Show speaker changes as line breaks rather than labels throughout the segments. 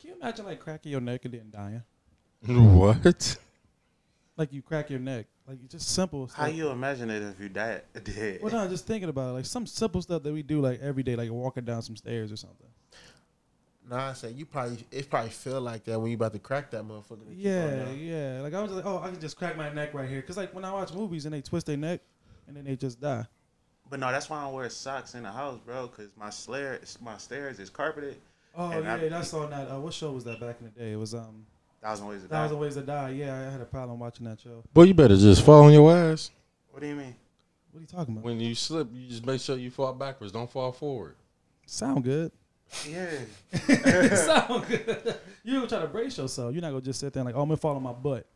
Can you imagine like cracking your neck and then dying?
What?
Like you crack your neck, like you just simple. Stuff.
How you imagine it if you died dead?
Well, no, just thinking about it, like some simple stuff that we do like every day, like walking down some stairs or something.
Nah, I say you probably it probably feel like that when you about to crack that motherfucker. that you
Yeah,
going down.
yeah. Like I was like, oh, I can just crack my neck right here, because like when I watch movies and they twist their neck and then they just die.
But no, that's why I don't wear socks in the house, bro. Cause my stair, my stairs is carpeted.
Oh
And
yeah,
I-
that's on that. Uh, what show was that back in the day? It was um
Thousand ways to die.
Thousand Ways to Die. Yeah, I had a problem watching that show.
Boy, you better just fall on your ass.
What do you mean?
What are you talking about?
When you slip, you just make sure you fall backwards. Don't fall forward.
Sound good.
Yeah,
Sound good. You gonna try to brace yourself. You're not gonna just sit there like, oh, I'm gonna fall on my butt.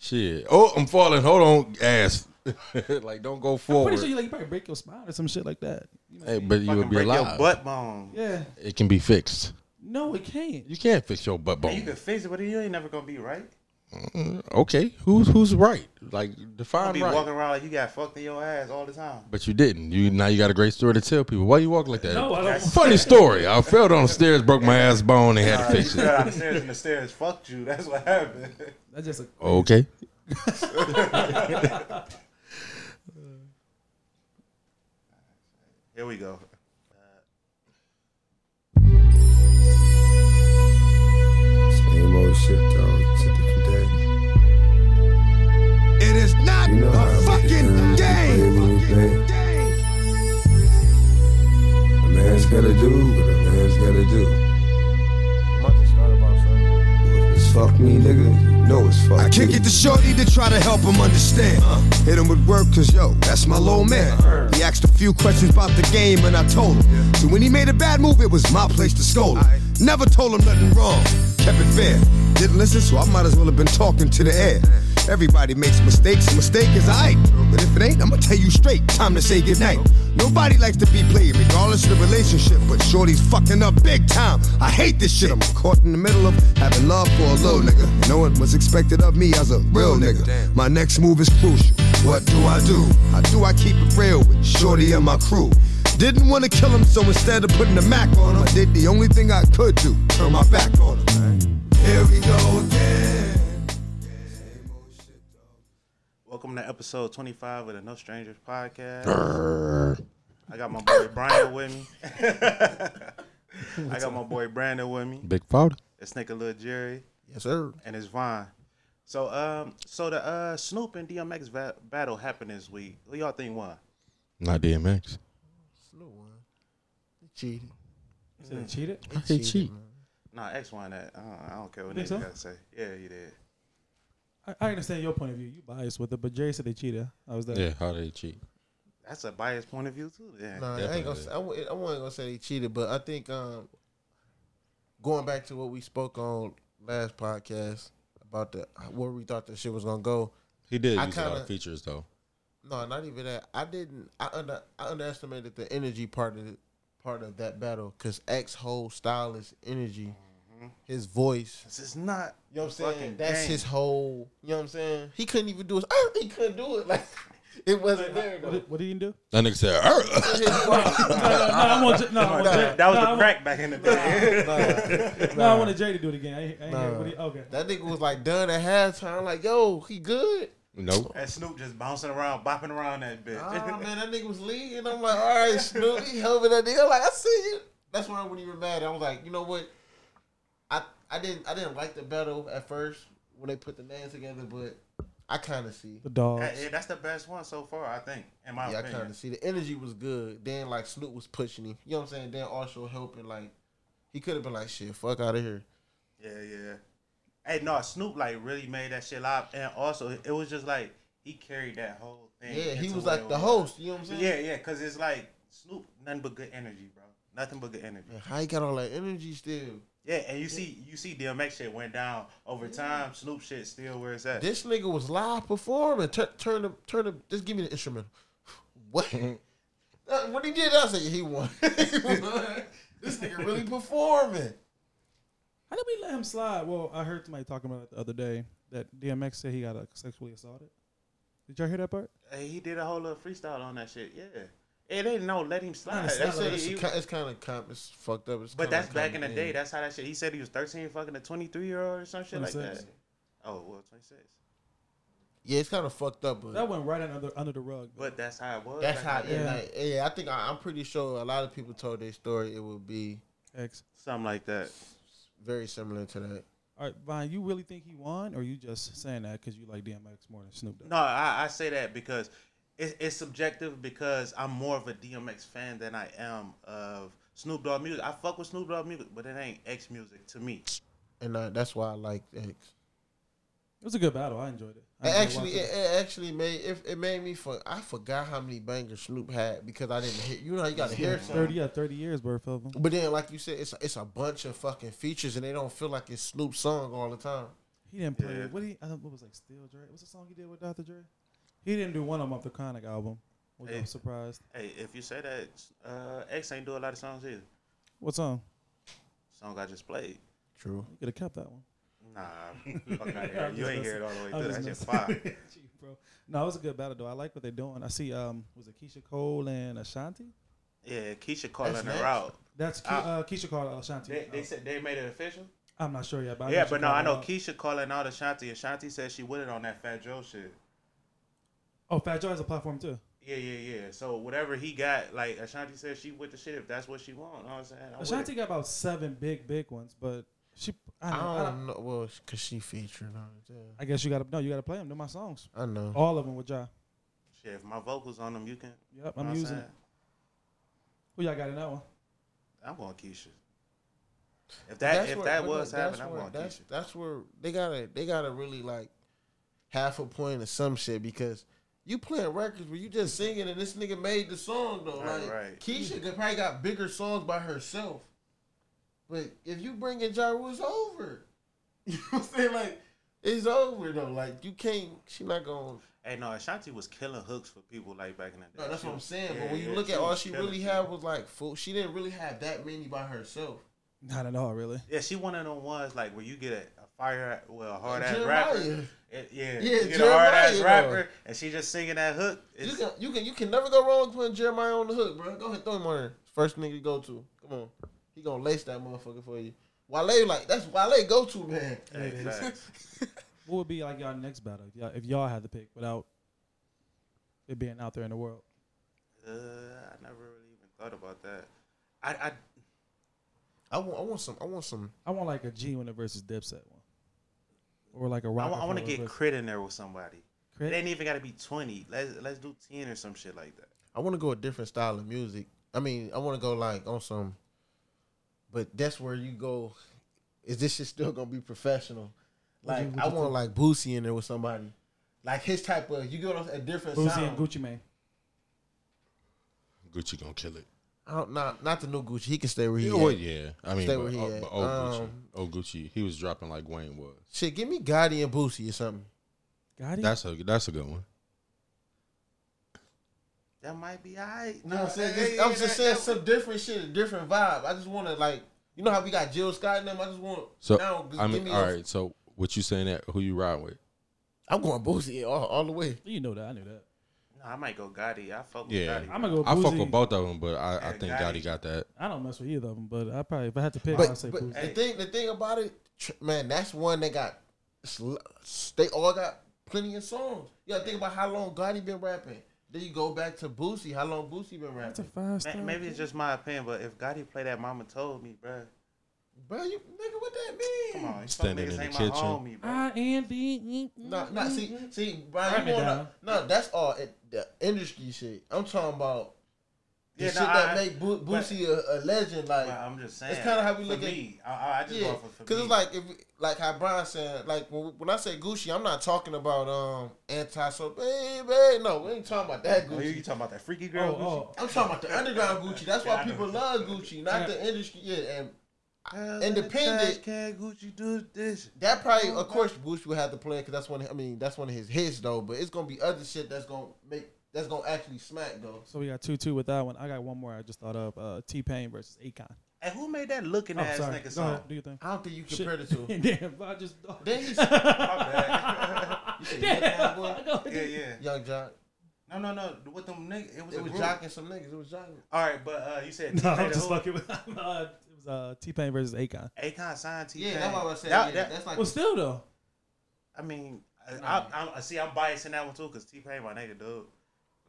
Shit. Oh, I'm falling. Hold on, ass. like, don't go
I'm
forward.
pretty sure you like you probably break your spine or some shit like that. You know?
hey, but you
fucking
would be
break
alive.
your butt bone.
Yeah.
It can be fixed.
No, it can't.
You can't fix your butt
And
bone.
you can fix it, but you ain't never gonna be right.
okay, who's who's right? Like,
Gonna
define
be
right.
walking around like you got fucked in your ass all the time.
But you didn't. You now you got a great story to tell people. Why you walk like that?
No, I don't.
Funny story. I fell down the stairs, broke my ass bone, and had to
You
fix
fell
it.
down the stairs and the stairs fucked you. That's what happened.
That's just a
Okay.
Here we go.
Same old shit, dog. It's a different day.
It is not
You know how
a
it
fucking
is.
game.
Fucking
game.
A man's gotta do what a man's gotta do.
I'm about to start about something.
If it's fuck me, nigga, you know it's fuck
I kick
you.
it to Shorty E to try to help him understand. Hit him with work, cause yo, that's my little man. He asked a few questions about the game and I told him. So when he made a bad move, it was my place to scold him. Never told him nothing wrong, kept it fair. Didn't listen, so I might as well have been talking to the air. Everybody makes mistakes, mistake is aight. But if it ain't, I'ma tell you straight, time to say goodnight. Nobody likes to be played, regardless of the relationship. But Shorty's fucking up big time. I hate this shit. I'm caught in the middle of having love for a little nigga. No one was expected of me as a real nigga. My next move is crucial. What do I do? How do I keep it real with Shorty and my crew? Didn't want to kill him, so instead of putting the Mac on him, I did the only thing I could do turn my back on him. Here we go again.
Welcome to episode 25 of the No Strangers podcast. I got my boy Brian with me. I got my boy Brandon with me.
Big fault.
It's Nick and Lil Jerry.
Yes, sir.
and it's Vine. So um, so the uh Snoop and DMX va- battle happened this week. Who y'all think won?
Not DMX.
Slow one. He cheated.
is it cheated?
I hate cheat.
man.
Nah, X won that. I don't, I don't care what
Think
niggas
so?
got to say. Yeah, he did.
I, I understand your point of view. You biased with it, but Jerry said they cheated. I was there.
Yeah, how they cheat.
That's a biased point of view too. Yeah.
Nah, I ain't gonna. Say, I, wa- I wasn't gonna say they cheated, but I think um, going back to what we spoke on last podcast about the where we thought the shit was gonna go.
He did
I
use a lot
kinda-
of features though.
No, not even that. I didn't. I under I underestimated the energy part of it, part of that battle because X whole style is energy, his voice.
This is not.
You know what I'm saying?
Fucking
That's
game.
his whole. You know what I'm saying? He couldn't even do his. he couldn't do it. Like it wasn't there.
What,
Though.
did, what did he do?
That nigga said, "Er." "Arr."
His voice-
No, no, no, I want, Jer- no, I want Jerry.
That was
no, I
the
want-
crack back in the day.
No, I wanted Jerry to do it again. I, ain't- I ain't hear
Nah.
what he, okay.
that nigga was like done at halftime. Like yo, he good.
nope.
that Snoop just bouncing around, bopping around that bitch.
Oh man, that nigga was leading. I'm like, all right, Snoop, he helping that nigga. I'm like, I see you. That's why I wasn't even mad. I was like, you know what? I I didn't I didn't like the battle at first when they put the names together, but I kind of see.
The dogs.
That- yeah, that's the best one so far, I think, in my
Yeah, I kind
opinion.
of see. The energy was good. Then like Snoop was pushing him. You know what I'm saying? Then also helping. Like he could have been like, shit, fuck out of here.
Yeah, yeah. Hey, no, Snoop like really made that shit live, and also it was just like he carried that whole thing.
Yeah, he
into
was
what
like
it
the host. You know what I'm saying?
Yeah, yeah, cause it's like Snoop, nothing but good energy, bro. Nothing but good energy.
Man, How he got all that energy still?
Yeah, and you see, you see, DMX shit went down over time. Snoop shit still where it's at.
This nigga was live performing. Turn, turn the, turn the, just give me the instrument. What? Uh, when he did, that, I said he won. He won. this nigga really performing.
How did we let him slide? Well, I heard somebody talking about it the other day that DMX said he got uh, sexually assaulted. Did y'all hear that part?
Hey, he did a whole little freestyle on that shit. Yeah, It ain't no let him slide.
it's
That's
not
what
It's,
he-
ki- it's kind of comp. It's fucked up. It's
but
kinda
that's back in the
complicated.
day. That's how that shit. He said he was 13, fucking a 23 year old or some shit like that.
26.
Oh well, 26.
Yeah, it's kind of fucked up. But
That went right under under the rug.
But that's how it was.
that's how.
back in the day.
Yeah,
Yeah.
like, yeah I think I, I'm pretty sure a lot of people told their story. It would be
X.
Something like that.
very similar to that.
All right, Vine, you really think he won, or you just saying that because you like DMX more than Snoop Dogg?
No, I, I say that because it, it's subjective because I'm more of a DMX fan than I am of Snoop Dogg music. I fuck with Snoop Dogg music, but it ain't X music to me.
And uh, that's why I like X.
It was a good battle. I enjoyed it. I
It
enjoyed
actually,
watching
it, it actually made it, it made me for. I forgot how many bangers Snoop had because I didn't hear. You know, how you got to hear some.
thirty, yeah, thirty years worth of them.
But then, like you said, it's it's a bunch of fucking features, and they don't feel like it's Snoop's song all the time.
He didn't play.
Yeah.
What he? I don't, what was like Steel Dre? What's the song he did with Dr. Dre? He didn't do one of them off the Chronic album. Which
Hey.
I'm surprised.
Hey, if you say that, uh, X ain't do a lot of songs either.
What song?
Song I just played.
True.
You could have kept that one.
Nah, fuck out here.
I'm
You
just
ain't hear it all the way
messing- I'm
through. That shit
just
fire.
messing with you, bro. No, it was a good battle though. I like what they're doing. I see. Um, was it Keisha Cole and Ashanti?
Yeah, Keisha calling
That's
her
next.
out.
That's Ke-
Uh,
uh, Keisha Cole and Ashanti.
They, they
Oh,
said they made it official.
I'm not sure yet. But I
yeah,
she
but no,
called
I
it
know
out.
Keisha calling out Ashanti. Ashanti said she with it on that Fat Joe shit.
Oh, Fat Joe has a platform too.
Yeah, yeah, yeah. So whatever he got, like Ashanti said, she with the shit if that's what she want. know what I'm saying? I'm with
Ashanti
it.
got about seven big, big ones, but she. I,
I
don't, I,
don't
don't-
know. Well, cause she featuring on it. Yeah.
I guess you gotta no, you gotta play them. They're my songs.
I know.
All of them with Ja.
Shit, if my vocals on them, you can.
Yep,
know
I'm
what
using
saying?
it. Who y'all got in that one?
I'm going Keisha. If that if
where-
that
but look,
was happening, I'm
where,
going
that's,
Keisha.
that's where they gotta they gotta really like half a point or some shit because you playing records where you just singing and this nigga made the song though.
Right,
like
right.
Keisha could probably got bigger songs by herself. But if you bring in Ja Rule, it's over. You know what I'm saying? Like it's over though. Like you can't she not going
Hey, no, Ashanti was killing hooks for people like back in the day.
No, that's
She
what I'm
was-
saying.
yeah,
but when you
yeah,
look at all
was
she
killing
really
people.
had was like full she didn't really have that many by herself.
Not at all, really.
Yeah, she one of them ones like where you get a, a fire, well, a hard ass
Jeremiah.
rapper. It- yeah,
Yeah,
you get a hard ass
Jeremiah,
rapper, and she just singing that hook.
You
It's,
can, you can you can never go wrong with putting Jeremiah on the hook, bro. Go ahead, throw him on there. First nigga you go to. Come on. He gonna lace that motherfucker for you. Wale like that's Wale go to man.
Hey, facts.
What would be like y'all next battle if y'all, if y'all had to pick without it being out there in the world?
uh, I never really even thought about that. I, I
I want I want some I want some
I want like a G one versus Dipset one, or like a
I,
rock.
wa- I want to get crit in there with somebody. It ain't even got to be twenty. Let's let's do ten or some shit like that.
I wanna go a different style of music. I mean, I wanna go like on some but that's where you go is this shit still gonna be professional?
Would you-
Like
would
I
you
want like Boosie in there with somebody. Like his type of you go to a different
Boosie
sound.
and Gucci Mane.
Gucci gonna kill it.
I don't not not the new Gucci. He can stay where he
Yeah,
at.
well, yeah. I mean,
Stay
but,
where he
oh,
at.
but old Gucci,
Um,
old Gucci, he was dropping like Wayne was.
Shit, give me Gotti and Boosie or something.
Gotti.
That's a that's a good one.
That might be alright.
You know what I'm saying?
Hey,
Just-
yeah,
I'm just
that-
saying
that
some
would-
different shit, a different vibe. I just want to like, you know how we got Jill Scott and them. I just want
So
now. Just
I
give
mean,
me
all
a-
right. So what you saying that who you ride with?
I'm going Boosie all, all the way.
you know that. I knew that.
No, I might go Gotti. I fuck with
Yeah.
Gotti.
I'm gonna go.
I
Boosie.
fuck with both of them, but I, I
Yeah,
think
Gotti.
Gotti got that.
I don't mess with either of them, but I probably if I had to pick,
But,
I'd say
but
Boosie.
the thing, the thing about it, tr- man, that's one that got. it's l- They all got plenty of songs. You gotta think about how long Gotti been rapping. Then you go back to Boosie. How long Boosie been
That's a
rapping?
five
Ma-
star.
Maybe it's just my opinion, but if Gotti play that, Mama told me, bruh.
Bro, you nigga, what that mean?
Come
Standing
on, standing
in
niggas
the
ain't
kitchen.
my homie, bro.
I am the. mm,
No, no, see, see, Brian,
Write
you
me
wanna, no, that's all it, the industry shit. I'm talking about the
Yeah,
shit
no,
that
I-
make Bo-
but-
Boosie a, a legend. Like,
But I'm just saying.
it's kinda how we
for
look at-
me, I, I- I just
yeah,
go for, for
because
me.
it's like if, like how Brian said, like when, when I say Gucci, I'm not talking about um anti so baby. No, we ain't talking about that
Oh, you, you
Gucci.
talking about that freaky
Oh,
girl? Gucci?
oh,
I'm talking about the underground Gucci. That's why
Yeah, I know.
people love Gucci, not the industry. Yeah, and Independent.
Can Gucci do this?
That probably, of course, Gucci would have to play because that's one. I mean, that's one of his hits though. But it's gonna be other shit that's gonna make that's gonna actually smack though.
So we got two two with that one. I got one more. I just thought of uh, T Pain versus Akon.
And who made that looking
Oh,
ass
sorry.
nigga
Go
song?
ahead. Do you think?
I don't think you compare the two.
Damn, but I just.
Then he's
My bad.
young
yeah, yeah.
Jock.
No, no, no. What them niggas? It was
It
a
was
group.
jocking some niggas. It was jocking.
All right, but uh, you said
No,
T-Pain
I'm
and
just
who?
fucking with. Uh, it was uh, T Pain versus Akon.
Akon signed T-Pain.
Yeah, that's what I was saying.
That-
yeah,
that-
that's like
Well, still though,
I mean, I, I, I'm- I see. I'm biasing that one too because T-Pain my nigga dude.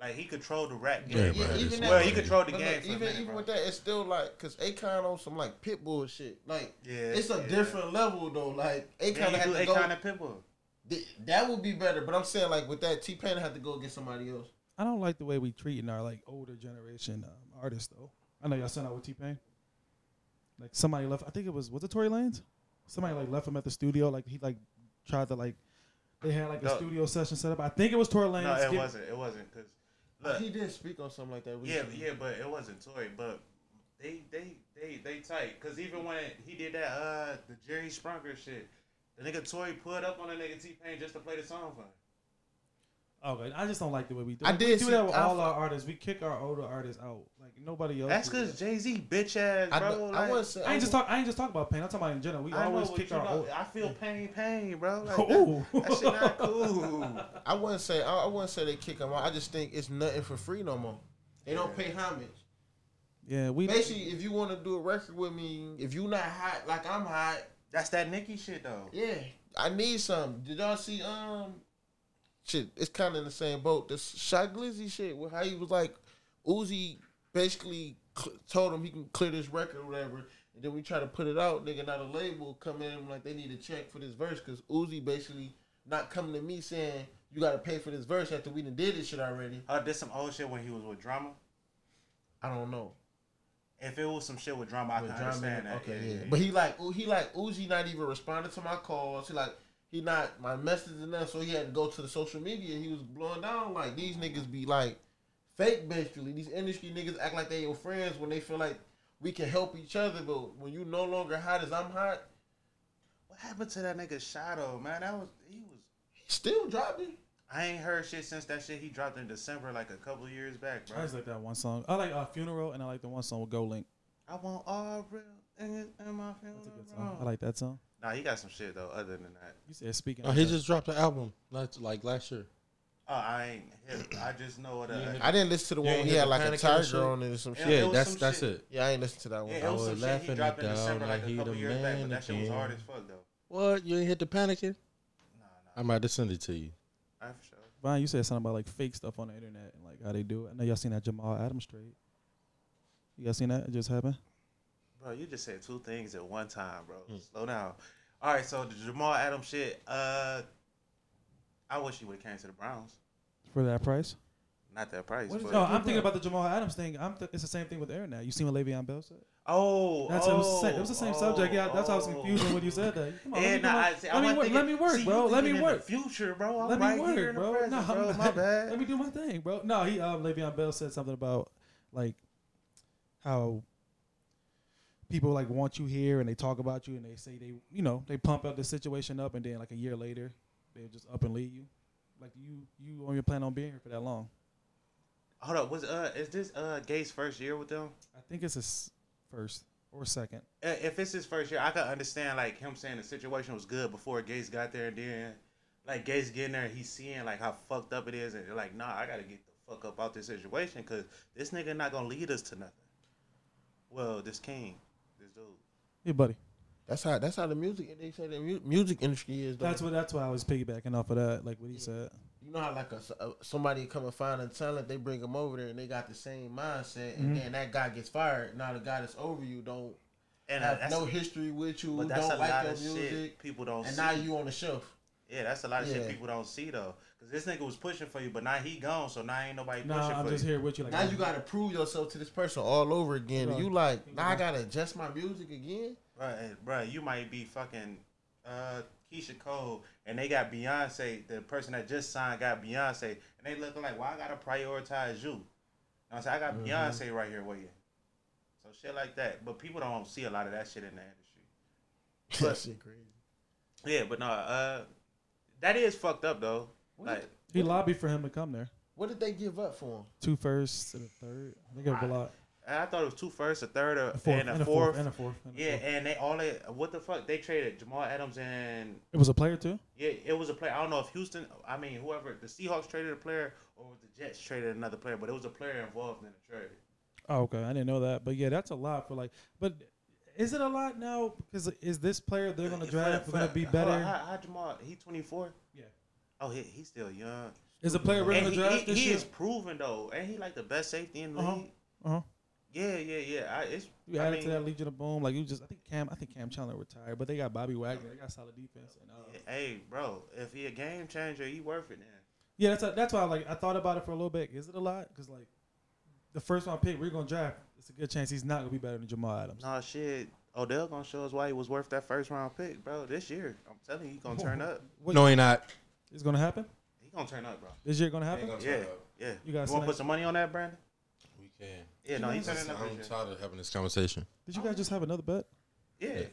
Like he controlled the rap game.
Yeah,
Yeah,
bro,
even
this
that-
Well,
nigga-
he controlled the
But
game.
look, even even with that, it's still like because Akon on some like Pitbull shit. Like
Yeah,
it's a
yeah.
different level though. Like Akon had
kind
to
of
go.
kind of people.
th- that would be better. But I'm saying like with that, T Pain had to go get somebody else.
I don't like the way we treating our like older generation um, artists though. I know y'all sent out with T Pain. Like somebody left. I think it was was it Tory Lanez? Somebody like left him at the studio. Like he like tried to like. They had like a
No.
studio session set up. I think it was Tory Lanez.
No, it
Get-
wasn't. It wasn't because look,
he did speak on something like that.
yeah,
Recently.
yeah, but it wasn't Tory. But they they they they tight because even when he did that uh the Jerry Sprunger shit, the nigga Tory put up on the nigga T-Pain just to play the song for him.
Okay, I just don't like the way we do.
I
it. we
did
do
see-
that with
I-
all our artists. We kick our older artists out. Like nobody else.
That's
do
because
that.
Jay Z bitch ass
I,
bro.
know-
like,
I was.
I ain't just talk. I ain't just talk about pain. I'm talking about in general. We
I
always
know,
kick
but you
our.
know,
old-
I feel pain, pain, bro. Like,
Ooh.
that, that shit not cool.
I wouldn't say. I, I wouldn't say they kick him out. I just think it's nothing for free no more. They don't pay homage.
yeah, we
Basically, if you want to do a record with me, if you not hot like I'm hot,
That's that Nicki shit though.
Yeah, I need some. Did y'all see um shit? It's kind of in the same boat. This shot glizzy shit. Where how he was like, Uzi basically cl- told him he can clear this record or whatever. And then we try to put it out, nigga. Now the label come in like they need a check for this verse because Uzi basically not coming to me saying you got to pay for this verse after we done did this shit already.
Uh, did some old shit when he was with Drama.
I don't know.
If it was some shit with Drama, I
With
can
John
understand
Mayer.
that.
Okay, yeah. But he like Ooh, he like Uzi not even responding to my calls. He like he not my messages and that. So he had to go to the social media. He was blowing down like these niggas be like fake basically. These industry niggas act like they your friends when they feel like we can help each other. But when you no longer hot as I'm hot,
what happened to that nigga Shadow, man? That was he was.
he still dropping.
I ain't heard shit since that shit he dropped in December, like a couple of years back, bro.
I just like that one song. I like uh, funeral, and I like the one song with Go Link.
I want all real niggas in my
That's a
funeral.
good song. I like that song.
Nah, he got some shit though. Other than that,
You said speaking.
No,
of
he
that.
just dropped an album last, like last year.
oh, I ain't. Hip. I just know what. Uh, yeah,
I didn't listen to the
Yeah,
one where
he
he
had
had
the
like a
panic and
tiger
shit.
on it or some
Yeah.
shit.
Yeah,
it was
that's
some
that's
shit.
it.
Yeah, I ain't listen to that one.
it
I
was some
was
shit he
Oh, laughing
dropped
at
in December,
y'all,
like
like,
a
he
couple
the
years back, but
man
that shit was
again.
hard as fuck though.
What you ain't hit the panicking?
Nah, nah,
I might just send it to you.
I for sure.
Brian, you said something about like fake stuff on the internet and like how they do it. I know y'all seen that Jamal Adams trade. You guys seen that? It just happened.
Bro, you just said two things at one time, bro. Slow down. All right, so the Jamal Adams shit. Uh, I wish he would have came to the Browns.
For that price?
Not that price. but-
No, Oh, I'm thinking about the Jamal Adams thing. I'm th- it's the same thing with Air now. You seen what Le'Veon Bell said?
oh,
That's
oh,
it, was the same, it was the same subject. Yeah, that's how I was
oh.
confusing when you said that. Come on, let
And
me, come
I,
on.
I, see,
let,
I
me
wasn't
work,
thinking,
let me work,
see,
bro.
you
Let me
thinking
work.
In the future, bro. I'm
Let
right
me
here
work,
in the
bro.
present,
No,
bro. My bad.
Let me do my thing, bro. No, he um Le'Veon Bell said something about like how people like want you here and they talk about you and they say they you know they pump up the situation up and then like a year later they just up and leave you. Like you you only plan on being here for that long.
Hold up. Was uh is this uh Gates' first year with them?
I think it's his first or second.
Uh, If it's his first year, I could understand like him saying the situation was good before Gates got there, and then like Gates getting there, he's seeing like how fucked up it is, and they're like, nah, I gotta get the fuck up out this situation because this nigga not gonna lead us to nothing. Well, this king, this dude.
Hey buddy.
That's how that's how the music they say the mu- music industry is. Though.
That's what that's why I was piggybacking off of that, like what he said.
You know how like a, a- somebody come and find a talent, they bring them over there, and they got the same mindset,
Mm-hmm.
and then that guy gets fired. Now the guy that's over you don't
And uh,
have
that's
no history with you,
but
don't
that's a
like
lot
your
of
music,
shit people don't
and
see.
now you on the shelf.
yeah, that's a lot of
Yeah.
shit people don't see though, because this nigga was pushing for you, but now he gone, so now ain't nobody pushing
Nah, I'm
for
just
you.
here with you. Like
Now you gotta prove yourself to this person all over again. And you like, now I gotta adjust my music again.
Bruh, eh, bruh, you might be fucking uh, Keisha Cole, and they got Beyonce. The person that just signed got Beyonce, and they looking like, "Well, I gotta prioritize you." And I said, "I got Beyonce right here with you." So shit like that, but people don't see a lot of that shit in the industry.
That shit crazy.
Yeah, but no, uh, that is fucked up though. Like,
he lobbied for him to come there.
What did they give up for him?
Two firsts and a third. They got a lot.
and I thought it was two firsts, a third, or,
A fourth,
and a fourth.
and a fourth. and a
yeah,
fourth.
and they all they what the fuck they traded Jamal Adams and
it was a player too.
yeah, it was a player. I don't know if Houston, I mean whoever the Seahawks traded a player or the Jets traded another player, but it was a player involved in the trade.
Oh, okay. I didn't know that, but yeah, that's a lot for like. But is it a lot now? Because is this player they're gonna
For-
draft
for-
gonna be
hold on,
better?
How, how Jamal? He twenty four.
Yeah.
Oh, he, he's still young.
Is the player we're
And
gonna
he,
draft
he,
this
he
year?
is proven though, and he like the best safety in the
Uh-huh.
league.
Uh-huh.
Yeah, yeah, yeah. I, it's
You
I
added
mean,
to that Legion of Boom, like you just. I think Cam. I think Cam Chandler retired, but they got Bobby Wagner. They got solid defense. And, uh,
Hey, bro, if he a game changer, he worth it. Then
yeah, that's that's why. Like I thought about it for a little bit. Is it a lot? Because like the first round pick we're gonna draft, it's a good chance he's not gonna be better than Jamal Adams.
nah, shit. Odell gonna show us why he was worth that first round pick, bro. This year, I'm telling you, he gonna turn up.
Wait,
No, he not.
it's gonna happen
He gonna turn up, bro.
this year. Gonna happen?
Ain't gonna
Yeah,
turn up.
yeah.
You
You,
guys
wanna
say-
put some money on that, Brandon?
We can.
Yeah, no, he
guys-
turning up
I'm
this year.
tired of having this conversation.
Did you guys just have another bet?
Yeah,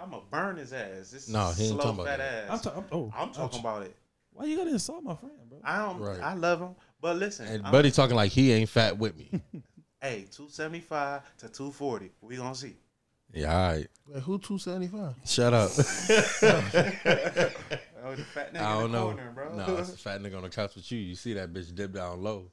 I'm gonna burn his ass. This
No, he ain't
slow,
talking about
fat
that.
I'm,
ass.
ta- I'm, oh,
I'm talking
ouch.
about it.
Why you gotta insult my friend, bro?
I don't.
Right.
I love him, but listen,
And
I'm-
Buddy talking like he ain't fat with me.
Hey, two seventy five to two forty. We gonna see.
yeah, all right.
Wait, who two seventy five?
Shut up.
Oh, the fat nigga
I don't
in the
know.
corner, bro.
No, it's a fat nigga on the couch with you. You see that bitch dip down low.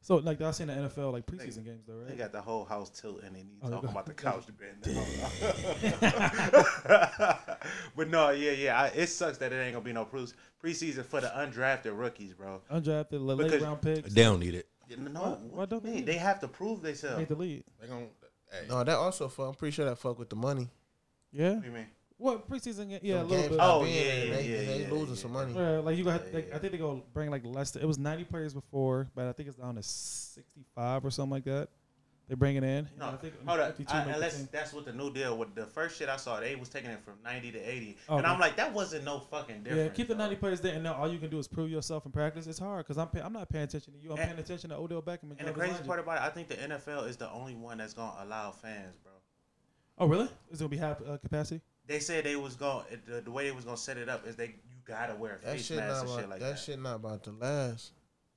So like I seen the NFL like preseason games though,
They
right?
got the whole house tilted, and then he's
they got-
talking about Oh, the couch bend. but no, yeah, yeah. I, it sucks that it ain't gonna be no pre- preseason for the undrafted rookies, bro.
Undrafted, the late
Because-
round picks,
They don't need it.
No,
Why don't they?
man, they have to prove
make
themselves.
the lead.
They gon' hey.
No, that also fuck. I'm pretty sure that fuck with the money.
Yeah.
What do you mean?
What preseason? ga- Yeah, a little
Them games
bit.
not
Oh,
being
yeah,
in, they,
yeah,
they
yeah,
losing
yeah.
some money.
Yeah, like you got. Like, I think they gonna bring like less. It was ninety players before, but I think it's down to sixty-five or something like that. They bring it in. and
No,
I think
hold up.
52
I,
make the
unless
team.
that's what the new deal with the first shit I saw, they was taking it from ninety to eighty,
Oh, Okay.
and I'm like, that wasn't no fucking difference.
yeah, keep the
bro.
ninety players there, and now all you can do is prove yourself in practice. It's hard because I'm pay, I'm not paying attention to you. I'm
And-
paying attention to Odell Beckham and,
And the
Jarvis
crazy
Landry.
part about it, I think the NFL is the only one that's gonna allow fans, bro.
Oh, really? It's gonna be half uh, capacity.
They said they was going to the, the way they was gonna set it up is they you gotta wear a
That
face
shit not
mask and
about,
shit like
that,
that.
shit not about to last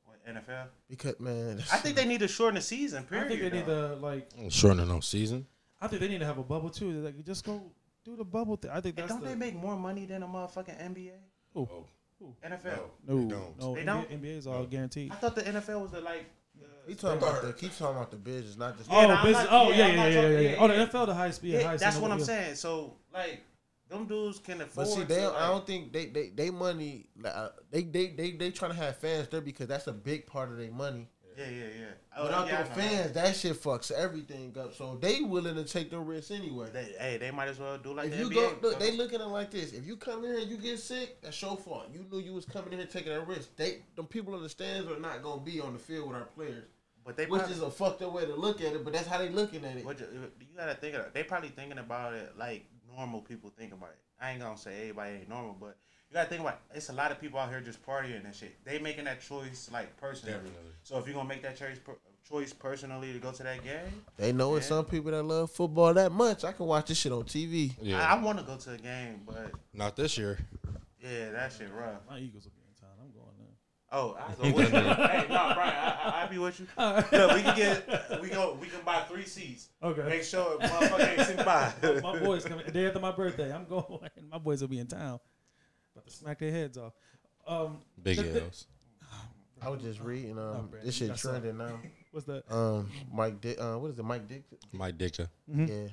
With NFL,
because man,
I think they need to shorten the season. Period.
I think they need
though.
to like.
Shortening on season.
I think they need to have a bubble too. Like, you just go do the bubble thing. I think
And
that's
don't
the,
they make more money than a motherfucking NBA?
Oh.
NFL.
no,
They don't.
no.
They
NBA,
don't?
NBA's all guaranteed.
I thought the NFL was the like. Uh,
he talking about the keep talking about the business, not just
Yeah,
oh,
nah, I'm
business.
not-
oh,
yeah,
yeah,
I'm
yeah,
not
yeah,
talking-
yeah,
yeah,
yeah. Oh, the
yeah.
NFL, the highest speed.
yeah,
highest
that's
in
what
the
I'm
league.
saying. So like, them dudes can afford.
But see, they
to,
don't, I
like-
don't think they they they money like, uh, they they they they trying to have fans there because that's a big part of their money.
Yeah, yeah, yeah.
Without
Oh, yeah, I
them
know.
fans, that shit fucks everything up. So they willing to take the risk anyway.
They, hey, they might as well do like
if
the
you
NBA.
go, look, they looking at it like this. If you come in here and you get sick, that's your fault. You knew you was coming in here taking a risk. They, them people in the stands are not gonna be on the field with our players,
but they
which
probably-
is a fucked up way to look at it. But that's how they looking at it.
What you, you gotta think of? They probably thinking about it like normal people think about it. I ain't gonna say everybody ain't normal, but you gotta think about it. it's a lot of people out here just partying and shit. They making that choice like personally.
Definitely.
So if you gonna make that choice per- choice personally to go to that game,
They know it's some people that love football that much. I can watch this shit on TV.
Yeah.
I, I want to go to a game, but
Not this year.
yeah, that shit rough.
My Eagles will be in town. I'm going there.
Oh, I go with you. hey, no, Brian, I, I, I be with you.
Uh.
Look, we can get we go we can buy three seats.
Okay.
Make sure motherfucker ain't sitting by.
my boys coming the day after my birthday. I'm going. My boys will be in town. About to smack their heads off. Um,
Big
the- the-
L's.
I was just reading
No,
um
Brandon,
this
you
shit
got something.
trending now.
What's that?
Um, Mike Dick. Uh, what is it? Mike Dick.
Mike Dicker.
Yeah,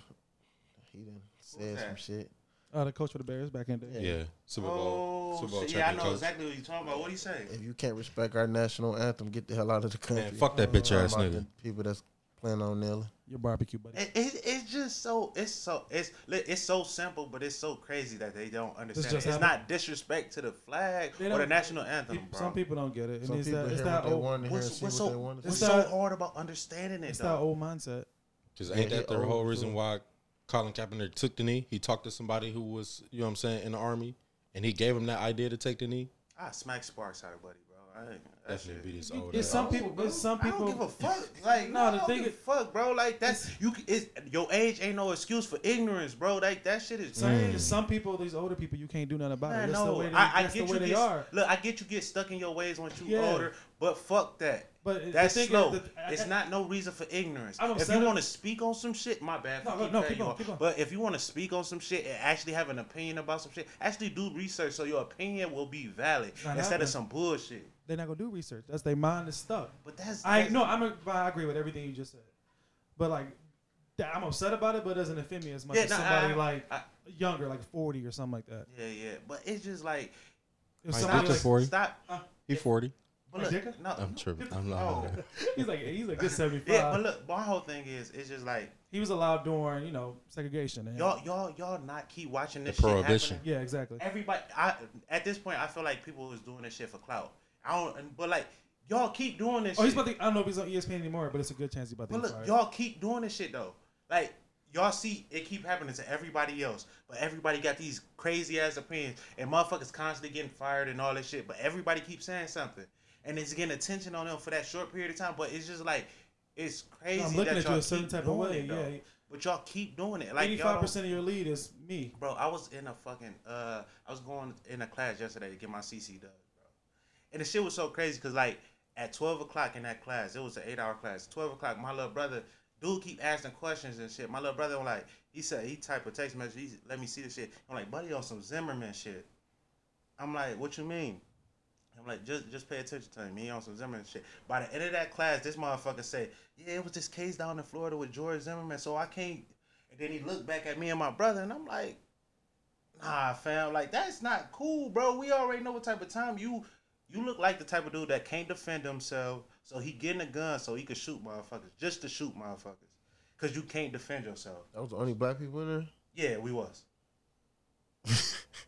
he done said
that?
some shit.
Uh, the coach for the Bears back in the day.
Yeah. Super Bowl.
oh,
Super Bowl
shit, yeah, I
champion
know
coach.
exactly what you're talking about. What do you say?
If you can't respect our national anthem, get the hell out of the country.
Man, fuck that bitch
Talking
ass
about
nigga.
the people that's planning on nailing.
Your barbecue buddy.
It, it, it's just so it's so it's li- it's so simple, but it's so crazy that they don't understand.
just
it. It's
happened.
not disrespect to the flag
They
or the
don't-
national anthem,
People-
bro.
Some people don't get it. And
Some
it's
people
that, it's
hear
that
what they
old.
want to hear and
What's,
see
what's
what
so
they want to
what's
see.
It's
so
that-
hard about understanding it
It's that
though?
old mindset.
Because ain't
Yeah,
that the
oh,
whole
so-
reason why Colin Kaepernick took the knee? He talked to somebody who was, you know what I'm saying, in the army, and he gave him that idea to take the knee.
I smack sparks out of buddy, bro. I ain't, that shit.
Definitely beat his old
It's
ass.
some people. It's some
I
people.
don't give a fuck. Like
No,
no,
the
the
thing
thing give
is-
a fuck, bro. Like that's you. c- It's, your age ain't no excuse for ignorance, bro. Like that shit is
Some,
crazy.
some people, these older people, you can't do nothing about
Man,
it. That's the
no,
way they,
I, I
that's
get
the
you
way they
get,
are.
Look, I get you get stuck in your ways once you
Yeah.
older, but fuck that.
But
That's
the thing
slow.
Is that,
it's not no reason for ignorance.
I'm
if
upset
you
at-
want to speak on some shit, my bad. for
No, no,
keep
no,
cutting
keep
you
on,
off.
keep on.
But if you want to speak on some shit and actually have an opinion about some shit, actually do research so your opinion will be valid
not
instead
happening.
of some bullshit.
They're not gonna do research. That's their mind is stuck.
But that's
I
that's-
no, I'm a, I agree with everything you just said, but like, that, I'm upset about it, but it doesn't offend me as much
Yeah,
as
no,
somebody
I-
like
I-
younger, like 40 or something like that.
Yeah, yeah. But it's just like
If
Like,
somebody
Richard
like-
Ford. 40?
Stop.
He forty.
But
Like
look,
Dicka?
no.
I'm tripping. I'm not.
Oh.
he's like he's like good 75.
Yeah, but look, my whole thing is it's just like
he was allowed during you know segregation. And,
y'all, y'all, y'all not keep watching this
The
shit
prohibition.
happening.
yeah, exactly.
everybody I at this point I feel like people was doing this shit for clout. I don't and- but like y'all keep doing this
Oh, he's
shit.
about to. I don't know if he's on ESPN anymore, but it's a good chance he's about to.
but
get
look,
fired.
y'all keep doing this shit though. Like y'all see it keep happening to everybody else, but everybody got these crazy ass opinions and motherfuckers constantly getting fired and all that shit, but everybody keeps saying something. And it's getting attention on them for that short period of time, but it's just like it's crazy.
I'm looking
that
at you
y'all
a certain
keep
type of
doing
way,
it, though.
yeah.
But y'all keep doing it. Like y'all
85
don't-
percent of your lead is me.
Bro, I was in a fucking uh I was going in a class yesterday to get my CC done, bro. And the shit was so crazy because like at twelve o'clock in that class, it was an eight hour class. Twelve o'clock, my little brother, dude keep asking questions and shit. My little brother was like, he said he typed a text message, he let me see the shit. I'm like, buddy on some Zimmerman shit. I'm like, what you mean? I'm like, just just pay attention to him. He on some Zimmerman shit. By the end of that class, this motherfucker say, yeah, it was this case down in Florida with George Zimmerman, so I can't. And then he looked back at me and my brother, and I'm like, nah, fam, like that's not cool, bro. We already know what type of time you you look like the type of dude that can't defend himself, so he getting a gun so he could shoot motherfuckers just to shoot motherfuckers, cause you can't defend yourself.
That was the only black people in there.
Yeah, we was.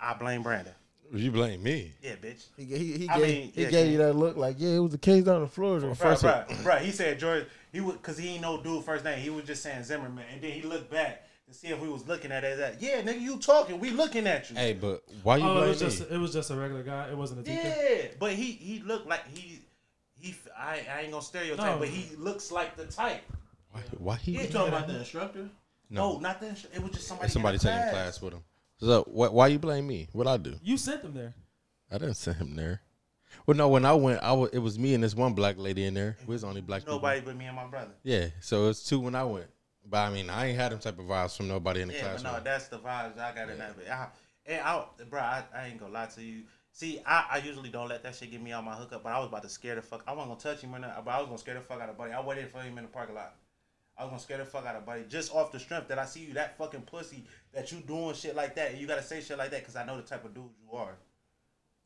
I blame Brandon.
You blame me.
Yeah, bitch.
He, ga- he, he
I
gave,
mean,
he
yeah,
gave
yeah.
you that look like, yeah, it was the case down in Florida.
Bruh, bruh, bruh, he said George, he would, cause he ain't no dude first name. He was just saying Zimmerman, and then he looked back to see if we was looking at it. That yeah, nigga, you talking? We looking at you.
Hey, but why you
Oh, it
blame
was
me?
just it was just a regular guy. It wasn't a deacon.
Yeah, but he he looked like he he. f- I, I ain't gonna stereotype,
No.
but he looks like the type.
why, why he?
You talking about
the
the
instructor?
no,
No,
not the instru- It was just somebody.
it's somebody
in the
taking class with him. So wh- why you blame me? What I do?
You sent them there.
I didn't send him there. Well, no, when I went, I was, it was me and this one black lady in there. We was only black
Nobody but me and my brother.
people. Yeah, so it was two when I went. But I mean, I ain't had them type of vibes from nobody in the
Yeah,
class.
but no,
man.
that's the vibes I got in that. But I, and I, bro, I, I ain't gonna lie to you. See, I, I usually don't let that shit get me out my hookup, but I was about to scare the fuck. I wasn't gonna touch him or nothing, but I was gonna scare the fuck out of Buddy. I waited for him in the parking lot. I was gonna scare the fuck out of Buddy just off the strength that I see you that fucking pussy that you doing shit like that and you gotta say shit like that because I know the type of dude you are.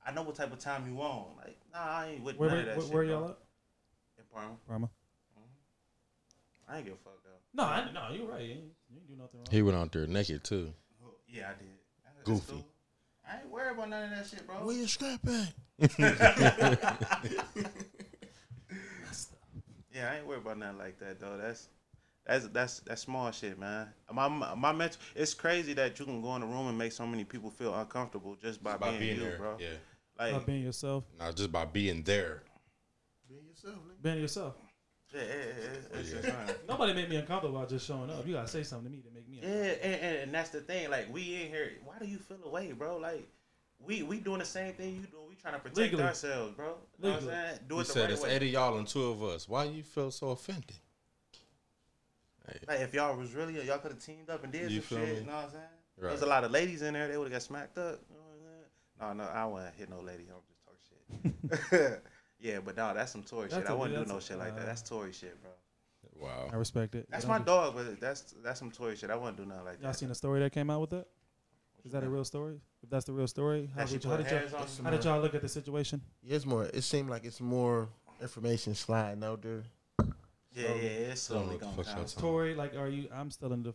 I know what type of time you on. Like, nah, I ain't with
Where
none
where,
of that
where,
shit.
where
bro.
y'all at?
In Parma.
Parma.
I ain't give a fuck though.
No, I, no, you're right. You ain't, you ain't do nothing wrong.
He went out there naked too.
Yeah, I did. That's cool.
Goofy.
I ain't worried about none of that shit, bro.
Where your strap at?
Yeah, I ain't worried about nothing like that though. That's that's that's that's small shit, man. My my mental. It's crazy that you can go in a room and make so many people feel uncomfortable just by,
By
being,
being
you,
there,
bro.
yeah.
Like,
Not being yourself.
No, just by being there.
Being yourself.
yeah, yeah, yeah, it's just fine.
Nobody made me uncomfortable by just showing up. You gotta say something to me to make me.
yeah, and, and, and that's the thing. Like, we in here. Why do you feel away, bro? Like, we we doing the same thing you doing. We trying to protect
Legally.
ourselves, bro. You know what I'm
Legally.
saying? Do
You
it the
said
right
it's
way.
eighty y'all and two of us. Why you feel so offended?
Like, if y'all was really, y'all could have teamed up and did
You
some
feel
shit.
me?
You know what I'm saying?
Right.
There's a lot of ladies in there. They would have got smacked up. You know what I'm saying? No, no, I wouldn't hit no lady. I'm just talking shit. yeah, but no, that's some Tory shit.
That's
I
a-
wouldn't do
that's
no
a-
shit like that.
uh,
That's Tory shit, bro.
Wow.
I respect it.
That's
Don't
my
do-
dog, but that's that's some Tory shit. I wouldn't do nothing like
Y'all
that.
seen the story that came out with that? Is that a real story? If that's the real story, how,
That she
did, y'all, how,
put
did,
hands
y'all,
on
how did y'all look at the situation?
Yeah, it's more. It seemed like it's more information sliding out there.
Yeah, yeah, it's
Don't
slowly
know what
going
the fuck
down.
y'all talking
Tory, like, are you? I'm still in the,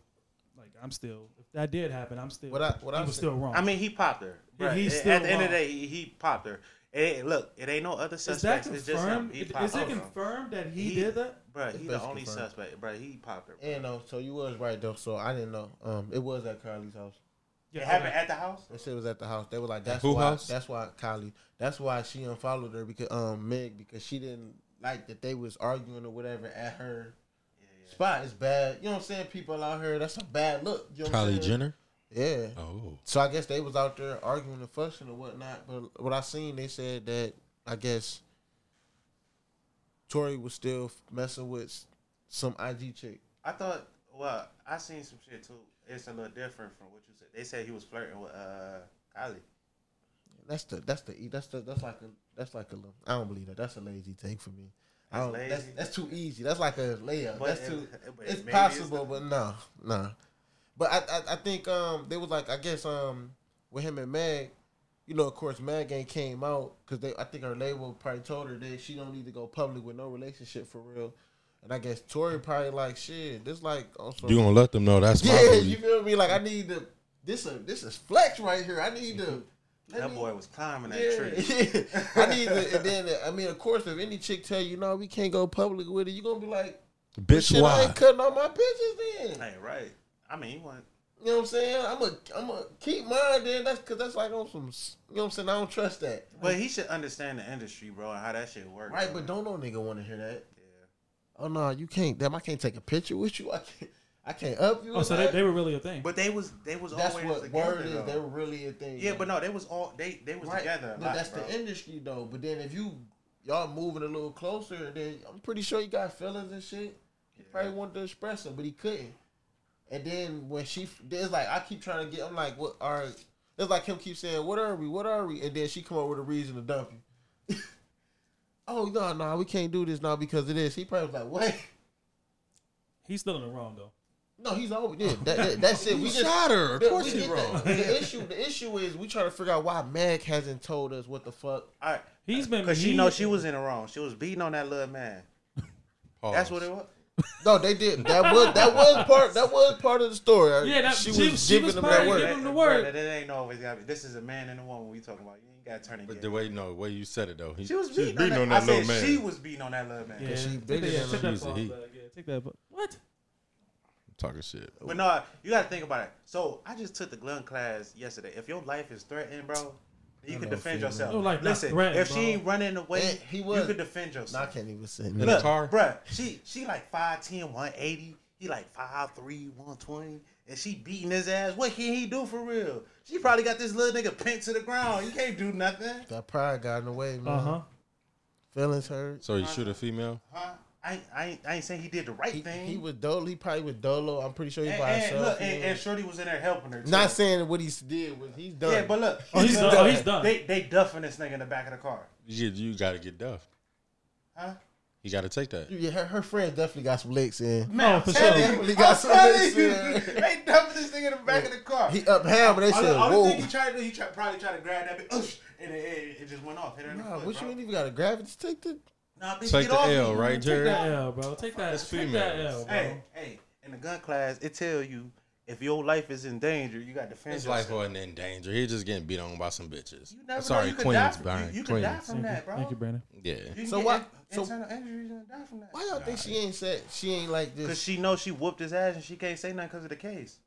like, I'm still. If that did happen, I'm still.
What I- what
he
I
was
said-
still wrong.
I mean, he popped her.
Oh. Yeah,
bruh.
he's
At-
still
At the end of the
wrong.
day, he, he popped her. It, look, it ain't no other
is that
suspect. It's just him.
confirmed?
He
Is
popped
is it
her.
confirmed that he,
He-
did that?
Bruh,
It's
he the
basically
only
confirmed.
suspect. Bruh, he popped her. bruh.
And no, so you was right though. So I didn't know. Um, it was at Kylie's house.
Yeah,
It
okay.
happened at the house.
They said it was at the house. They were like, "That's
who
why.
house?
That's why Kylie. That's why she unfollowed her because um Meg because she didn't like that they was arguing or whatever at her spot. It's bad. You know what I'm saying? People out here. That's a bad look. You know what I'm
Kylie
saying?
Jenner.
Yeah.
Oh.
So I guess they was out there arguing and fussing or whatnot. But what I seen, they said that I guess Tori was still f- messing with s- some IG chick.
I thought. Well, I seen some shit too. It's a little different from what you said. They said he was flirting with uh Kylie.
That's the that's the e- that's the that's like a that's like a little- I don't believe that. That's a lazy take for me. I
That's
don't, that's,
lazy.
that's too easy. That's like a layup.
But
that's
it-
too.
but
it's
maybe it's
possible,
not.
but no, no. But I, I I think um they was like I guess um with him and Meg, you know of course Meg ain't came out because they I think her label probably told her that she don't need to go public with no relationship for real, and I guess Tori probably like shit. This like also
You gonna let them know that's my
yeah,
booty.
you feel me? Like I need to. This a, this is flex right here. I need to. let
That
me-
boy was climbing that tree.
Yeah. I need to. And then I mean, of course, if any chick tell you no, we can't go public with it, you gonna be like,
Bitch,
shit, I
why?
ain't cutting all my pictures then.
Hey, right. I mean, he went.
You know what I'm saying? I'm gonna I'm gonna keep mine then. That's because that's like on some. s- You know what I'm saying? I don't trust that.
But he should understand the industry, bro, and how that shit works.
Right, but
bro.
don't no nigga want to hear that.
Yeah.
Oh no, you can't. Damn, I can't take a picture with you. I can't. I can't up you.
Oh, so they, they were really a thing.
But they was they was
that's
always
what
together.
word is.
though.
They were really a thing.
yeah, but no, they was all they they was
Right.
together. A
But
lot,
that's
bro.
the industry though. But then if you y'all moving a little closer, then I'm pretty sure you got feelings and shit. He probably wanted to express them, but he couldn't. And then when she, then it's like I keep trying to get. I'm like, what are? It's like him keep saying, "What are we? What are we?" And then she come up with a reason to dump you. oh no, no, we can't do this now because of this. He probably was like, "What?"
He's still in the wrong though.
No, he's always yeah, that, that, that's it.
You
We just
shot her. Of
the-
course
we
you
get
wrong.
that. The issue, the issue is we trying to figure out why Meg hasn't told us what the fuck
All right,
He's been
because she
he-
know she was in the wrong. She was beating on that little man.
Oh.
That's what it was.
No, they did. That was that was part. That was part of the story.
Yeah, that-
she,
she-
was
she
giving
was
them
part
that
of
word.
it. him the
Bro,
word.
That, that ain't always got. This is a man and a woman we talking about. You ain't got to turn
But
it.
the
gay.
way no, the way you said it though, he,
She was beating, on, that. I
little
said
man.
she was beating on that little man.
Yeah,
she
take
bigger
that- take
than
him.
that
She's a
clause
he.
back, yeah, take that. But what?
talking shit.
But no, you got to think about it. So I just took the gun class yesterday. If your life is threatened, bro, you can defend yourself.
Your life not
Listen,
threatened,
if
bro.
she ain't running away,
And he
you
was.
can defend yourself.
Nah, I can't even say.
In
Look,
the
Look,
car,
bruh, she she like 5'10", 180. He like 5'3", 120. And she beating his ass. What can he do for real? She probably got this little nigga pinned to the ground. You can't do nothing.
that pride got in the way, man.
Uh huh.
Feelings hurt.
So you shoot a female?
Huh? I, ain't- I, ain't- I ain't saying he did the right
He,
thing.
he was dolo. He probably was dolo. I'm pretty sure he
and,
by
and
himself.
look, and,
yeah.
and Shorty was in there helping her. Too.
Not saying what he did was he's done.
Yeah, but look.
Oh, he's done. Oh, he's done.
They, they duffing this nigga in the back of the car.
You, you got to get duffed.
Huh?
You got to take that.
yeah, her, her friend definitely got some licks in.
No, for
Tell
sure.
you,
He got
I'm
some
telling
licks
you,
in.
They dumping this nigga in the back of the car.
He up ham, but they
Only,
said,
only thing
"Whoa."
he tried to do, he tried, probably tried to grab that bitch, oosh, and it, it, it just went off. Hit her in the
Nah,
foot,
what
bro.
you ain't even got a gravity stick to?
Nah, bitch,
Take
get
the
off
L,
me.
right,
Take
Jerry?
that L, bro. Take that.
That's
Take that
females.
L, bro.
Hey, hey, in the gun class, it tell you if your life is in danger, you got to defend
His life
yourself.
wasn't in danger. He just getting beat on by some bitches.
You never know.
Sorry,
You could die
Queens,
from,
Byron.
you, you could
Queens.
die from
Thank
that,
you,
bro.
thank you, Brandon.
Yeah.
You can
So
get
why-
in-
so-
internal injuries and die from that.
Why y'all think she ain't said she ain't like
Because
this?
she knows she whooped his ass and she can't say nothing because of the case.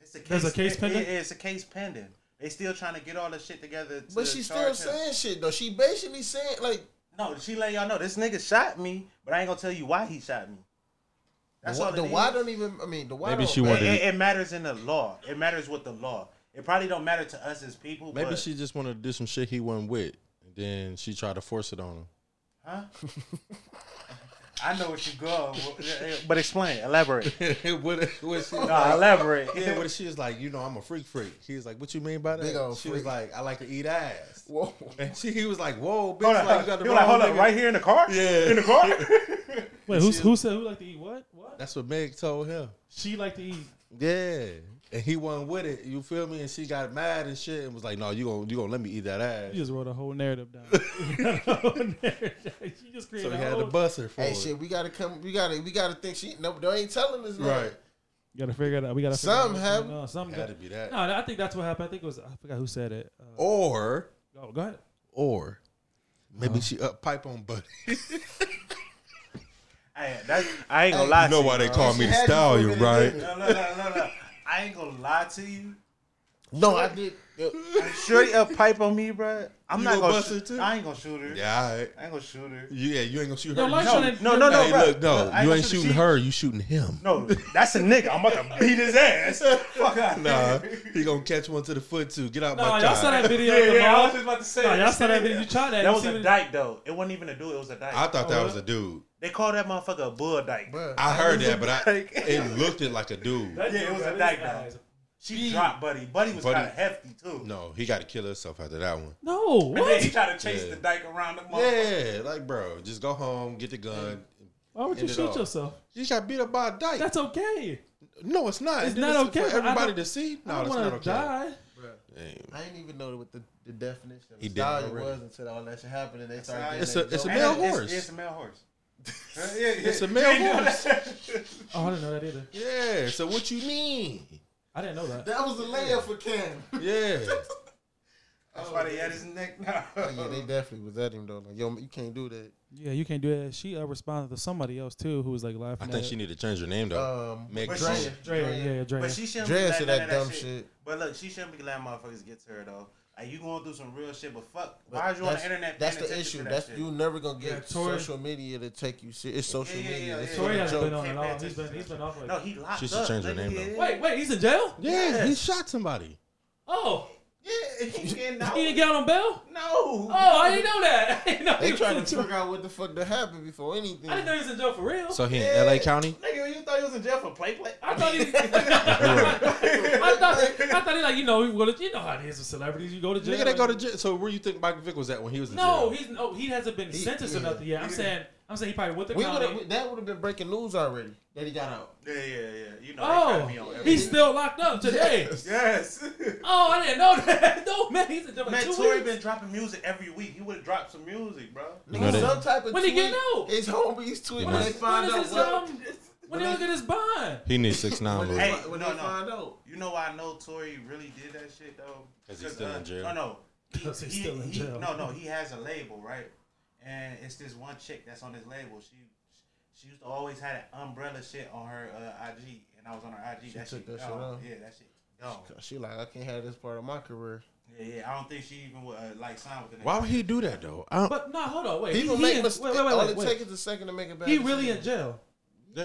It's a case,
There's a case
it-
pending?
it- it's a case pending. They still trying to get all this shit together. To
But she still
charge him.
saying shit though. She basically saying like
No, she let y'all know this nigga shot me, but I ain't gonna tell you why he shot me. That's
the,
all.
why- the
it
why
is.
don't even. I mean, the why
Maybe
don't-
she
It,
wanted.
it- it matters in the law. It matters with the law. It probably don't matter to us as people.
Maybe
but,
she just wanted to do some shit he wasn't with. And then she tried to force it on him.
Huh? I know what you go, but explain, elaborate.
what, what she,
No, elaborate.
yeah, but she was like, you know, I'm a freak freak. He was like, what you mean by that?
Big old
she was
freak.
like, I like to eat ass.
Whoa.
And she, he was like, whoa, bitch,
Hold on,
like you got the
you like,
wrong
hold up,
nigga."
right here in the car?
Yeah.
In the car?
Wait, who's, who said who like to eat what? What?
That's what Meg told him.
She like to eat.
Yeah, and he wasn't with it. You feel me? And she got mad and shit, and was like, "No, you gonna you gonna let me eat that ass?"
You just wrote a whole narrative down. A whole narrative. She just
So
created
he
a
had
whole.
to bust her for
Hey,
it.
shit, we gotta come. We gotta. We gotta think she. No, they ain't telling us. nothing.
Right.
You gotta figure it out. We gotta. figure
Some
out what's
have-
going on. Some
Had
got
to be that.
No, I think that's what happened. I think it was. I forgot who said it. Uh,
Or
oh, go ahead.
or maybe she up pipe on Buddy.
Hey, that's, I ain't gonna
Hey,
lie
You know
to
why
you.
they
bro.
call me
She
the
had you for a
stallion,
minute,
right?
didn't it?
No, no, no, no, no. I ain't gonna lie to you.
No, I did.
Shorty up pipe on me, bro. I'm
You
not
gonna
gonna.
bust
shoot-
her, too?
I ain't gonna shoot her.
Yeah, all right.
I ain't gonna shoot her.
Yeah, you ain't gonna shoot
No,
her.
like
You-
shouldn't-
No, no, no,
hey,
bro.
look, no,
I ain't
you
gonna
ain't
shoot the
shooting
sheep.
her. You shooting him.
No, that's a nigga. I'm about to beat his ass. Fuck out.
Nah, he gonna catch one to the foot too. Get out
No,
my
Oh, y'all saw
child.
that video.
Yeah,
of the
yeah, I
ball?
was just about to say
Nah,
that.
y'all saw that
Yeah.
video. You tried that.
That
You
was
see
a
what-
dyke though. It wasn't even a dude. It was a dyke.
I thought that
Oh,
was a dude.
they called that motherfucker a bull dyke.
Bruh.
I heard that, but I
Like-
it looked it like a dude.
That
Yeah,
dude
it was
got
a
his
dyke
eyes.
though. She dropped Buddy. Buddy was
Buddy-
kind of hefty too.
No, he got to kill himself after that one.
No,
And then he
what?
tried to chase
Yeah.
the dyke around the motherfucker.
Yeah, like bro, just go home, get the gun.
Why would you
End it
shoot
all.
yourself?
You got beat up by a dyke.
That's okay.
no, it's not.
It's
Then
not okay.
for
but I
everybody
don't-
to
I
see. No,
don't
that's
wanna
not okay.
die.
Damn.
I didn't even know what the, the definition of
He
a
didn't
stallion
already.
was until all that shit happened and they
how
started.
it
It's
It's
a it's a
And
male
it's- it's-
horse.
It's a male horse. Yeah, yeah,
It's a
yeah.
male
You know
horse.
that?
Oh, I didn't know that either.
Yeah. So what you mean?
I didn't know that.
that was a layup for Cam.
Yeah.
That's why they had his neck now.
Oh, yeah, they definitely was at him though. Like, yo, you can't do that.
Yeah, you can't do that. She uh, responded to somebody else too, who was like laughing.
I
at
think
it.
she need to change her name though.
Um,
Meg
but
Trump.
she-
Drea, yeah, Drea.
But she shouldn't
Drea
be letting
said
none
that
of
dumb
shit.
shit.
But look, she shouldn't be letting motherfuckers get to her though. Like you going through some real shit, but fuck,
But
why is you on the
that's-
internet?
That's
paying
the
attention
issue.
to that
That's
shit?
you never gonna get
Yeah, Tory-
social media to take you serious. It's social
Yeah, yeah,
media.
yeah,
It's
yeah.
Tory
a
hasn't
joke.
been on
Can't
and
pay
off. He's been
attention.
he's been off like.
No, he locked
She should
up.
change her
nigga.
name, though.
Wait, wait, he's in jail.
Yeah, he shot somebody.
Oh,
Yeah, he getting out.
he didn't get out on bail.
No.
Oh, I didn't know that. I didn't know he
They
was
trying
in
to
jail.
figure out what the fuck that happened before anything.
I didn't know he was in jail for real.
So he in
Yeah.
L.A. County.
Nigga, you thought he was in jail for play play?
I thought he. I thought I thought he like you know he go to, you know how it is with celebrities you go to jail.
Nigga, they go to
and-
jail. So where you think Michael Vick was at when he was in
No,
jail?
he's no he hasn't been sentenced or
yeah.
nothing yet. I'm saying I'm saying he probably with the
we
county.
would that would have been breaking news already that he got out.
Yeah, yeah, yeah. You know. they
Oh,
gotta be on everything.
he's still locked up today.
Yes.
Oh, I didn't know that. No man, he's in jail for
Man,
two
Tory
weeks.
been dropping music every week. He would have dropped some music, bro.
You know
Nigga,
they-
some type of
When he
tweet,
get out?
His homies tweet
When
when they
is-
When
find
is
out.
his
What,
um? When they look at his bond?
he needs six nine.
when they,
Lord.
Hey,
when
no,
they
no.
find out.
You know why I know Tory really did that shit though? uh, oh,
'Cause he's still in jail.
No, no. He-
'Cause he's
he-
still in
he-
jail.
No, no. He has a label, right? And it's this one chick that's on this label. She she used to always had an umbrella shit on her uh, IG, and I was on her IG. that
took
shit
that shit
gone.
off.
Yeah, that shit gone.
She like, I can't have this part of my career.
Yeah, yeah. I don't think she even would uh, like sign with the.
Why would he do that though? I don't.
But no, hold on, wait.
He gonna
he
make
in-
mistakes.
wait, wait, wait,
All
wait,
it
wait.
takes is a second to make a bad.
He really in
decision.
jail.
Yeah.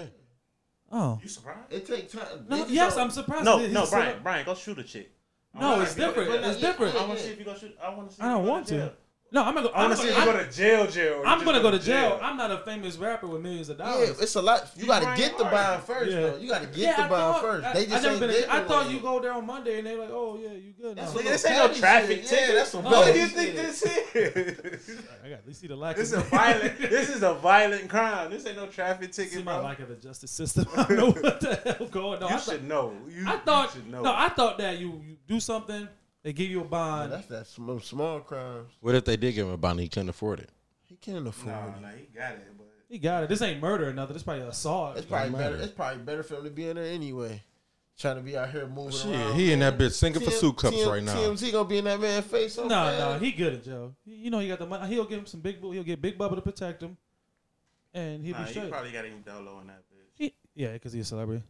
Oh.
You surprised?
It takes time.
No,
Niggas
yes,
don't-
I'm surprised.
No,
that
no,
he's
Brian,
still-
Brian, go shoot a chick. I
No,
wanna
it's
see if you-
different. It's different.
I want to see if you go shoot. I want to see.
I don't want to. No, I'm gonna.
I
I'm
want to see
gonna,
if you go
I'm,
to jail. Jail. or you
I'm
just
gonna go to jail. I'm not a famous rapper with millions of
Yeah,
dollars.
it's a lot. You
You
got to
Brian
get the
Harden.
bond first,
Yeah.
though. You got to get
Yeah,
the
I
bond
thought-
first.
I-
they just
I,
ain't
never been
getting
to- I thought
one
you
yet.
go there on Monday and they're like, oh yeah, you good.
That's
No,
what-
Nigga, this ain't no traffic
Yeah,
ticket.
that's some
What do
bullshit.
you think this is?
I got. You see the lack.
this is
of
a violent. This is a violent crime. This ain't no traffic
See
ticket,
my
bro.
lack of the justice system. I don't know what the hell going on.
you
I thought,
should know. You,
I
you
thought
should know.
no, I thought that you, you do something, they give you a bond.
That's that small, small crimes.
What if they did give him a bond? and He couldn't afford it.
He can't afford
nah,
it.
nah, he got it, but
he got it. This ain't murder or nothing. This probably assault.
It's probably
don't
better.
matter.
It's probably better for him to be in there anyway. Trying to be out here moving
Shit,
around.
he in that bitch sinking for
TM
soup cups
TM
right now.
TMZ gonna be in that man's face. So
No, no, he good at Joe. You know he got the money. He'll give him some big. bu- He'll get Big Bubba to protect him, and he'll
nah,
be
you
straight.
probably got him dolo in that bitch.
He, yeah, because he's a celebrity.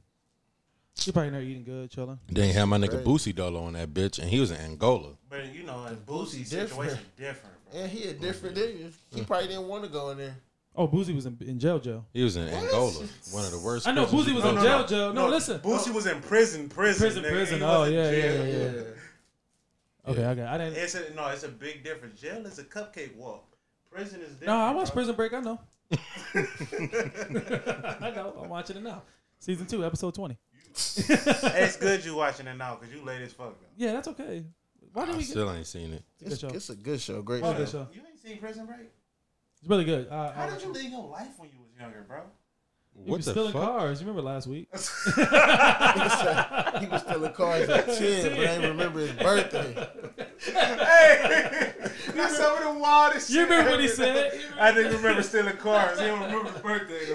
He probably never eating good, chilling.
They had my nigga Boosie Dolo on that bitch, and he was in Angola.
But you know, in
Boosie
Boosie's situation
different.
different, bro.
And he a different nigga. He probably didn't want to go in there.
Oh, Boozy was in, in jail, Joe.
He was in Angola, one of the worst.
I know
prisons
Boosie
you
was
go
in
to.
jail, Joe. No, listen.
Boosie was in prison, prison,
Prison,
nigga.
prison.
He
Oh,
wasn't
yeah,
jail.
yeah, yeah. Okay, okay. I didn't.
It's a, no, it's a big difference. Jail is a cupcake walk. Prison is different.
No, I watched
bro.
Prison Break. I know. I know. I'm watching it now. Season two, episode twenty.
Hey, it's good you watching it now because you late as fuck. Though.
Yeah, that's okay. Why did
I
we get?
still ain't seen it.
It's a good
It's,
show.
it's a good show. Great
Oh,
show.
good show.
You ain't seen Prison Break?
It's really good. Uh, I,
How
I-
did you live your life when you was younger, bro?
You
What
was
the
stealing
fuck?
cars. You remember last week?
he was still in cars at 10, but I ain't remember his birthday.
hey, that's some of the wildest.
You
shit
remember what he
ever.
said? You
I didn't remember stealing cars. He don't remember his birthday.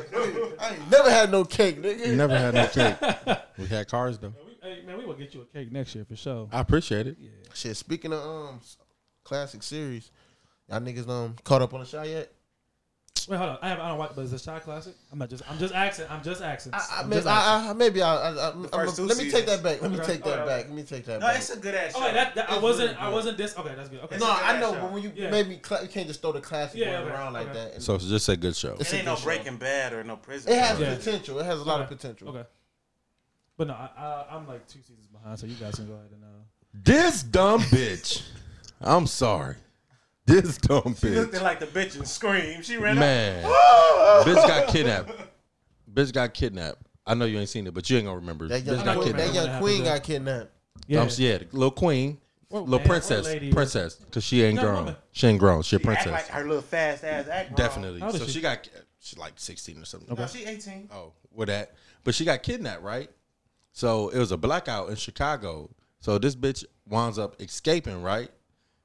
I ain't never had no cake,
You
nigga.
never had no cake. we had cars though.
We- Hey man, we will get you a cake next year for sure.
I appreciate it.
Shit, speaking of um classic series, y'all niggas um caught up on the show yet?
Wait, hold on. I, have, I don't watch, but it's a shot classic. I'm not just. I'm just asking. I'm just asking.
I, I,
I'm
maybe,
just asking.
I, I, maybe I, I, I, I'm,
first two
let me take
seasons.
that back. Let me
Okay.
take that
Alright,
back.
alright.
Let me take that
No,
back.
it's a good ass
Oh, wait,
show.
that, that, I
It's
wasn't.
really
I
good.
wasn't this. Okay, that's good. Okay.
no,
it's a
I
good
know,
show.
but when you
Yeah.
maybe cla- you can't just throw the classic
Yeah,
one
okay,
around like
okay.
that. And
So it's just a good show.
it's
It ain't
a
no
good show.
Breaking Bad or no Prison.
It has
Break.
Yeah.
potential. It has a lot of
Okay.
potential.
Okay. But no, I, I, I'm like two seasons behind, so you guys can go ahead and. Uh,
This dumb bitch. I'm sorry. This dumb
She looked
bitch.
at like the bitch and screamed. She ran up.
Man. bitch got kidnapped. Bitch got kidnapped. I know you ain't seen it, but you ain't gonna remember.
That
bitch
young,
got
queen-
queen,
kidnapped.
that
kidnapped.
young queen got kidnapped.
I'm, yeah, the little queen, little
man,
princess,
what lady is-
princess, because she ain't
No,
grown.
woman.
She ain't grown. She a
Act
princess.
like her little fast ass act. wrong.
Definitely.
How old is
So
she?
she got she's like 16 or something.
No, she 18.
Oh, with that. But she got kidnapped, right? So it was a blackout in Chicago. So this bitch winds up escaping, right?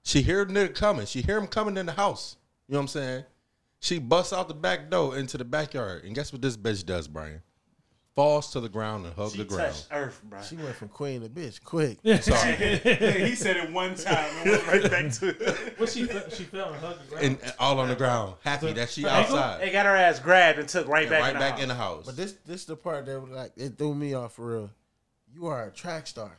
She hear the nigga coming. She hear him coming in the house. You know what I'm saying? She busts out the back door into the backyard. And guess what this bitch does, Brian? Falls to the ground and hugs
She
the
touched
ground.
earth, bro.
She went from queen to bitch quick.
Sorry.
he said it one time and went right back to it.
What she fe- she fell and hugged the ground.
and and all on the ground. Happy that she
They
outside.
got her ass grabbed and took right
And
back
right
in the
back
house.
in the house.
But this this the part that was like it threw me off for real. You are a track star.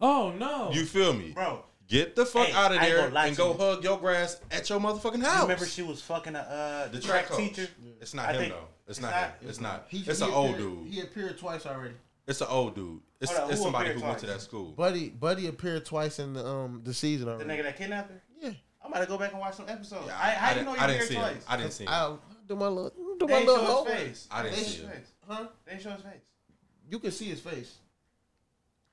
oh no!
You feel me?
Bro,
Get the fuck
Hey,
out of
I ain't
there
gonna lie
and
to
go
you.
hug your grass at your motherfucking house.
you remember she was fucking a, uh,
the track, coach.
teacher?
It's not
I
him
think-
though. It's,
it's
not,
not-
him. It's not.
He-
it's
he
an old
appeared-
dude.
He appeared twice already.
It's an old dude. It's,
Hold on,
it's
who
somebody
appeared
who went to
twice?
that school.
Buddy Buddy appeared twice in the um the season
The
already.
nigga that kidnapped her?
yeah.
I'm about to go back and watch some episodes.
Yeah,
I, I, didn't know you
I
were
didn't
here
see
twice.
him. I didn't see him.
I do my little
They
do my
ain't show
little
his
homework.
face.
I didn't
They
see
show
him.
his face.
Huh?
They ain't show his face.
You can see his face.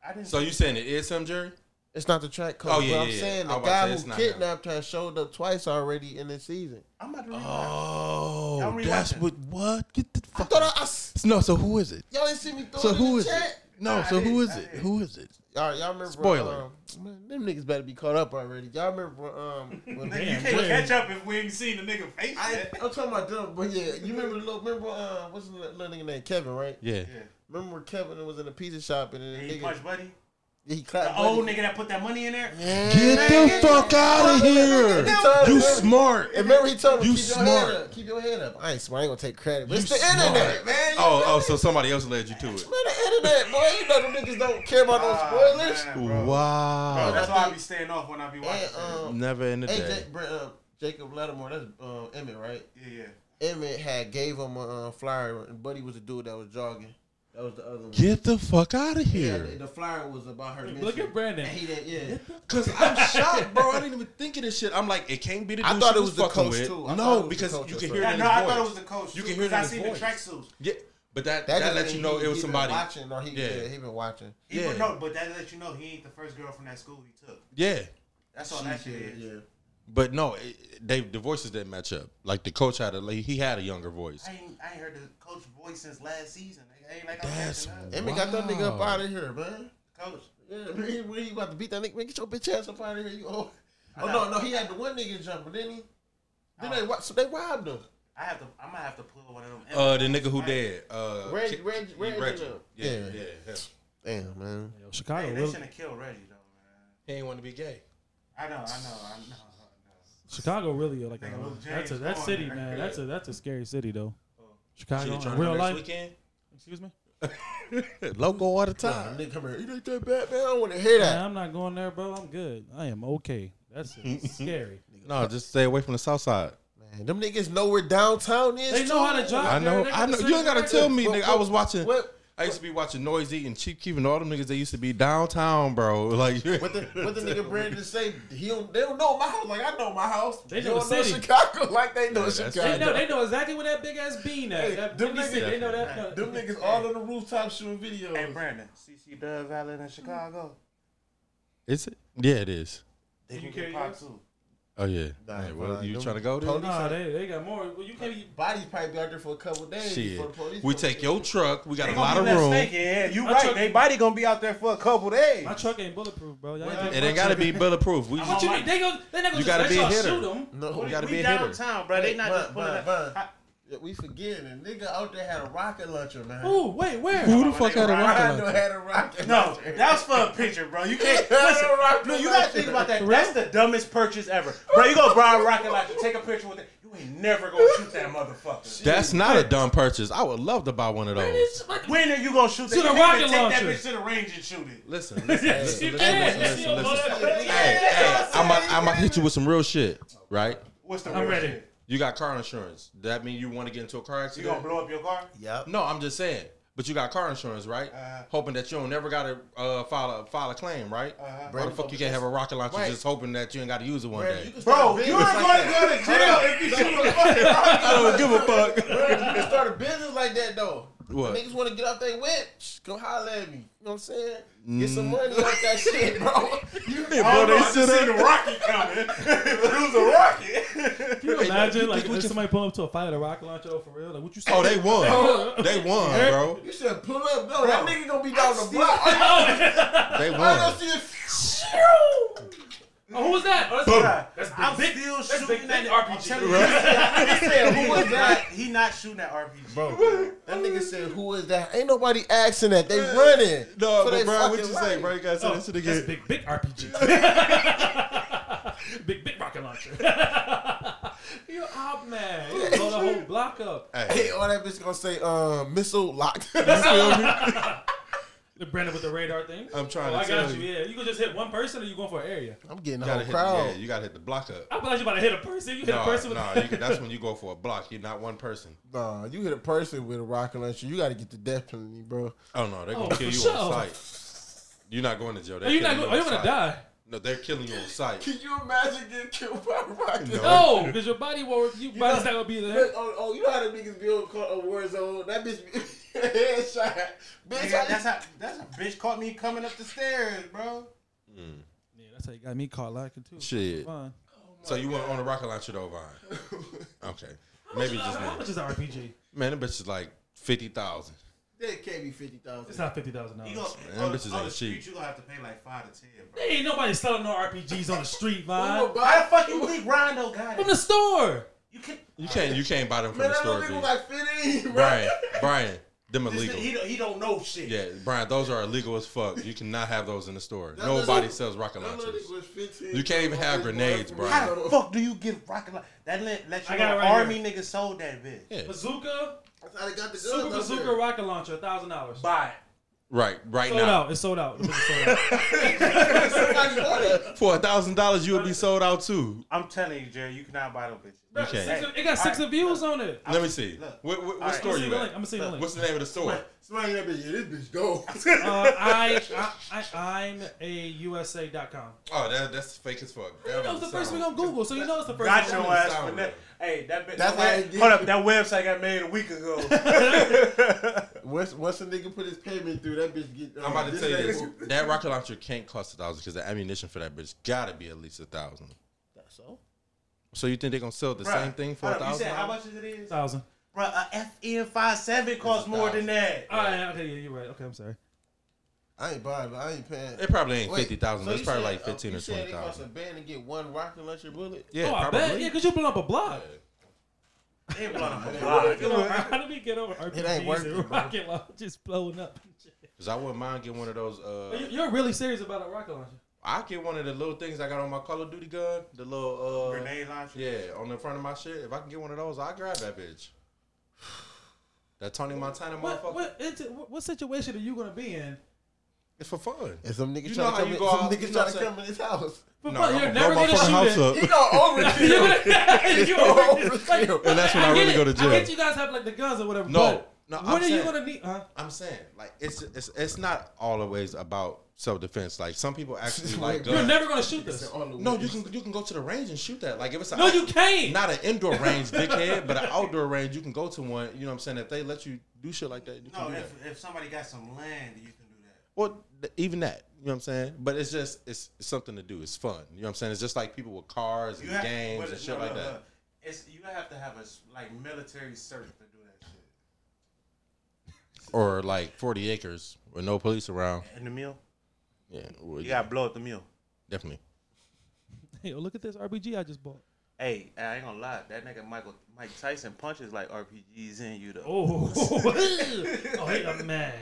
I didn't
So you saying it is him, Jerry?
It's not the track coach.
Oh, yeah,
but I'm
yeah, yeah.
saying
I was
the
about to say,
guy
it's
who
not him.
kidnapped her showed up twice already in this season.
I'm about to read
Oh,
Y'all
that's
rewatching.
what. What? Get the
I
fuck.
thought I, I s-
no. So who is it?
y'all didn't see me throw
So
it in
who
the
is it?
chat.
No.
Nah, I
So who
did,
is
I
it?
did.
Who is it?
All right, y'all remember?
Spoiler.
Um, man, them niggas better be caught up already. Y'all remember? Um, when,
You can't catch up if we ain't seen the nigga face
I,
yet.
I'm talking about them, but yeah, you remember the little remember uh, what's the little nigga name? Kevin, right?
Yeah.
Yeah.
Remember when Kevin was in the pizza shop and then
And
the
he
nigga
punched Buddy.
yeah, he
The
clapped.
old
buddy.
nigga that put that money in there.
Yeah.
Get the fuck out of here.
He told
You
him-
smart.
And remember he told him
You
keep your
smart.
head up. Keep your head up. I ain't smart. I ain't gonna take credit. But
You
it's the
smart.
internet, man. You
Oh,
know
oh.
it.
So somebody else led you to it.
man, the internet, boy. You know them niggas don't care about
Ah,
no spoilers.
man, bro. Bro,
Wow.
that's why I be staying off when I be watching.
And um,
Never in the
hey,
day.
Jake, uh, Jacob Lattimore, that's uh, Emmett, right?
shit. yeah, yeah.
Emmett had gave him a uh, flyer, and Buddy was the dude that was jogging. That was the other one.
Get the fuck out of
Yeah,
here.
the, the flyer was about her. Mission.
Look at Brandon.
And he didn't, yeah.
Cause I'm shocked, bro. I didn't even think of this shit. I'm like, it can't be the. Dude
I thought
she
it was the
fucking
coach,
with.
too. I thought it
no,
was
because
the coach
you
at
can
first.
hear
Yeah,
that.
no, I thought it was the coach.
You
too,
can hear it
'cause I
in his
seen the
voice.
tracksuits.
Yeah, but that
That
that,
just
lets
mean
you know
he-
it
he
was
been
somebody.
watching. Or he, yeah.
Yeah.
he been watching.
He
Yeah.
would know, but that let you know he ain't the first girl from that school he took.
Yeah,
That's all that
She
shit
said,
is.
but no, it, they the voices didn't match up. Like the coach had a like, he had a younger voice.
I ain't, I ain't heard the coach voice since last season. Like, ain't like I'm
That's
catching
Emmett got that nigga up
Wow.
out of here, man.
up. coach.
Yeah, man, when you about to beat that nigga, man, get your bitch ass up out of here. You old. Oh
I
no,
know.
no, he had the one nigga jumping, didn't he? Then they
Oh.
wa- so they robbed him.
I have to. I'm gonna have to pull one of them.
Uh, the nigga who dead. Uh,
Reg-
Ki-
Reg- Reg-
Reggie.
Reg-
Yeah, yeah.
Yeah.
yeah.
Damn, man.
Yo, Chicago,
Hey, they
really,
shouldn't have killed Reggie though,
He ain't want to be gay.
man. I know, I know, I know. I
Chicago really like
Nigga,
a-
Lil James
that's a that
going
city,
there.
man. That's a that's a scary city though.
She
Chicago,
the
in
tournament
real
next
life.
weekend.
Excuse me.
Local all the
Nah,
time.
nigga, come here. You ain't that bad, man. I don't want to hear
Man,
that.
I'm not going there, bro. I'm good. I am okay. That's scary.
No, just stay away from the south side.
Man, them niggas know where downtown is.
They know how to
too.
drive.
I know,
They got
I
the
know. You
same
ain't gotta
record.
tell me,
What-
nigga. I
what-
was watching.
What?
I used to be watching Noisy and Chief Keef and all them niggas. They used to be downtown, bro. Like,
What the, what the nigga Brandon say? He don't, they don't know my house like I know my house.
They
You
know the
don't
city.
Chicago like they know
Yeah, that's-
Chicago.
They know. They know exactly where that big ass bean at.
Hey,
that
them
them city.
niggas-
They know that. no.
Them niggas all on the rooftop shooting videos.
know. Hey, Brandon, CC Dove Island in Chicago.
is it? Yeah, it is.
They
You
can get
carry
popped
yours?
too.
Oh yeah.
Nah,
Hey, well,
nah,
you
them
trying to go there?
police-
Nah, they they got more. Well, you can't. be-
Bodies probably be out there for a couple days
Shit.
before the police.
We
come.
take your truck. We got
They
a
gonna
lot
be
of
less
room.
thinking, Yeah, you
My
right.
truck-
they body gonna be out there for a couple days.
My truck ain't bulletproof, bro. Y'all
Well,
ain't
It ain't gotta be bulletproof. We
What you mean? They go. They not gonna
You
just
gotta
let
be a
y'all
hitter.
shoot them.
No,
You gotta
we
be a hitter.
downtown, bro. They not
Bun,
just pulling
bun,
up.
bun.
I-
Yeah, we forgetting. The nigga out there had a rocket launcher, man.
Ooh, wait, where?
who the fuck had a rocket
Rondo
launcher?
had a rocket
No,
launcher.
that was for a picture, bro. You can't
Yeah,
listen.
rocket
No, you
launcher.
gotta think about that. That's the dumbest purchase ever, bro. You go buy a rocket launcher, take a picture with it. You You ain't never gonna shoot that motherfucker.
That's not a dumb purchase. I would love to buy one of those.
When are you gonna shoot that?
the
You can
rocket
take
launcher.
that bitch to the range and shoot it.
Listen, listen, listen, listen, listen, listen, listen.
Hey, hey,
I'm about, I'm about to hit you with some real shit, right?
What's the
I'm
real
ready.
shit?
You got car insurance. That mean you want to get into a car
You
accident?
gonna blow up your car?
Yep.
No, I'm just saying. But you got car insurance, right?
Uh-huh.
hoping that you don't never gotta uh, file a file a claim, right?
Uh-huh.
Why the fuck you can't have a rocket launcher just hoping that you ain't gotta use it one day?
Bro, you ain't gonna go to jail if you shoot a fucking rocket.
I don't give a fuck.
Bro, you can start a business like that though.
What?
Niggas want to get off their whip. Shh, Come holler at me. You know what I'm saying?
Mm.
Get some money off that shit, bro. You
Oh,
they
no, I
sit
just seen a rocket coming. it was a rocket.
Can you imagine like if somebody pull up to a fight with a rocket launcher oh, for real? Like what you say?
Oh, they won. they won, bro.
You should pull up. No, that nigga gonna be down the block.
They
I don't
won.
see
Oh, who was that? Oh, that's
I'm still shooting
big
that
RPG.
RPG. Right?
Who
he,
was
was not,
that?
he not shooting that RPG.
That nigga said, "Who is that?" Ain't nobody asking that. They running.
No,
So they
but bro, what
fucking
you say,
right.
bro? You gotta say that shit
That's
again.
big, big RPG. big, big rocket launcher. you up, man. You blow the whole block up.
Hey, all that bitch gonna say, uh, missile locked.
The Brandon with the radar thing.
I'm trying
Oh,
to
I
tell
got you.
you.
Yeah, you can just hit one person, or you going for an area.
I'm getting
You
the
gotta hit,
whole
yeah,
crowd.
you gotta hit the block up.
I thought you about to hit a person. You hit
No,
a person with.
no, you can, that's when you go for a block. You're not one person.
Nah, you hit a person with a rocket launcher, you gotta get the death penalty, bro.
Oh no, they're gonna
Oh,
kill
for
you on
sure.
sight. You're not going to jail. They're
Are you not?
killing
Go- are you
on
gonna
sight.
die?
No, they're killing you on sight.
Can you imagine getting killed by a rocket?
No.
No, because your body won't. Your body's not gonna be there.
Oh, oh, you know how the niggas be on call on Warzone? That bitch be headshot. Bitch,
Nigga,
I
that's how that's a bitch caught me coming up the stairs, bro.
Yeah, that's how you got me caught lacking too.
Shit.
Fine.
So you went on a rocket launcher though, Vine? Okay, maybe just
How
me.
much is an RPG?
Man, that bitch is like fifty thousand.
that can't be fifty
It's
thousand.
not fifty thousand
You gonna,
dollars.
Man,
on,
them bitches
the, on
ain't
the
cheap.
street, you gonna have to pay like five to ten, bro.
Ain't nobody selling no RPGs on the street, man.
How the fuck you think Rondo got
From the
it?
store.
You can
You can't you can't buy them from
Man,
the
that
store,
little
B.
nigga like fifteen, bro.
Brian, Brian, them
this nigga,
illegal.
he, don't, he don't know shit.
Yeah, Brian, those are illegal as fuck. You cannot have those in the store.
That little-
Nobody sells rocket
That little
launchers.
nigga was 15.
You can't even have grenades, bro.
How the fuck do you give rocket like that? Let, let you
I
know
got it right
army nigga sold that bitch.
Yeah,
Bazooka,
That's how they got the
super
guns up
bazooka,
there.
rocket launcher, a thousand dollars.
Buy
right, right
Sold
now.
out. It's sold out. The bitch is sold out.
Somebody bought it.
For a thousand dollars, you would be sold out too.
it. I'm telling you, Jerry, you cannot buy them bitches.
Bro,
can't.
six of- It got six of views on it.
Let me see.
Look.
What, what, what
Alright.
store
I'm
you
gonna
at?
see the link. I'm gonna
What's
see
the name of the store?
Somebody that bitch, yeah, this bitch go.
the link. Uh, I, I, I, I'm a USA.com.
Oh, that, that's fake as fuck.
You know it's the first we on Google, so you know it's the first.
Got
one.
your ass
sound
for that.
good.
Hey, that bitch.
That's
that
how
web-
it get
hold
you.
up, that website got made a week ago.
Once, once a nigga put his payment through, that bitch get. uh,
I'm about to tell you this.
nigga-
That rocket launcher can't cost a thousand because the ammunition for that bitch gotta be at least a thousand.
So?
So you think they're gonna sell the
Bruh,
same thing for a
hold up, You
thousand?
said how much is it is?
Thousand.
Bro, a FN57 costs more than that.
All right,
Yeah, okay, yeah, you're right. Okay, I'm sorry.
I ain't buying. I ain't paying.
It probably ain't
Wait,
fifty thousand.
so
it's
you
probably
said,
like
uh,
fifteen
you
or
said
twenty
It cost a
thousand.
band to get one rocket launcher bullet.
Yeah,
oh, I
probably.
bet. Yeah, because you blow up a block.
They blowing up a block.
Get over- How do we get over RPGs
working,
and
bro.
rocket launchers blowing up?
Cause I wouldn't mind getting one of those. Uh,
You- You're really serious about a rocket launcher.
I get one of the little things I got on my Call of Duty gun, the little uh,
Grenade launcher.
Yeah, on the front of my shit. If I can get one of those, I grab that bitch. That Tony Montana motherfucker.
What, what, into, what what situation are you gonna be in?
It's for fun.
And some nigga
You know
trying to
how
come
you
in.
go
Some
out- you
nigga
know
trying to
what I'm
come in his house.
For
No,
fun,
I'm
you're
gonna
never
blow my
gonna
fucking house
shoot it.
up.
He gonna
You're
overkill.
gonna- you're gonna- like,
Overkill.
And that's when I really
get
go
it.
to jail.
I get you guys have like the guns or whatever.
No, no,
but
I'm
What are you
saying-
gonna need? Huh?
I'm saying, like, it's it's it's not always about self defense. Like some people actually like
You're
guns.
never gonna shoot this.
no, you can you can go to the range and shoot that. Like if it's a
No, you can't.
not an indoor range, dickhead, but an outdoor range you can go to one. You know what I'm saying? If they let you do shit like that, you
No,
can do
if,
that.
if somebody got some land, you can do that.
Well, th- even that. You know what I'm saying? But it's just it's, it's something to do. It's fun. You know what I'm saying? It's just like people with cars and
You have,
games
but
and
it's-
shit
no,
like
no,
that.
no. It's you have to have a s- like military cert to do that shit.
Or like 40 acres with no police around.
In the meal,
Yeah, well,
you gotta blow up the meal.
definitely.
Hey, look at this RPG I just bought.
Hey, I ain't gonna lie, that nigga Michael Mike Tyson punches like RPGs in you though.
Oh, oh, hey, uh, man.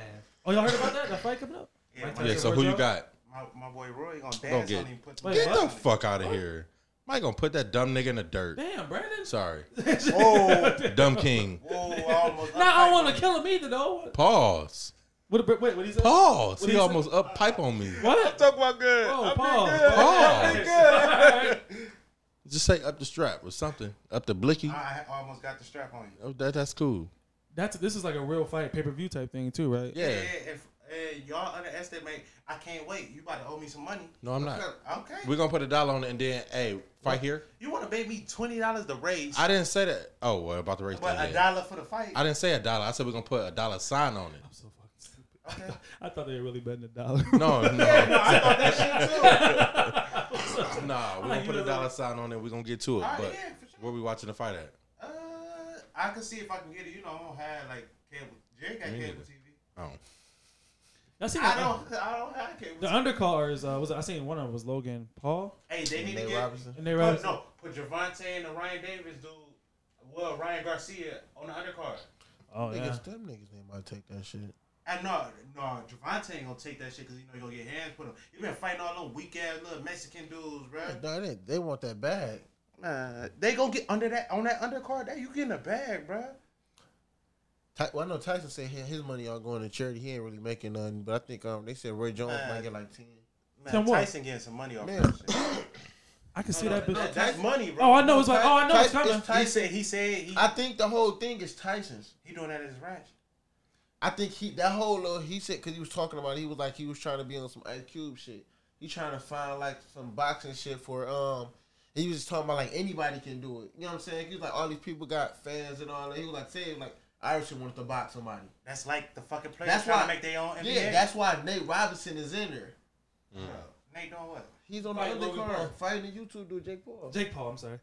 Oh, y'all heard about that? The fight coming up?
Yeah,
Mike
Mike
Yeah.
Tyson
So
versus
who you
Joe-
got?
My, my boy Roy gonna dance
get-
on him. Put
Wait,
Get
what?
the fuck out of here. Am I gonna put that dumb nigga in the dirt?
Damn, Brandon.
Sorry,
Oh,
dumb king.
whoa, I almost.
Nah, I don't want to kill him either though.
Pause.
What? Wait, what he said?
Pause.
What
he
he
almost up pipe on me.
What?
Talk about good.
Oh,
I'm
Paul.
good.
Pause.
I'm good.
Just say up the strap or something. Up the blicky.
I almost got the strap on you.
Oh, that, that's cool.
That's this is like a real fight pay per view type thing too, right?
Yeah.
if, eh, y'all underestimate, I can't wait. You about to owe me some money.
No, I'm not.
Okay.
We're gonna put a dollar on it and then hey, fight here.
you want to pay me twenty dollars to raise,
I didn't say that. Oh, well, about the race
but
thing,
a
yeah.
dollar for the fight.
I didn't say a dollar. I said we're gonna put a dollar sign on it.
So fucking stupid.
okay.
I thought they were really betting a dollar.
No, no,
No, I thought that shit too.
nah. We're gonna put a dollar sign on it. We're gonna get to it.
All right,
But
yeah, for sure.
where we watching the fight at?
Uh, I can see if I can get it. You know, I don't have like cable. Jerry got
Me
cable
neither.
TV.
Oh,
I seen
I
uh,
don't. I don't have cable.
the
TV.
undercars. Uh, was I seen one of them was Logan Paul
Hey, they need to
Nate
get.
Robinson.
and they
Put,
were
no, put Javante and the Ryan Davis dude. Well, Ryan Garcia on the undercard.
Oh yeah.
Niggas, them niggas they might take that shit.
And Ah, no, no, Javante ain't gonna take that shit because you know he gonna get hands put him. He been fighting all them weak ass little Mexican dudes, bro.
No, they, they want that bag.
Nah, they gonna get under that on that undercard. That you getting a bag, bro.
Ty, well, I know Tyson said his, his money all going to charity. He ain't really making nothing, but I think um they said Roy Jones
Man.
might get like ten.
Then
Man,
what?
Tyson getting some money off
Man.
that shit.
I can
Oh,
see that bitch.
That- that's money, bro.
Oh, I know. It's like,
Ty-
oh, I know it's
Ty-
coming.
it's
He
Tyson.
said he said he,
I think the whole thing is Tyson's.
he doing that at his ranch.
I think he that whole little he said because he was talking about he was like he was trying to be on some Ice Cube shit. He trying to find like some boxing shit for um. He was just talking about like anybody can do it. You know what I'm saying? He was like all these people got fans and all that. He was like saying like Irishman wanted to box somebody.
That's like the fucking players
That's
trying
why
to make their own NBA.
Yeah, that's why Nate Robinson is in there.
Nate doing what?
He's on the
Fight Logan Paul.
undercard fighting the YouTube dude Jake Paul.
Jake Paul. I'm sorry.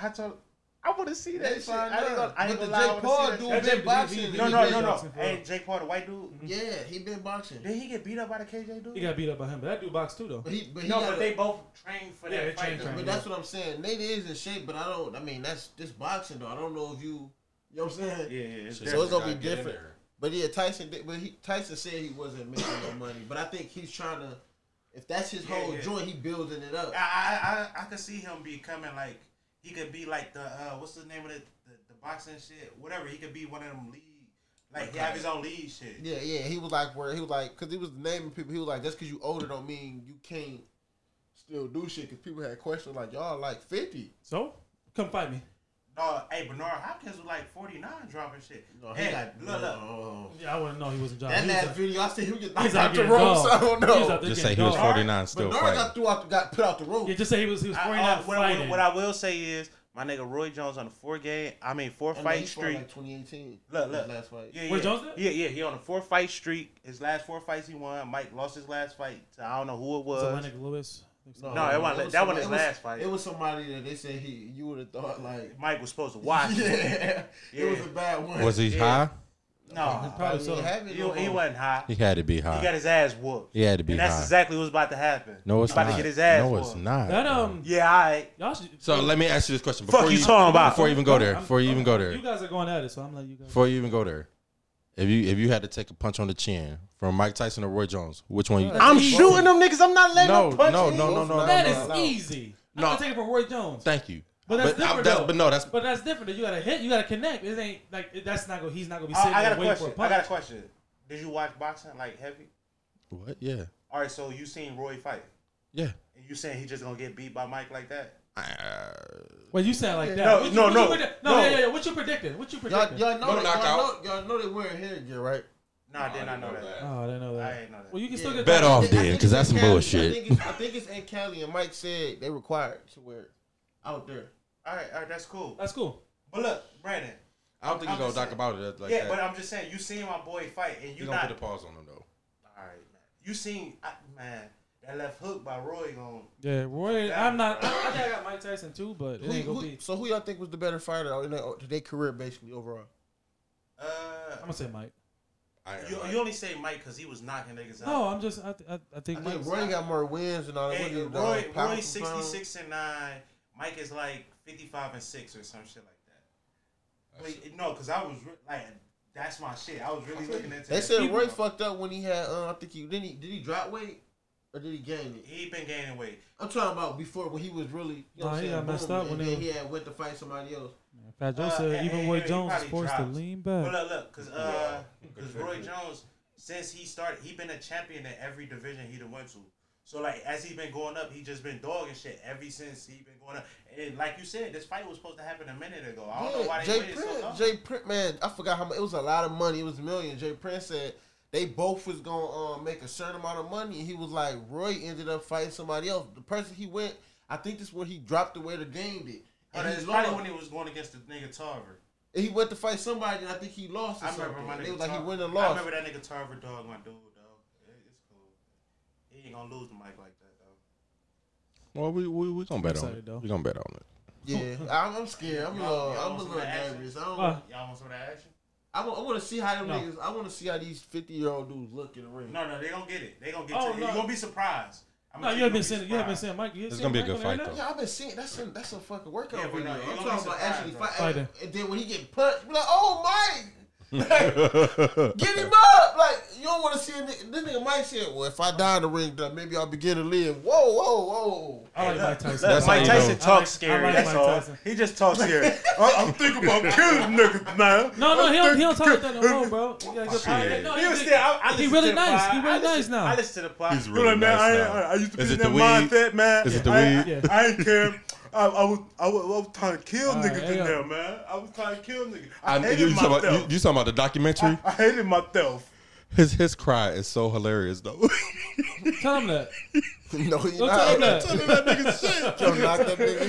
I told. I want to see that
They
shit.
find
I ain't
out.
gonna, I ain't gonna
But the
lie, I
Jake
wanna
Paul
see that
dude
shit.
That
been
Jake-
boxing.
he- he-
He
No,
been
no, no,
Johnson
no.
for
Hey,
real.
Jake Paul, the white dude.
Yeah, he been boxing.
Did he get beat up by the KJ dude?
He got beat up by him, but that dude boxed too though.
But he, but he
no,
got
but
a-
they both trained for
Yeah,
that
they
fight.
trained
though.
for it.
But that's what I'm saying. Nate is in shape, but I don't. I mean, that's this boxing though. I don't know if you. You know what I'm saying?
Yeah, yeah. It's
So it's
different.
gonna be
Gotta get in
different.
there.
But yeah, Tyson. Did, but he, Tyson said he wasn't making no money. But I think he's trying to. If that's his
Yeah,
whole
yeah. Ah.
joint, he building it up.
I, I, I, I could see him becoming like he could be like the uh, what's the name of the, the the boxing shit, whatever. He could be one of them league, like he have his own league shit.
Yeah, yeah. He was like, where he was like, because he was naming people. He was like, just because you older don't mean you can't still do shit. Because people had questions like, y'all like fifty.
So come fight me.
No, hey Bernard Hopkins was like forty nine dropping shit.
No, he
hey,
got
look, look.
no.
Yeah, I wouldn't know he wasn't John.
That
he was
last
out-
video, I see him get
he's
knocked
out
out the
getting
ropes. I
dogged.
don't
He's out
know.
there
Just
getting
say he was
dogged.
forty nine, still
But Nard
fighting.
got threw out, got put out the rope.
Yeah, just say he was he was
I-
forty
uh,
nine
what, I-
fighting.
what I will say is my nigga Roy Jones on a four game. I mean four
And
fight
he fought,
streak.
Like 2018.
Look,
his
look.
Last fight.
Yeah,
Roy
yeah.
Jones did?
Yeah, yeah. He on a four fight streak. His last four fights he won. Mike lost his last fight to I don't know who it was.
Zelenic Lewis.
No, it wasn't-
was
that wasn't
somebody-
his
it was-
last fight.
It was somebody that they said he. You would have thought like.
Mike was supposed to watch.
Yeah,
it.
it was a bad one.
Was he
Yeah.
high?
No,
Probably
He
so.
ain't have it
he,
no
he
more.
wasn't high.
He had to be
He got
high.
his ass whooped.
He had to be
And that's
high.
exactly what's about to happen.
No, it's
He's about
not.
to get his ass
No,
whooped.
it's not.
That
bro.
um,
Yeah, all right.
y'all should.
So let me ask you this question
Fuck you talking about?
before you even go there.
I'm-
Before you even go there.
You guys are going at it, so I'm letting you guys.
Before you even go there, if you if you had to take a punch on the chin from Mike Tyson or Roy Jones, which one you?
I'm shooting them niggas. I'm not letting
no,
them punch
no, no,
me.
no, no, no,
That
no,
is
no.
easy. I'm
No.
gonna take it from Roy Jones.
Thank you.
But that's
I-
different.
that's-
though.
but no, that's
but that's different. though. You gotta hit. You gotta connect. It ain't like that's not gonna. He's not gonna be
I,
sitting
I got
there
a
waiting for
question.
a
I
punch.
got a question. Did you watch boxing like heavy?
what? Yeah,
All right, so you seen Roy fight,
yeah.
and you saying he just gonna get beat by Mike like that?
Well, you sound like that.
No,
What you-
no,
what you
no,
predict-
no.
No, yeah, yeah, yeah. What you predicted? What you
Y'all,
predicted?
y'all know,
No
they, y'all
knockout.
know, y'all know they wearing headgear, right?
No, I did not know that.
Oh, I didn't know that.
I didn't know that.
Well, you can still
Yeah.
get
Bet
that-
off.
I think- I
dead,
think
'cause
it's
that's some
in Cali.
bullshit.
I think, it's, I think it's in Cali, and Mike said they required to wear it out there.
All right, all right, that's cool.
That's cool.
But look, Brandon.
I don't think
I'm
you gonna
just
talk
saying.
about it like
yeah,
that.
but I'm just saying, you seen my boy fight, and
you
you not.
gonna put a pause on him though.
all right, man. You seen, I, man, that left hook by Roy on.
Yeah, Roy.
Yeah.
I'm not. I, I think I got Mike Tyson too, but it
Who-
ain't gonna
who-
be.
so who y'all think was the better fighter in their, their career, basically overall?
Uh,
I'm gonna say Mike.
I
you, you only say Mike because he was knocking niggas out.
No, I'm just. I, th- I, I think
I
Mike.
think Roy got more wins and all that.
Hey,
What is
Roy,
it, uh, pound
Roy,
for pound?
sixty-six and nine. Mike is like fifty-five and six or some shit like that. But, no, because I was re- like, that's my shit. I was really looking into.
They
that.
said Roy fucked up when he had. Uh, I think he didn't. He, did he drop weight? or did he gain it?
He been gaining weight.
I'm talking about before when he was really.
Nah,
You know what I'm
he
saying,
got messed
booming,
up when
and
he
then he had went to fight somebody else.
Fat Joe
Uh,
said
and-
even
and-
Roy
and he
Jones is
probably
forced to
dropped.
lean
Well,
back.
look, look, cause uh, cause Roy Jones since he started, he been a champion in every division he done went to. So like as he been going up, he just been dogging shit ever since he been going up. And like you said, this fight was supposed to happen a minute ago. I don't know why
Yeah,
they
Jay
waited
Prince,
so long.
Jay Prince, man, I forgot how much. It was a lot of money. It was a million. Jay Prince said they both was gonna um, make a certain amount of money. And he was like, Roy ended up fighting somebody else. The person he went, I think this is where he dropped the way the game did.
Oh,
And
that's
he,
probably
lost.
when he was going against the nigga Tarver.
And he went to fight somebody, and I think he lost. Or
I remember
something.
my nigga.
They was like he
Tarver-
went and
I
lost.
remember that nigga Tarver dog, my dude, though. It- It's cool. He ain't gonna lose the mic like that, though.
Well, we we we gonna bet on
Excited,
it.
though.
We gonna bet on it.
Yeah, I'm, I'm scared. I'm a
Y'all-
little,
y'all
I'm a
want
little
some action?
nervous. I don't.
Why?
Y'all want some of that action?
I want, I want to see how them
No.
niggas. I want to see how these fifty year old dudes look in the ring.
No, no, they gonna get it. They gonna get
Oh,
it.
no.
You're gonna be surprised. I'm
No,
gonna
you
tell
haven't been
you're
saying
gonna
you haven't been
surprised.
saying Mike. You
It's
seen
gonna be a
Mike
good
on there
fight,
now?
though.
Yeah, I've been seeing that's a that's a fucking workout
Yeah, but
video.
no, you gonna
I'm talking
be
about
surprised,
actually
bro.
fight,
Fighting.
and then when he get punched, be like, "Oh, Mike, get him up!" Like you don't want to see a nigga, this nigga Mike said, "Well, if I die in the ring, then maybe I'll begin to live." Whoa, whoa, whoa!
I like Mike Tyson.
That's how
Mike
you
Tyson
know.
talks
I like- I
scary.
like
that's
Mike
all.
Tyson.
He just talks scary. I, I'm thinking about killing niggas now.
No, no, he don't, he don't talk like that no more, bro. He, got good power.
Shit.
No,
He was
did-
still. I, I
he
listened
really
to the
nice.
pod.
He
I
really
listened-
nice now.
I listen to the pod.
He's really nice now.
used
Is it the weed?
man.
Is it the
I-
weed?
Yeah.
I ain't care. I, I, was, I, was, I was trying to kill
All right,
niggas
there
in
you
there,
go.
man. I was trying to kill niggas. I,
I,
hated
you, talking
myself.
about, you, you talking about the documentary?
I hated myself.
His his cry is so hilarious though.
Tell him that.
no,
Don't
he
tell him
not.
that.
Telling that nigga shit.
Yo, knock that nigga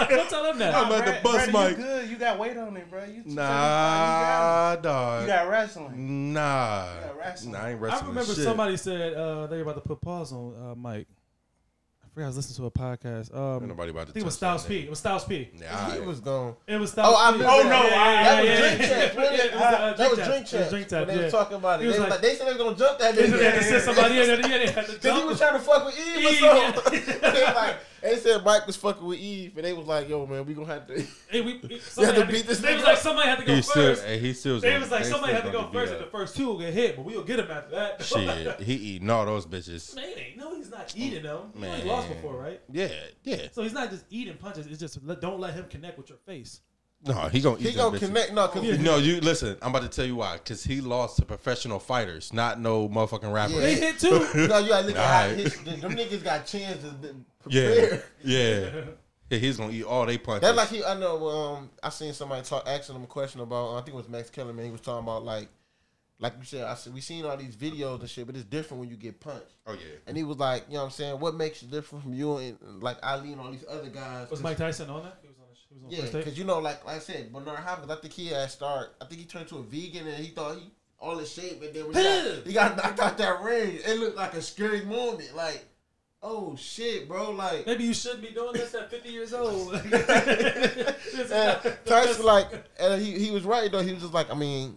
off.
Don't tell him that.
I'm at the bus, Mike.
good. You got weight on it, bro. You
Nah, dog.
wrestling.
Nah.
got wrestling.
Nah, I ain't
I
wrestling.
remember
shit.
somebody said uh, they were about to put pause on uh, Mike. I forgot I was listening to a podcast. Um,
Ain't nobody about to
I think it was
touch that
Styles P. It was Styles P.
Nah,
He
I-
was gone.
It was Styles
Oh, I
P.
remember
Oh, no, I-
That was
yeah,
drink
yeah.
check. wasn't it?
Yeah, it was, uh,
That was
Tap.
drink
It was
check.
Drink
When
Tap,
they
yeah.
was talking about
He
it,
was
they
like-
was like, they said they was gonna jump that
They had to
nigga.
send somebody in there. Yeah, they had to
Cause he
jump.
was trying to fuck with Eve or
Eve,
something.
yeah.
they, like, they said Mike was fucking with Eve, and they was like, "Yo, man, we gonna have to."
Hey, we, somebody
to
had to,
beat this
they was
nigga
like
up.
somebody had to go
he still,
first.
hey, he still.
They
gonna-
was like
they
somebody
still
had to
gonna
go first,
beat
and the first two will get hit, but we'll get him after that.
up. Shit, he eating all those bitches.
Man, ain't- no, he's not eating them. He only
Man.
lost before, right?
Yeah, yeah.
So he's not just eating punches. It's just let, don't let him connect with your face.
No, he gonna eat.
He
them
gonna
bitches.
connect. No, cause
No, you listen. I'm about to tell you why. Cause he lost to professional fighters, not no motherfucking rappers.
They hit too.
No, you gotta look at how
Alright.
his, them niggas got chances been
Yeah,
prepared.
yeah. Yeah, He's gonna eat all they punches.
That's like he. I know. Um, I seen somebody talk asking him a question about. I think it was Max Kellerman. He was talking about like, like you said. I said we seen all these videos and shit, but it's different when you get punched.
oh yeah.
And he was like, you know what I'm saying? What makes you different from you and, and, like Ali and all these other guys?
Was Mike Tyson on that? He was on. the sh- He was on
Yeah,
first take.
because you know, like, like I said, Bernard Hopkins. I think he had start. I think he turned to a vegan and he thought he all in shape, and then when he, got, he got knocked out that ring. It looked like a scary moment. Like, oh shit, bro. Like,
Maybe you shouldn't be doing this at 50 years old.
and Tyson like, and he he was right though. He was just like, I mean,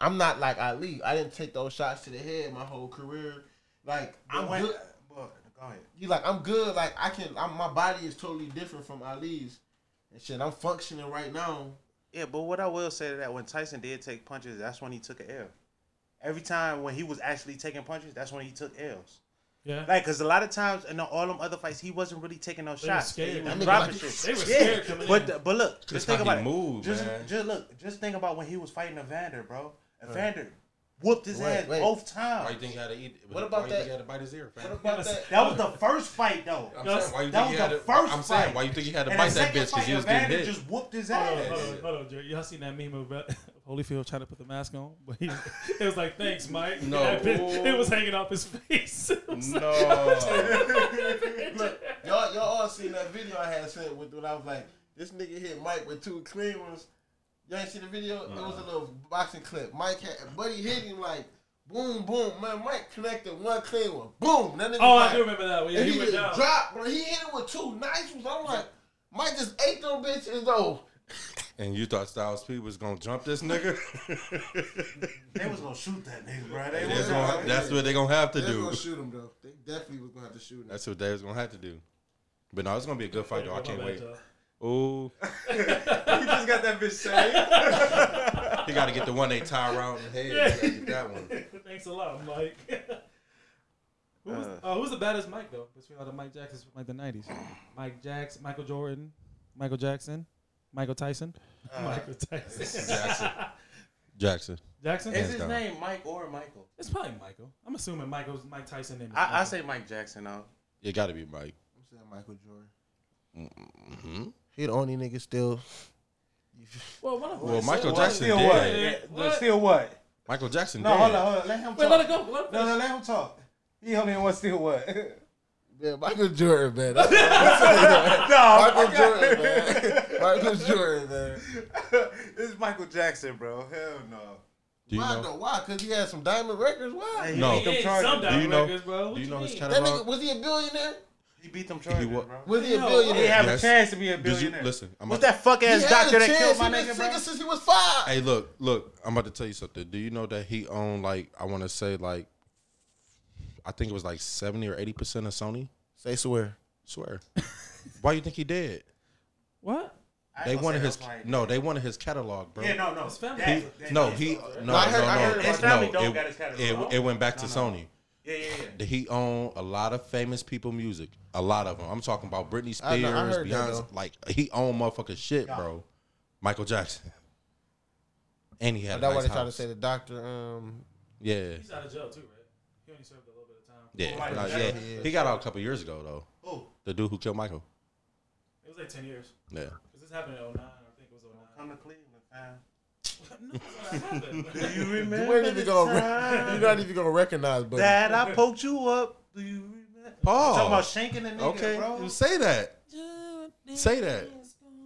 I'm not like Ali. I didn't take those shots to the head my whole career. Like,
I
I'm
went.
good.
But, go ahead.
You like, I'm good. Like, I can. I'm, my body is totally different from Ali's, and shit. I'm functioning right now.
Yeah, but what I will say to that when Tyson did take punches, that's when he took an L. Every time when he was actually taking punches, that's when he took L's.
yeah.
Like, cause a lot of times in all them other fights, he wasn't really taking no
were
shots.
scared.
He
That
was
nigga
dropping
like-
shit.
they were
Yeah,
scared coming
But
in.
the- but look, just
how
think about
he
it.
moved,
just
man.
just look, just think about when he was fighting Evander, bro. Evander whooped his
Wait,
ass
wait.
both times.
Why you think he had to eat?
What
why
about
You think
that-
he had to bite his ear.
What
Fam?
about that?
That was the first fight though.
I'm
Gus,
saying, why you
that
think he
was
had
the
to,
first
I'm saying,
fight.
why you think he had to
And
bite
the
that
second
bitch? Cause
fight,
he was getting
Evander
hit.
just whooped his
Hold on,
ass.
hold on, hold on, Jerry. Y'all seen that meme of uh, Holyfield trying to put the mask on, but he it was like, "Thanks, Mike."
No.
That bit- it was hanging off his face. Oh, It was like-
no.
Y'all, y'all all seen that video I had sent with when I was like, this nigga hit Mike with two clean ones. Y'all ain't seen the video? It was a little boxing clip. Mike had, Buddy hit him like, boom, boom. Man, Mike connected one clean one. Boom. That nigga
oh,
like,
I do remember that. one. Yeah,
And he,
he went
just
down.
dropped, bro. He hit him with two nice ones. I'm like, Mike just ate them bitches though.
and you thought Styles P was gonna jump this nigga?
They was gonna shoot that nigga, bro. They
That's
was
gonna- that's what they gonna have to
They was
do.
gonna shoot him though. They definitely was gonna have to shoot him.
That's what they was gonna have to do. But no, it's gonna be a good fight though. I can't
My
wait.
bad,
Ooh,
he just got that bitch saved.
he got to get the one they tie around the head. He gotta get that one.
y'all. Thanks a lot, Mike. Who was,
Uh.
uh, who was the baddest Mike though? Between all the Mike Jacksons from like the nineties, Mike Jackson, Michael Jordan, Michael Jackson, Michael Tyson,
Uh.
Michael Tyson,
Jackson. Jackson.
Jackson.
Is
It's,
his name Mike or Michael?
probably Michael. I'm assuming Michael's Mike Tyson name. Is
I, I
Michael.
say Mike Jackson though.
It got to be Mike.
I'm saying Michael Jordan.
Mm-hmm.
He the only nigga still.
Well, one of them.
Well, Michael Jackson
Still
did.
what?
What?
Still what?
Michael Jackson
No,
did.
hold on, hold on. Let him
Wait,
talk.
let it go. Let it
No, no,
go.
let him talk. He only want still what? no,
Yeah, Michael Jordan, man. That's Michael Jordan, man. Michael Jordan, man.
this is Michael Jackson, bro. Hell no.
Do you
why
know?
though? Why? Cause he had some diamond records. Why?
Hey,
No.
He beat them
Yeah, some
charges.
Do you know?
records, bro. What
do you
you
know his
mean?
That
catalog?
nigga was he a billionaire?
He beat them charges,
wa-
bro.
Was he a
No,
He
billionaire?
have
Yes.
a chance to be a
Did you
billionaire.
listen? I'm
What's
about-
that fuck ass
he had
doctor
a
that killed
chance.
my
he been
nigga, bro?
singing since he was five.
Hey, look, look. I'm about to tell you something. Do you know that he owned like I want to say like I think it was like 70 or 80 percent of Sony.
Say swear.
Swear. Why you think he did?
what?
I ain't
They
gonna
wanted
say
his
that's right.
no. They wanted his catalog, bro.
Yeah, no, no.
His family.
That-
He-
that-
No,
that-
he no
I heard-
no
I
no.
heard
it-
about
His family
no,
don't
it,
got his catalog.
It, it went back to Sony.
Yeah, yeah, yeah.
He owned a lot of famous people music. A lot of them. I'm talking about Britney Spears,
I know, I heard that,
Beyonce. like he owned motherfucking shit, bro. Michael Jackson. And he had.
That's
a
why
nice
they try to
house.
say the doctor. Um,
Yeah.
He's out of jail too, right? He only served a little bit of time.
Yeah.
Michael
nah, yeah.
Jackson.
He got out a couple years ago though.
Oh,
The dude who killed Michael.
It was like ten years.
Yeah.
Cause this happened in 09. I think it was 09.
come to Cleveland, fam.
No, that's not what
Do
happened.
you remember
we're not even
the
gonna.
time
Re- you're not even gonna recognize, buddy.
that I poked you up? Do you remember?
Paul.
Oh.
Talking about shanking a nigga,
okay.
bro.
You say that. Say that.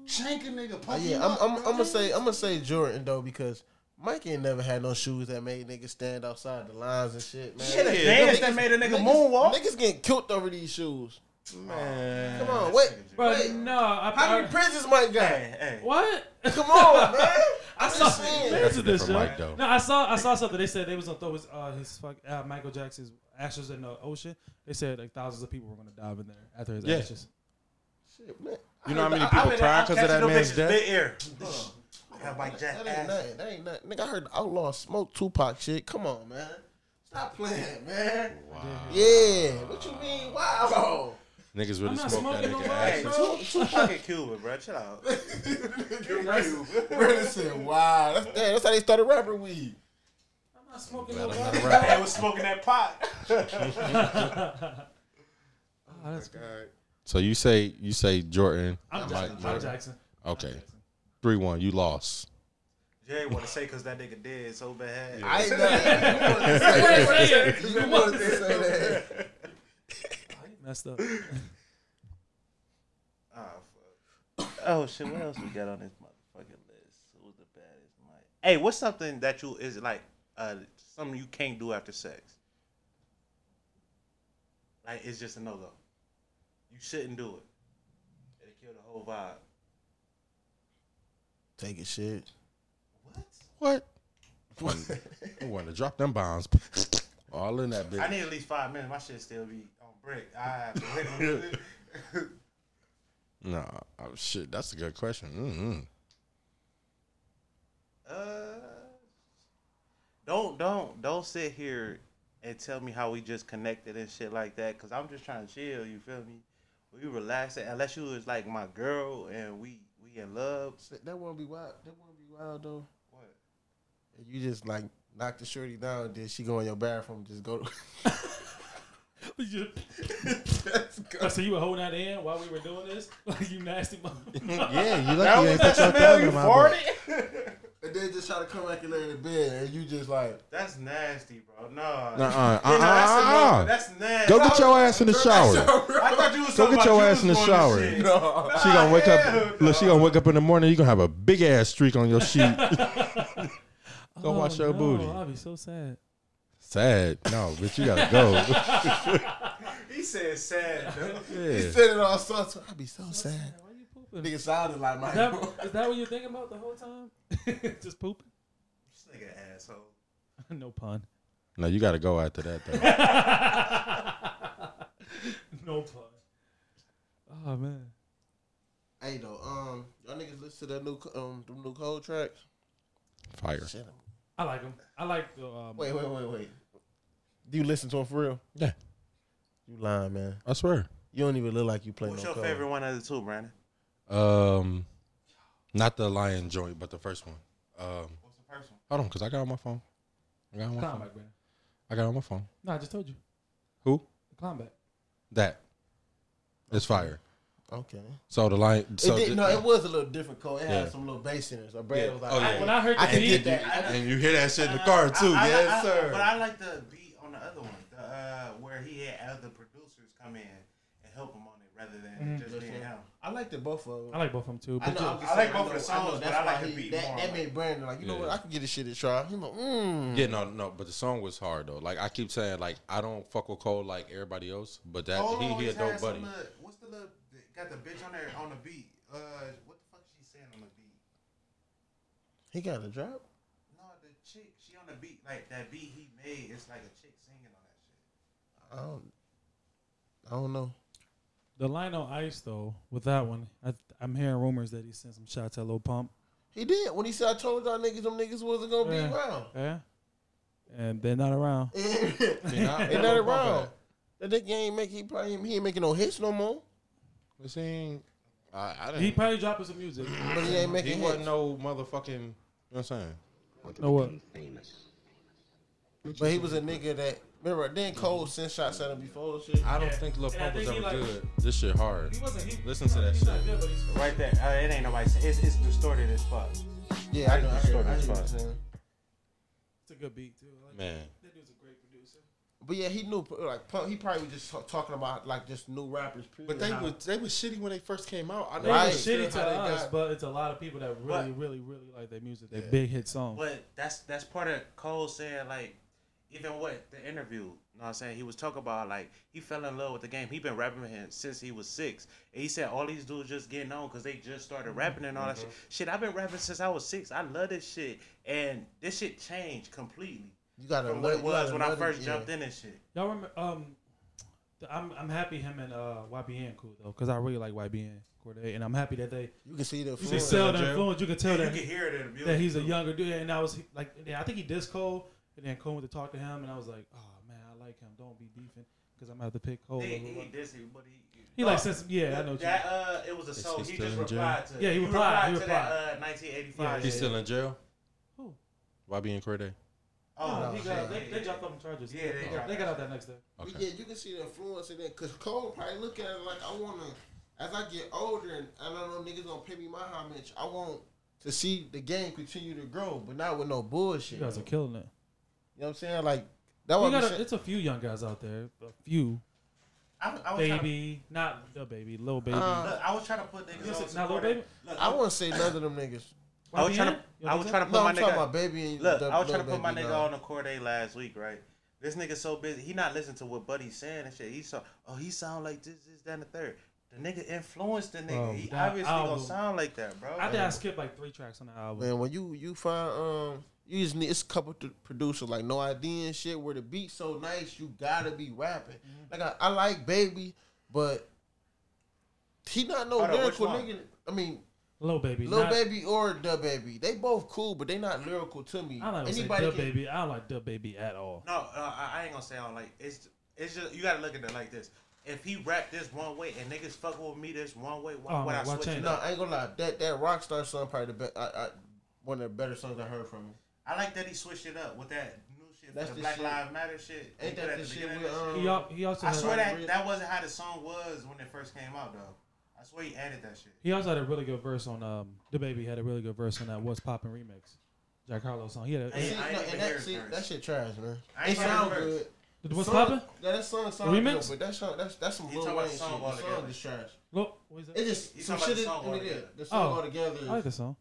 Shank a nigga, poke
Uh, yeah,
him
I'm,
up,
I'm, I'm
bro.
gonna say I'm gonna say Jordan though because Mike ain't never had no shoes that made niggas stand outside the lines and shit, man.
Shit, a
Yeah.
dance that made a nigga moonwalk.
Niggas getting killed over these shoes.
Man.
Come on, wait.
But
wait.
no, I,
How many
I
prisons Mike got?
Hey, hey.
what?
Come on, man.
I
I'm
saw.
just saying.
That's
to
a
this show.
different mic, though.
No, I saw I saw something. They said they was gonna throw his uh, his fuck uh, Michael Jackson's ashes in the ocean. They said like thousands of people were gonna dive in there after his
Yeah.
ashes.
Shit, man.
You know how many
I- I
people
been-
cry because of that
Catching them
man's
bitches
death?
Big ear. Yeah, Mike Jack.
That ain't nothing. That ain't nothing. Nigga, I heard the outlaw smoke Tupac shit. Come on, man. Stop playing, man. Yeah. What you mean? Wow.
Niggas really
not
smoked that
smoking
nigga
no
Hey,
ass.
two fucking Cuban, bro. Chill out.
Brandon said, wow. That's, damn, that's how they started rapping weed.
I'm not smoking
Glad
no
I'm
weed.
not around.
Man was smoking that pot.
Oh, that's-
So you say you say Jordan.
I'm
Mike
Jackson. I'm
Jordan.
Jackson.
Okay. Three one. You lost.
Jay want to say because that nigga dead so bad.
I ain't never.
Say it.
You wanted to say that.
Oh, you messed up.
Oh, fuck. oh shit! What else we got on this motherfucking list? Who's the baddest Mike? Hey, what's something that you is like uh something you can't do after sex? Like it's just a no go. You shouldn't do it. It'll kill the whole vibe.
Take a shit.
What? I want to drop them bombs. All in that
I
bitch.
need at least five minutes. My shit still be on brick. I have to wait.
Nah. Oh, shit. That's a good question. Mm-hmm.
Uh, don't don't don't sit here and tell me how we just connected and shit like that. Cause I'm just trying to chill. You feel me? We relaxing. Unless you was like my girl and we we in love.
That won't be wild. That won't be wild, though.
What?
If you just like knock the shorty down, then she go in your bathroom, just go.
You-
Let's go.
so you were holding that in while we were doing this? Like you nasty motherfucker.
Yeah. You
That
lucky you
was
ain't
the
put your
smell
thumb
you
in my butt.
farted.
And then just try to come back in there in the bed, and you just like.
That's nasty, bro. No.
Nuh-uh.
Yeah, no, that's, a no,
Uh-uh.
that's nasty.
Ah, Go get your ass in the shower.
I thought you was
Go
talking
get
about
your
you
ass
was
in the
doing
shower.
this shit.
No.
She gonna wake
Hell
up.
no.
Look, she gonna wake up in the morning. You gonna have a big ass streak on your sheet. Go wash your
Oh, no,
booty.
I'll be so sad.
Sad. No, bitch, you gotta go.
He said sad. though.
He
Yeah.
said it all sorts. I'd be so sad.
Why you pooping?
Nigga sounded like
Is
my.
that, is that what you're thinking about the whole time? Just pooping?
This nigga asshole.
no pun.
No, you gotta go after that though.
No pun. Oh man.
Hey though, um, y'all niggas listen to that new um them new cold tracks.
Fire.
Shit.
I like him. I like the um,
Wait, wait, wait, wait. Do you listen to them for real?
Yeah.
You lying, man.
I swear.
You don't even look like you play
What's
no
your
code.
favorite one of the two, Brandon?
Um, not the lion joint, but the first one. Um,
What's the first one?
hold on, cause I got it on my phone. I got it on my
Climb
phone.
back, Brandon.
I got it on my phone.
No, I just told you.
Who?
Climb back.
That. It's fire.
Okay.
So the lion. So
it
the-
did, no, it was a little different code. It
Yeah.
had some little bass in it. So Brad
Yeah.
was like,
Oh, yeah.
I-
When I heard
I
the
can
beat,
get that.
and you hear that shit in the car too.
I- I-
yes,
I-
sir.
But I like the beat on the other one, the, uh, where he had other producers come in and help him on it rather than it just being him.
I liked it both of them.
I like both of them too.
I
But
know.
ju-
I'm just
I like
saying,
both
know-
the songs,
know
but
that's
I like
why
the
he-
beat
That,
more,
that
like-
made Brandon like, you know
Yeah.
what? I can get this shit a try. He like, mm.
yeah, no, no, but the song was hard though. Like I keep saying, like I don't fuck with Cole like everybody else, but that
Cole
he he a
always
dope
has some
buddy.
little- what's the little got the bitch on there on the beat? Uh, what the fuck is she saying on the beat?
He got a drop.
No, the chick, she on the beat like that beat he made. It's like a chick singing on that shit.
I don't, I don't know.
the line on ice though, with that one, I, I'm hearing rumors that he sent some shots at Lil Pump.
He did when he said, "I told y'all niggas, them niggas wasn't gonna be
Yeah.
around."
Yeah. And they're not around.
Ain't
See, now-
nothing wrong. That nigga ain't make he probably he ain't making no hits no more.
But see, I, I didn't.
He probably dropping some music.
But he ain't making
he
hits.
wasn't no motherfucking. You know what I'm saying?
know what?
but he was a nigga that remember. Then Cole sent shots at him before and shit.
I don't think Lil
And I
Pump was
think
ever
he, like-
good. This shit hard.
he wasn't. He,
Listen to that
he's not
shit.
good, but he's-
Right there, uh, it ain't nobody. It's, it's distorted as fuck.
Yeah, I know. I heard, I
Story's
heard what
fine.
you're saying.
It's a good beat too. Like,
Man,
That dude's a great producer.
But yeah, he knew like Pump- he probably was just ta- talking about like just new rappers.
but they was they was shitty when they first came out. I
They
Right.
was shitty to
How they
us,
got-
but it's a lot of people that really,
But-
really, really like their music. Their big hit song.
But that's that's part of Cole saying like, even what the interview. You know what I'm saying? He was talking about like he fell in love with the game. He been rapping him since he was six. And he said all these dudes just getting on because they just
Mm-hmm.
started rapping and all that shit. Shit, I've been rapping since I was six. I love this shit, and this shit changed completely
You got
from what it was when I first jumped in and shit.
Y'all remember? Um, th- I'm I'm happy him and uh YBN cool though, cause I really like YBN Corday, and I'm happy that they
You can see the
they
influence.
sell the influence. You can tell
You
that
can hear it in the music.
that he's a
too.
younger dude, and I was like, yeah, I think he dissed Cole, and then Cole went to talk to him, and I was like, oh man, I like him. Don't be beefing, cause I'm gonna have to pick Cole.
He,
over
he,
one."
this, he- but he,
He
No,
like says, yeah, I know. what you
That uh, it was a
Is
song.
he
He
still
just
in jail?
replied to.
Yeah, he replied, he
to that uh, 1985.
Yeah,
he's
shit.
still in jail.
Who?
Why be in Corday?
Oh, he got,
yeah,
they, they
yeah.
dropped off the charges.
Yeah, they
they,
dropped
got- they got out that next day.
Okay.
But yeah, you can see the influence in that. Cause Cole probably look at it like I wanna, as I get older and I don't know niggas gonna pay me my homage. I want to see the game continue to grow, but not with no bullshit.
You guys are killing it.
You know what I'm saying? Like that
You
was
got a, it's a few young guys out there, a few
I, was- I was trying to-
baby, not the baby, little baby.
Uh,
Look, I was trying to put
You
niggas
said
on.
not
some
Lil
Carter.
Baby?
Look,
I wouldn't say none of them niggas.
I was
YBN?
trying to.
You
I
know
was
what
trying to put
No,
my
I'm talking about
nigga.
baby. And
Look,
the-
I was
Lil
trying to put my
Baby,
nigga
dog.
on the Corday last week, right? This nigga so busy, he not listening to what Buddy's saying and shit. He so, oh, he sound like this, this, that, and the third. The nigga influenced the nigga.
Bro,
he
that
obviously
album.
gonna sound like that, bro.
I think I skipped like three tracks on the album.
Man, when you you find um you just need it's a couple th- producers like no idea and shit where the beat's so nice you gotta be rapping. Like
Mm-hmm.
I, I like baby, but he not no
Hold on,
lyrical
which one?
nigga. I mean,
Little baby,
Lil
not,
Baby or Da Baby, they both cool, but they not lyrical to me.
I don't like to say
Anybody
Dub
can-
Baby. I don't like Dub Baby at all.
No, uh, I I ain't gonna say on like it's. It's just you gotta look at it like this. If he rap this one way and niggas fuck with me this one way, why
Oh,
would I
why
switch
change
it
No,
up?
I ain't gonna lie. That that Rockstar song probably the best. I, I, one of the better songs I heard from him.
I like that he switched it up with that new shit,
That's
the,
the
Black
shit.
Lives Matter shit. He
Ain't
put
that
at
the
the
shit
beginning
with
of that shit.
He,
um?
al- he also
I
had,
swear that
Rick-
that wasn't how the song was when it first came out though. I swear he added that shit.
he also had a really good verse on um the baby had a really good verse on that What's Poppin' remix, Jack Harlow song. He had a,
Hey,
See,
I ain't even
no, and
hear
that,
it
see,
first.
that shit trash, man.
I
It
ain't heard it
sound
first.
good.
the What's
Song-
Poppin'?
Yeah, that song sound
Remix?
good, but that song that's that's some
You
Lil
talking
Wayne
about
shit.
the song
The
altogether.
song is trash.
Look, what is
It
that?
just
You
some
talking
shit is
about the song
in it.
altogether.
The song
Oh,
altogether. Is,
I like the song.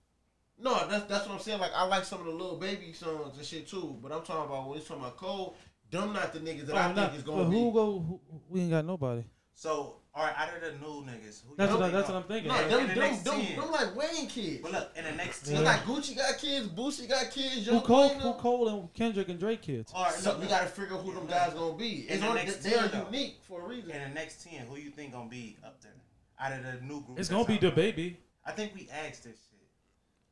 no, that's that's what I'm saying. Like I like some of the little baby songs and shit too. But I'm talking about when he's talking about Cole, them not the niggas that I
Oh,
think
no,
is
but
gonna be.
who go? Who, we ain't got nobody.
So, all right, out of the new niggas, who
That's
you
what I-
think
that's
gonna-
what I'm thinking.
no,
Yeah.
them,
In the
them,
next
them,
10.
them like Wayne kids.
But look, in the next
Yeah.
ten,
Look like Gucci got kids, Boosie got kids, Young
Who Cole,
Wayne,
who Cole and Kendrick and Drake kids?
all right,
So
look,
we gotta figure out who them guys gonna be.
In
It's
the
only,
next
they are
ten, though.
unique for a reason.
in the next ten, who you think gonna be up there out of the new group?
It's
that's
gonna be
out
the
there?
baby.
I think we asked this shit.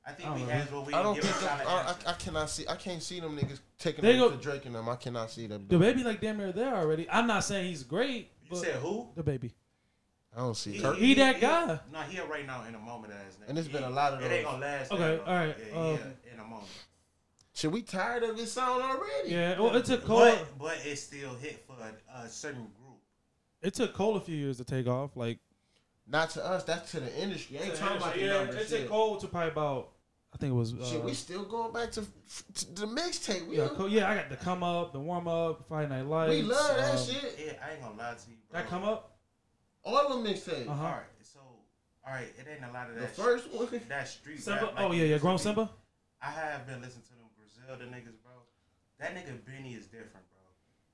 I think
I don't
we
know.
asked what we didn't
I don't
give a
think them,
solid
I,
answer.
I, I cannot see. I can't see them niggas taking
They
over
go-
to Drake and them. I cannot see them.
The baby like damn near there already. I'm not saying he's great.
You said who?
The baby.
I don't see.
He-
Kirk.
He that
he-
guy.
No, he right now in a moment of his name.
And it's been
He-
a lot of
It ain't
those.
gonna last.
Okay,
that long.
alright,
Yeah,
uh,
um,
yeah, in a moment.
Should we tired of this song already?
Yeah, well, it took Cole.
But but it still hit for a, a certain group.
It took Cole a few years to take off. Like
Not to us. That's to the industry. I ain't talking about the
yeah,
numbers.
it took
Shit.
Cole to probably about. I think it was. Uh,
Shit, we still going back to, to the mixtape. We,
yeah, Cole, yeah, I got the come up, the warm up, Friday Night Lights.
we love that
um,
shit.
Yeah, I ain't gonna lie to you. Bro.
That come up.
All the mixtapes.
Uh-huh.
All right, so all right, it ain't a lot of
The
that.
first one.
sh- that street.
Simba?
rap like
Oh
it
yeah, yeah,
used to
grown
be.
Simba.
I have been listening to them Brazil the niggas, bro. That nigga Benny is different, bro.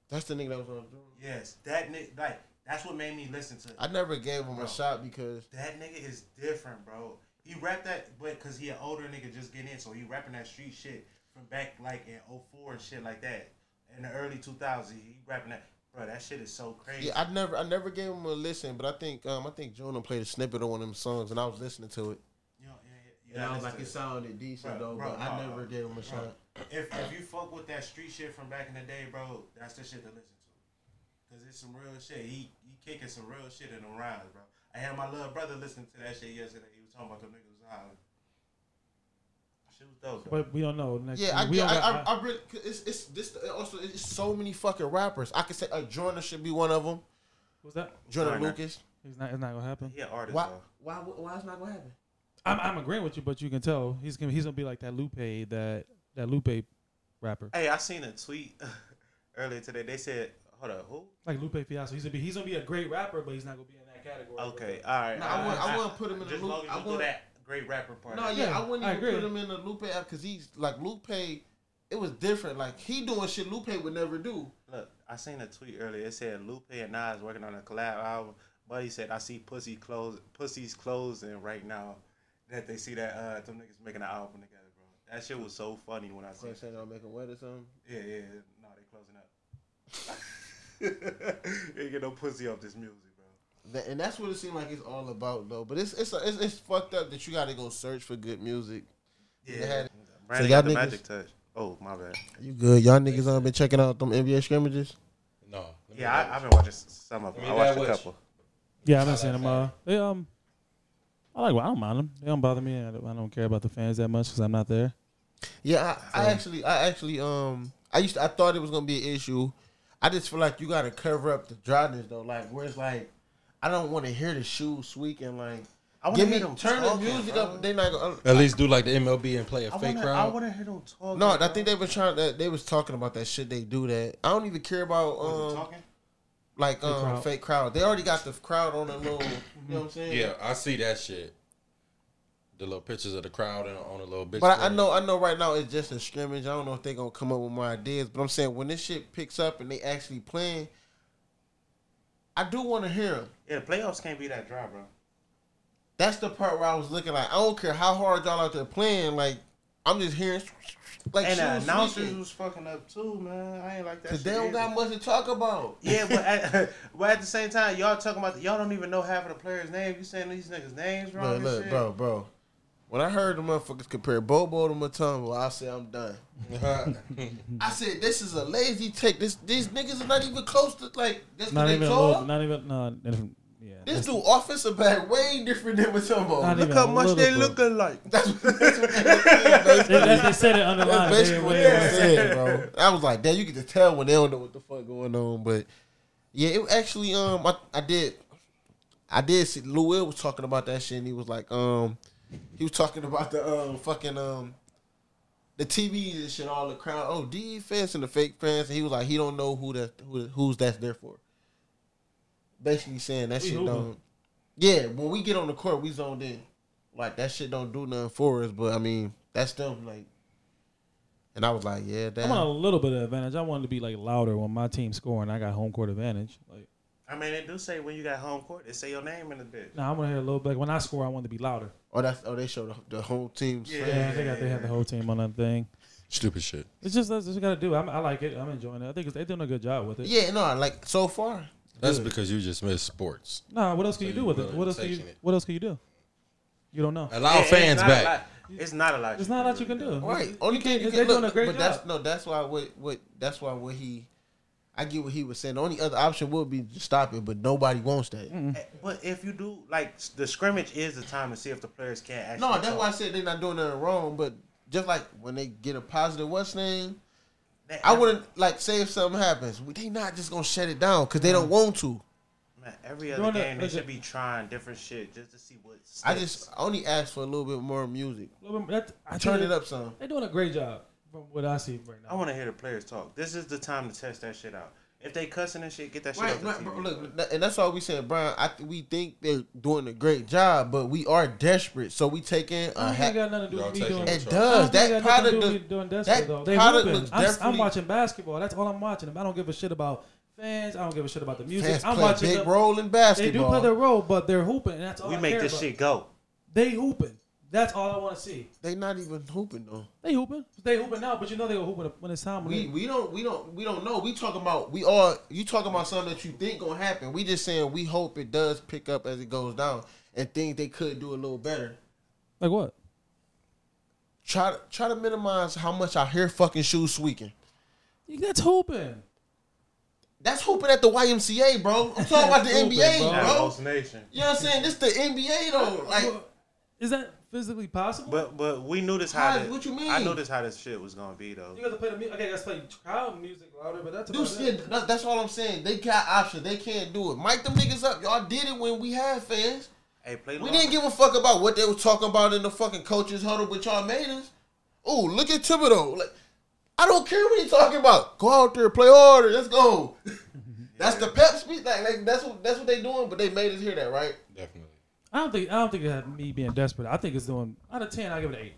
That's the nigga that was on the drum.
Yes, that nigga like that's what made me listen to.
I never gave him
Bro.
a shot because
That nigga is different, bro. He rapped that, but cause he an older nigga just getting in, so he rapping that street shit from back like in 04 and shit like that. In the early 2000s, he rapping that, bro. That shit is so crazy.
yeah, I never I never gave him a listen, but I think um I think Jonah played a snippet of one of them songs and I was listening to it.
you know, yeah, yeah,
And I was like,
it's.
it sounded decent
Bro,
though,
bro,
but I
no,
never gave him a
Bro,
shot.
if if you fuck with that street shit from back in the day, bro, that's the shit to listen to. Cause it's some real shit. He he kicking some real shit in the rhymes, bro. I had my little brother listening to that shit yesterday. He was talking about the niggas hollering. Shit was dope. Though.
But we don't know. Next
Yeah, I,
we
yeah,
don't
I,
got-
I, I, really, 'cause it's, it's this also it's so many fucking rappers. I could say uh, Jordan should be one of them.
was that?
Jordan
Joyner.
Lucas.
It's not. It's not gonna happen.
He an artist,
Why,
though.
why why it's not gonna happen?
I'm, I'm agreeing with you, but you can tell he's gonna he's gonna be like that Lupe that that Lupe rapper,
Hey, I seen a tweet earlier today. They said, "Hold up, who?
like Lupe Fiasco. He's gonna be he's gonna be a great rapper, but he's not gonna be in that category.
Okay, all right."
No, I
all
wouldn't-
right.
I wouldn't put him in the
Just
loop.
long as
I
you do
wouldn't-
that great rapper part.
No,
of it.
yeah,
Yeah,
I wouldn't
I
even
agree.
put him in the Lupe app because he's like Lupe. It was different. Like he doing shit Lupe would never do.
Look, I seen a tweet earlier. It said Lupe and Nas working on a collab album. Buddy said, "I see pussy clothes, pussy's closing right now." That they see that uh, them niggas making an album together, bro. That shit was so funny when I
So
seen.
I'm
it.
saying I'll make him wet or something.
Yeah, yeah, yeah. no, they closing up. you ain't get no pussy off this music, bro.
That, and that's what it seemed like it's all about though. But it's it's it's, it's fucked up that you got to go search for good music. They
Yeah,
had-
Brandon
y'all
got the
niggas-
magic touch. Oh my bad.
You good? Y'all niggas on been checking out them NBA scrimmages.
No. let me
Yeah, I,
know.
I've been watching some of them.
Me
I watched
that
a
wish.
couple.
Yeah, I've been seeing him. Uh, they um, I like. I don't mind them. They don't bother me. I don't, I don't care about the fans that much because I'm not there.
Yeah, I, I actually I actually um I used to, I thought it was gonna be an issue. I just feel like you got to cover up the dryness though. Like where it's like I don't want to hear the shoes squeaking. Like
I wanna
give me
hear them
turn
talking,
the music
bro.
up. They not gonna. um,
At least do like the MLB and play a
I
fake
wanna, I
crowd.
wanna hear them talk.
No, I think they were trying. That they was talking about that shit. They do that. I don't even care about um,
talking.
like um,
crowd.
fake crowd. They already got the crowd on a little. you know what I'm saying?
yeah, I see that shit. The little pictures of the crowd and on a little bitch.
But I, I
screen.
know, I know. Right now, it's just a scrimmage. I don't know if they gonna come up with more ideas. But I'm saying when this shit picks up and they actually playing, I do want to hear them.
Yeah, the playoffs can't be that dry, bro.
That's the part where I was looking like I don't care how hard y'all out there playing. Like I'm just hearing like
and the
shoes
announcers
squeaking.
was fucking up too, man. I ain't like that.
Cause
Shit
they don't
either.
got much to talk about.
Yeah, but at, but at the same time, y'all talking about y'all don't even know half of the players' names. You saying these niggas' names wrong?
Bro,
and
look,
shit.
bro, bro. When I heard the motherfuckers compare Bobo to Matumbo, I said I'm done. I said this is a lazy take. This these niggas are not even close to like this.
Not
they
even a
tall.
little. Not even. No. Yeah.
this dude offensive back way different than Matumbo.
Not
Look
even
how
a
much they
little
look
bit.
alike. That's what, that's what they
They, they, they said it underlined.
That's basically
They,
what
way-
they were saying, bro. I was like, damn, you get to tell when they don't know what the fuck going on. But yeah, it actually um I, I did I did see Lou Will was talking about that shit and he was like, um he was talking about the um fucking um the TVs and shit, all the crowd, oh defense and the fake fans, and he was like, he don't know who that who who's that's there for. Basically saying that
We
shit
hooping.
don't. Yeah, when we get on the court, we zoned in. Like that shit don't do nothing for us, but I mean that's them like. And I was like, yeah,
I
that.
want a little bit of advantage. I wanted to be like louder when my team's scoring. I got home court advantage. Like,
I mean, they do say when you got home court, they say your name in the bitch.
now nah, I'm gonna hear a little bit. Like, when I score, I want to be louder.
Oh, that's oh they showed the, the whole team.
Yeah, they got they had the whole team on that thing.
Stupid shit.
It's just that's what you gotta do. I'm, I like it. I'm enjoying it. I think it's, they're doing a good job with it.
Yeah, no, like so far.
That's because you just miss sports.
Nah, what else can
So
you do
you
with it?
really
What else can you
taking it.
What else can you do? You don't know.
Allow
Yeah, it's
fans
not a
back.
lot- It's not a lot.
There's not a lot you can do.
Right. Only thing you
they're
can
doing
look,
a great
but
job.
that's no. That's why what what that's why what he. I get what he was saying. The only other option would be to stop it, but nobody wants that.
Mm-hmm.
Eh, But if you do, like the scrimmage is the time to see if the players can actually.
No, that's
talk.
why I said they're not doing nothing wrong. But just like when they get a positive what's name,
That-
I wouldn't like say if something happens, we- they not just gonna shut it down because they don't want to.
Man, every
know
other
what,
game
look
they
at-
should be trying different shit just to see what. Sticks.
I just I only asked for a little bit more music.
Well, that- I
Turn
think
it up some.
They're doing a great job from what I see right now.
I want to hear the players talk. This is the time to test that shit out. If they cussing and shit, get that shit
Right,
off the
right,
TV.
bro, look, and that's all we said, Brian. I, th- we think they're doing a great job, but we are desperate, so we taking
I
a
don't think
hat.
it got nothing to do
Y'all
with me
taking
doing.
it
I
It
don't
does.
think
That
it got nothing
product,
to do
does,
with me doing desperate
that
though. They
product
hooping.
looks
I'm, I'm
definitely-
watching basketball. That's all I'm watching. I don't give a shit about fans. I don't give a shit about the music.
fans
I'm
play a
watching.
big
the-
role in
They do
basketball.
play their role, but they're hooping, and that's all.
we
I
make
care
this
about.
shit go.
They hooping. That's all I want to see.
They not even hooping though.
They hooping. They hooping now, but you know they gonna hoop when- when it's time. to
We
leave.
we don't we don't we don't know. We talking about we are you talking about something that you think gonna happen. We just saying we hope it does pick up as it goes down and think they could do a little better.
like what?
Try to try to minimize how much I hear fucking shoes squeaking.
That's hooping.
That's hooping at the YMCA, bro. I'm talking about the
Hooping,
NBA,
bro.
bro.
That hallucination.
You know what I'm saying? This the NBA though. Like
Is that physically possible?
But but we knew this how.
How-
this-
what you
I
mean?
knew this how this shit was gonna be though.
you got to play the music. Okay, I got to play crowd music louder, but that's
Dude,
about
yeah,
it.
that- that's all I'm saying. They got options. They can't do it. Mic them niggas up. Y'all did it when we had fans.
Hey, play.
We
long-
didn't give a fuck about what they were talking about in the fucking coaches huddle, but y'all made us. Ooh, look at Thibodeau. Like, I don't care what he's talking about. Go out there, play harder. Let's go. that's the pep speech. Like, like that's what that's what they doing. But they made us hear that, right?
Definitely.
I don't think I don't think it had me being desperate. I think it's doing out of ten. I give it an eight.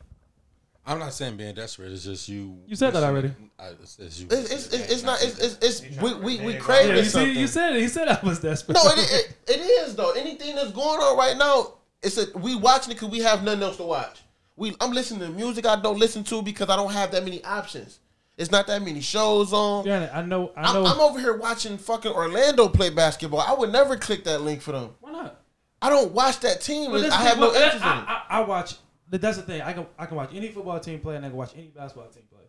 I'm not saying being desperate. It's just you.
You said that already.
I, it's, it's, you
It's it's it's, it's not. It's it's, it's we we, we
Yeah,
craving
you,
something.
see, you said it. He said I was desperate.
no, it, it it is though. Anything that's going on right now, it's a we watching it because we have nothing else to watch. We I'm listening to music I don't listen to because I don't have that many options. It's not that many shows on.
Granted, I know. I know.
I'm, I'm over here watching fucking Orlando play basketball. I would never click that link for them.
why not?
I don't watch that team.
But
I
that's the
have
thing,
no
but that-
interest in it.
I, I, I watch. That, that's the thing. I can I can watch any football team play, and I can watch any basketball team play,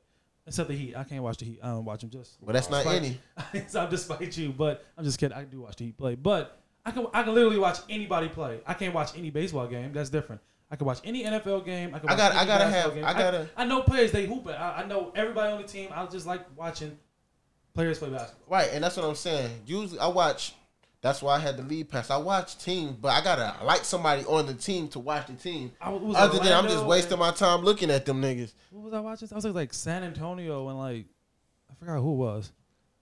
except the Heat. I can't watch the Heat. I don't watch them just.
But that's not
despite-
any.
so I'm despite you, but I'm just kidding. I do watch the Heat play, but I can I can literally watch anybody play. I can't watch any baseball game. That's different. I can watch any NFL game. I, can
I
watch
gotta-
any
I gotta
basketball
have- I gotta-
I, know players. They hooping. I, I know everybody on the team. I just like watching players play basketball.
Right, and that's what I'm saying. Usually, I watch. That's why I had the lead pass. I watch teams, but I gotta like somebody on the team to watch the team.
I was- was
Other than I'm
Orlando
just wasting
and-
my time looking at them niggas.
What was I watching? I was like, like San Antonio and like I forgot who it was.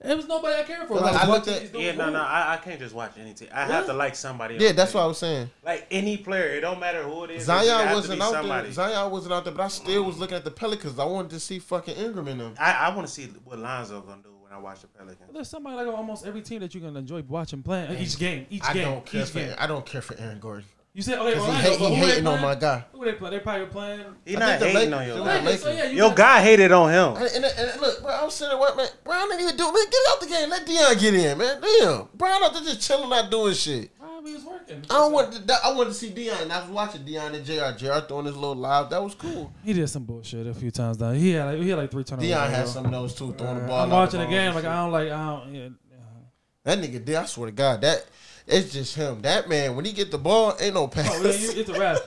It was nobody I cared for.
Like,
was
I looked
watching
at-
these dudes
Yeah, no,
hoop.
no, I, I can't just watch any team. I have to like somebody. on
Yeah,
the
that's
team.
what I was saying.
Like any player, it don't matter who it is. it
Zion
has to
wasn't
be
out
somebody.
there. Zion wasn't out there, but I still was looking at the Pelicans. I wanted to see fucking Ingram in them.
I, I want to see what Lonzo gonna do when I watch the Pelicans.
There's somebody like on almost every team that you can enjoy watching playing uh, each game. Each
I
game.
don't care
each
for
game.
I don't care for Aaron Gordon.
You said okay,
'Cause he
Orlando,
hate-
but
he
who they
hating on
playing?
my guy.
Who they play? They probably playing.
He
I
not
think the
hating
Lakers-
on your
the
guy.
Okay, so yeah, you
Your
got-
guy hated on him.
And, and, and look, bro, I'm sitting right, man. Brown didn't even do. Man, get out the game. Let Dion get in, man. Damn, Brown out there just chilling, not doing shit.
Brian, we was working.
I don't want. To, that- I wanted to see Dion, and I was watching Dion and Jr. Jr. throwing his little live. That was cool.
He did some bullshit a few times though. He had like, he had like three turnovers.
Dion
in a
had
row.
some of those too, throwing the ball.
I'm
out
watching the
the ball
game
and
like
shit.
I don't like I don't. Yeah,
that nigga did. I swear to God, that it's just him. That man, when he get the ball, ain't no pass.
Oh, yeah, you, it's a wrap.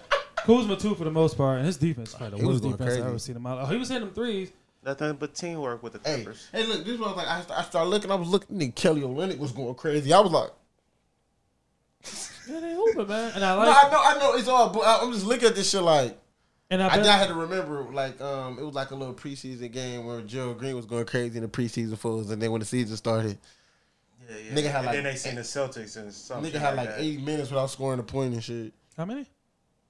Kuzma too for the most part, and his defense probably
He
the
was
worst
going
defense I
crazy.
ever seen him out. Oh, he was hitting them threes.
Nothing but teamwork with the
Hey,
Clippers.
hey, look, this was like I, I started looking. I was looking, nigga, Kelly Olynyk was going crazy. I was like,
Yeah, they hooping man, and I
no,
like.
I know, I know, it's all. But I- I'm just looking at this shit like.
and I,
I,
bet,
I had to remember, like, um, it was like a little preseason game where Gerald Green was going crazy in the preseason fools, and then when the season started,
Yeah, yeah.
Nigga had
and
like-
then they seen the Celtics and
Oh,
some
nigga
shit
had like
that.
eighty minutes without scoring a point and shit.
how many?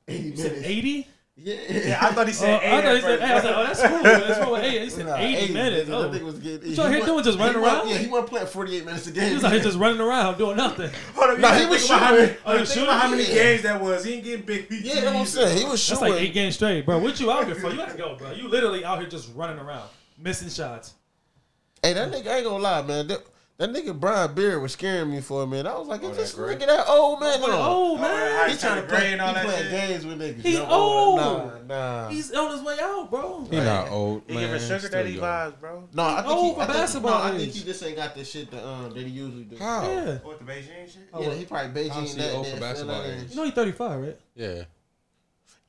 Eighty
You said
minutes.
eighty.
Yeah,
Yeah, I thought he
Uh,
said eight.
I thought
at
he said,
first.
hey, I was like, oh, that's cool. That's cool. Hey, he said
Nah,
80, minutes.
That
Oh.
nigga was getting.
y'all
he
here
wa-
doing, just
he
running
wa-
around?
Yeah, he wasn't playing forty eight minutes a game.
He was out here just running around doing nothing.
Hold up,
Nah,
you
he
gotta
was
think about how many-
shooting.
oh, you
He
think
was
about how many
shooting.
games that was. He ain't getting big
Yeah, that's what I'm saying. He was
That's
shooting.
like eight games straight, bro. What you out here for? You gotta go, bro. You literally out here just running around, missing shots.
hey, that nigga ain't gonna lie, man. That, That nigga Brian Beard was scaring me for a minute. I was
Oh,
like, it's
that
just
gray?
look at that old man.
But,
on.
oh man,
He trying to play.
grade
He
all that shit.
playing games with niggas.
He
No, oh,
old.
Nah, nah.
he's on his way out, bro.
He not old.
He
man.
giving sugar
Still
daddy
young.
vibes, bro.
No, I think
old
he,
for
I think,
basketball
No, I think
age.
he just ain't got the shit that um that he usually do.
How?
Yeah.
What the Beijing shit?
Yeah, he probably
How's
Beijing
he
that.
old for
that,
basketball
that,
age?
You know he's 35, right?
Yeah.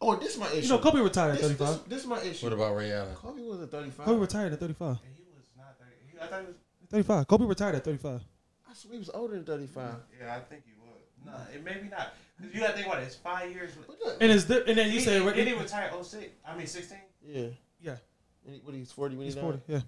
Oh, this is my issue.
You know Kobe retired at
This, this,
35.
this is my issue.
What about Ray Allen?
Kobe was a thirty-five.
Kobe retired at 35.
And He was not thirty. He- I thought he was.
35. Kobe retired at 35.
I swear he was older than thirty-five.
Yeah, I think he was. Nah, it maybe not. Cause you gotta think about it. It's five years.
But look,
And it's di- and then you
He
say
said,
Rick-
did he retire 06? I mean 16.
yeah,
yeah,
And he- what he's forty when
he's
he's
40. Yeah.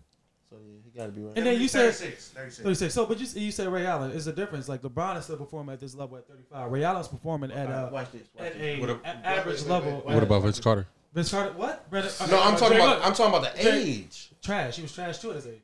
So yeah, he got to be right.
And then you said
36. 36.
36. So, but you, you said Ray Allen. It's a difference. Like LeBron is still performing at this level at 35. Ray Allen's performing at
All
uh,
right, watch this. Watch
at
this.
a,
What a-
a- average level.
What about Vince Carter?
Vince Carter? What? Brandon- okay,
No, I'm
uh,
talking
Jerry,
about
go-
I'm talking about the
Jerry-
age.
trash. He was trash too at his age.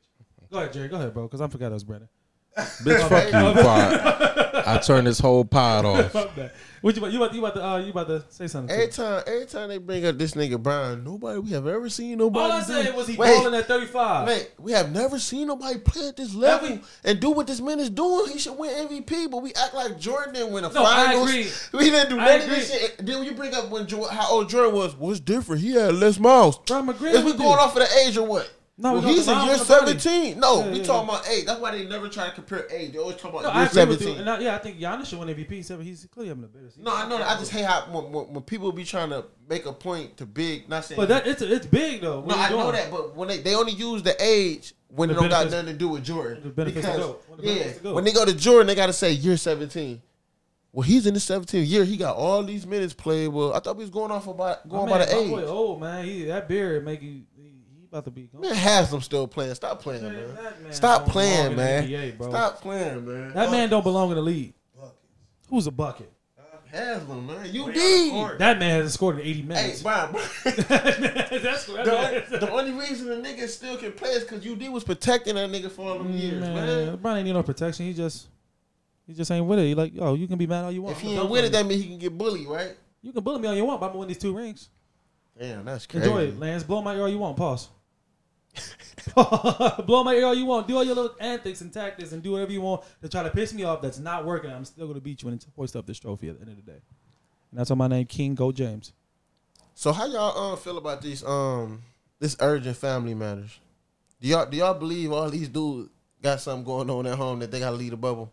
Go ahead, Jerry. Go ahead, bro. Because I forgot it was Brandon.
Bitch, fuck you, pod. I turned this whole pod off.
Fuck that. What you about? You about, you about to? Uh, you about to say something?
Every
too.
time, every time they bring up this nigga Brian, nobody we have ever seen nobody.
All I
do-
said was he
Wait,
balling at 35.
Wait, we have never seen nobody play at this level
Every-
and do what this man is doing. He should win MVP, but we act like Jordan didn't win a
No, I
finals.
agree.
We didn't do
I
none of this
agree.
shit. And Then when you bring up when Jor- how old Jordan was, what's different? He had less miles.
Bro, I'm agreeing
Is we
with
going
you.
off of the age or what?
No,
well,
we going
he's
off
in
the
year
miles and the body.
17. No,
Yeah,
we
yeah,
talking about age. That's why they never try to compare age. They always talk about
No, I
year
agree with you.
17.
And I, yeah, I think Giannis should win MVP. Seven. He's clearly having a better season.
No, I know that. I just hate how when, when, when people be trying to make a point to big, not saying.
but that it's it's big though.
no,
What
I
he
know
doing.
that, but when they, they only use the age when
The
it don't got
benefits-
nothing to do with Jordan.
The benefits to go. When the benefits to
yeah,
go.
when they go to Jordan, they gotta say year seventeen. Well, he's in his seventeenth year. He got all these minutes played. Well, I thought we was going off about
My
going
man,
by the
my
age.
Boy, oh man, he, that beard make you. He, he about to be gone.
Man, has them still playing. Stop playing,
Man,
man.
that man
Stop
don't belong
playing,
in
man.
the NBA, bro.
Stop playing, man.
That man don't belong in the league. Who's a bucket?
Haslam, man. You
Way on the
did.
court.
That man hasn't scored in 80
Hey,
minutes.
Brian.
That's that
The,
man-
only- the only reason the nigga still can play is because UD was protecting that nigga for all them years,
man,
man.
LeBron ain't need no protection. He just he just ain't with it. He like, yo, you can be mad all you want.
If he
Don't
ain't with
bully
it, that means he can get bullied, right?
me. you can bully me all you want, but I'm gonna win these two rings.
Damn, that's crazy.
Enjoy it, Lance. Blow my ear all you want. Pause. Blow my ear all you want. Do all your little antics and tactics and do whatever you want to try to piss me off. That's not working. I'm still gonna beat you and hoist up this trophy at the end of the day. And that's on my name, King Go James.
So how y'all uh, feel about these um this urgent family matters? Do y'all do y'all believe all these dudes got something going on at home that they gotta leave the bubble?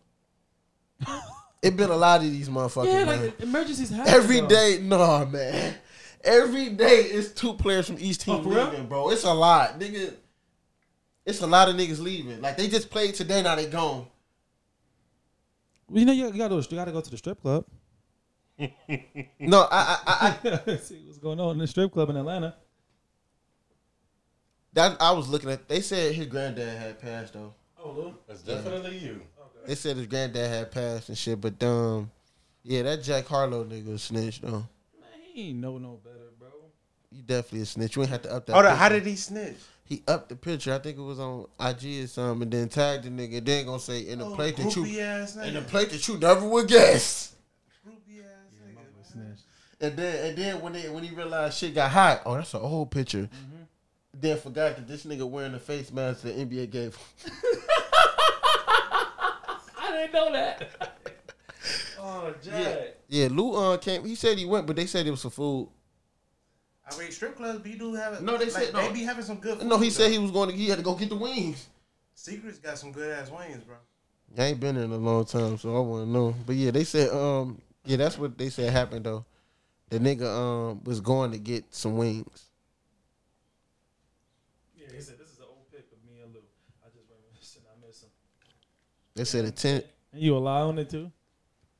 it been a lot of these motherfuckers.
Yeah,
man.
like emergencies happen
Every
though.
day, nah, man. Every day it's two players from each team
Oh, for real?
leaving, bro. It's a lot, nigga. It's a lot of niggas leaving. Like they just played today, now they gone.
Well, you know, you gotta, you gotta go to the strip club.
No, I, I, I, I,
See what's going on in the strip club in Atlanta.
that I was looking at. They said his granddad had passed though.
Oh, Lou.
That's definitely you.
They said his granddad had passed and shit. But um, yeah, that Jack Harlow nigga a snitch though.
Man, he ain't know no better, bro.
He definitely a snitch. You ain't have to up that.
Hold on, Oh, how
picture.
did he snitch?
he up the picture? I think it was on IG or something, and then tagged the nigga. Then gonna say in the
Oh,
plate that you
Groupie ass
in the
nigga.
plate that you never would guess.
Groupie ass nigga.
And then and then when they when he realized shit got hot, oh that's an old picture.
Mm-hmm.
Then forgot that this nigga wearing the face mask the NBA gave him.
I didn't know that. oh, Jack.
Yeah, Lou uh, came. He said he went, but they said it was for food.
I mean, strip clubs, be do have
No, they said no.
they be having some good.
No, he
food,
said
though.
he was going. to He had to go get the wings.
Secrets got some good ass wings, bro.
I ain't been there in a long time, so I want to know. But yeah, they said, um, yeah, that's what they said happened though. The nigga um was going to get some wings.
Yeah, he said this is an old pic of me and Lou. I just reminisced and I miss him.
They said a ten
And you allow on it too?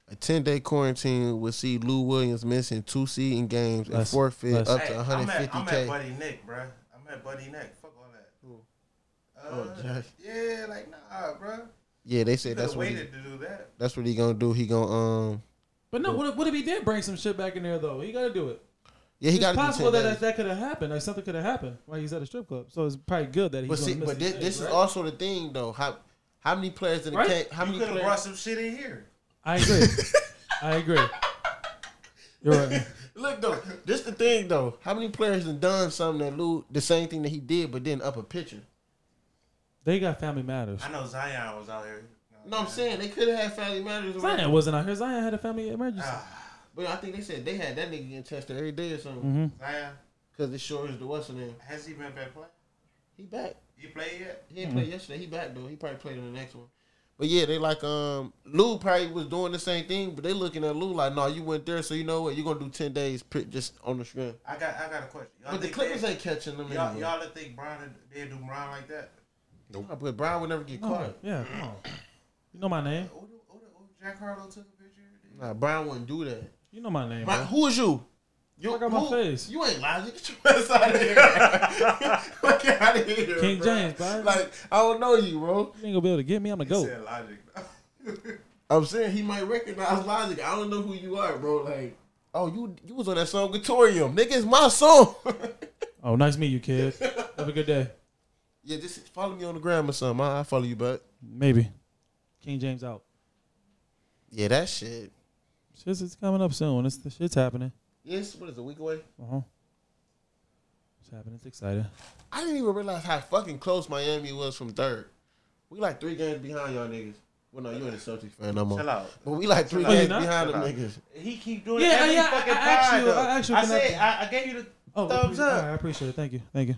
a ten day quarantine would see Lou Williams missing two seeding games and
Less-
forfeit
less.
up to
Hey,
one
I'm
hundred
at,
fifty
I'm at
k.
Buddy Nick, bro. I'm at Buddy Nick. Fuck all that.
Oh,
Uh,
Jack.
yeah, like nah, bro.
Yeah, they said
Could
that's
have
what he,
waited to do that.
that's what he gonna do. He gonna um
But no, what if, what if he did bring some shit back in there though? He gotta do it.
yeah he
it's
got to do
possible
ten
that
days.
that, that could have happened. Like something could have happened while he's at a strip club. So it's probably good that he's.
but
gonna
see,
miss
but
these
this, this
days,
is
right?
also the thing though. How how many players in the
Right?
cake? How
you
many
could have brought
players?
some shit in here.
I agree. I agree. You're right.
Look though, this the thing though. How many players done done something that Lou the same thing that he did, but then up a picture?
They got family matters.
I know Zion was out here.
No, I'm saying they could have had family matters. or
Zion
whatever,
wasn't out here. Zion had a family emergency.
But I think they said they had that nigga getting tested every day or something.
Mm-hmm.
Zion,
Cause it sure is the what's name.
has he been back play?
He back.
He played yet?
He didn't play yesterday. He back though. He probably played in the next one. But yeah, they like um Lou probably was doing the same thing, but they looking at Lou like, no, you went there, so you know what? You're gonna do ten days pri- just on the strip.
I got I got a question. Y'all
But the
think
Clippers
they-
ain't catching them.
y'all
anyway.
y'all think Brian they do Brian like that?
Nah, but Brian would never get
No,
caught.
yeah. no. You know my name.
Who, do- who, do- who Jack Harlow took a picture?
Nah, Brian wouldn't do that.
You know my name.
Brian,
Bro.
who is you? You
Look at my
who-
face.
You ain't logic. Get your ass out of here. Look out of here,
King
bro.
James, bro.
Like I don't know you, bro.
You ain't gonna be able to get me. I'm gonna
He
Oh.
go.
said logic.
I'm saying he might recognize logic. I don't know who you are, bro. Like, oh, you you was on that song Gatorium. Nigga, it's my song.
Oh, nice to meet you, kid. Have a good day.
yeah, just follow me on the gram or something. I, I follow you back.
Maybe. King James out.
Yeah, that shit.
Shit's it's coming up soon. It's the shit's happening.
Yes, what is it, a week away?
Uh huh. It's happening. It's exciting.
I didn't even realize how fucking close Miami was from third. We like three games behind y'all niggas. Well, no, you ain't a Celtics fan no more.
Chill out.
But we like three
Chill out.
games
Oh, you not?
behind them
Chill out.
niggas.
He keep doing
Yeah,
it every
yeah, I-
fucking
I
time.
asked you-
though.
I asked you
I
if
said
I-
I, I gave you the
Oh,
thumbs
appre-
up.
I appreciate it. Thank you. Thank you.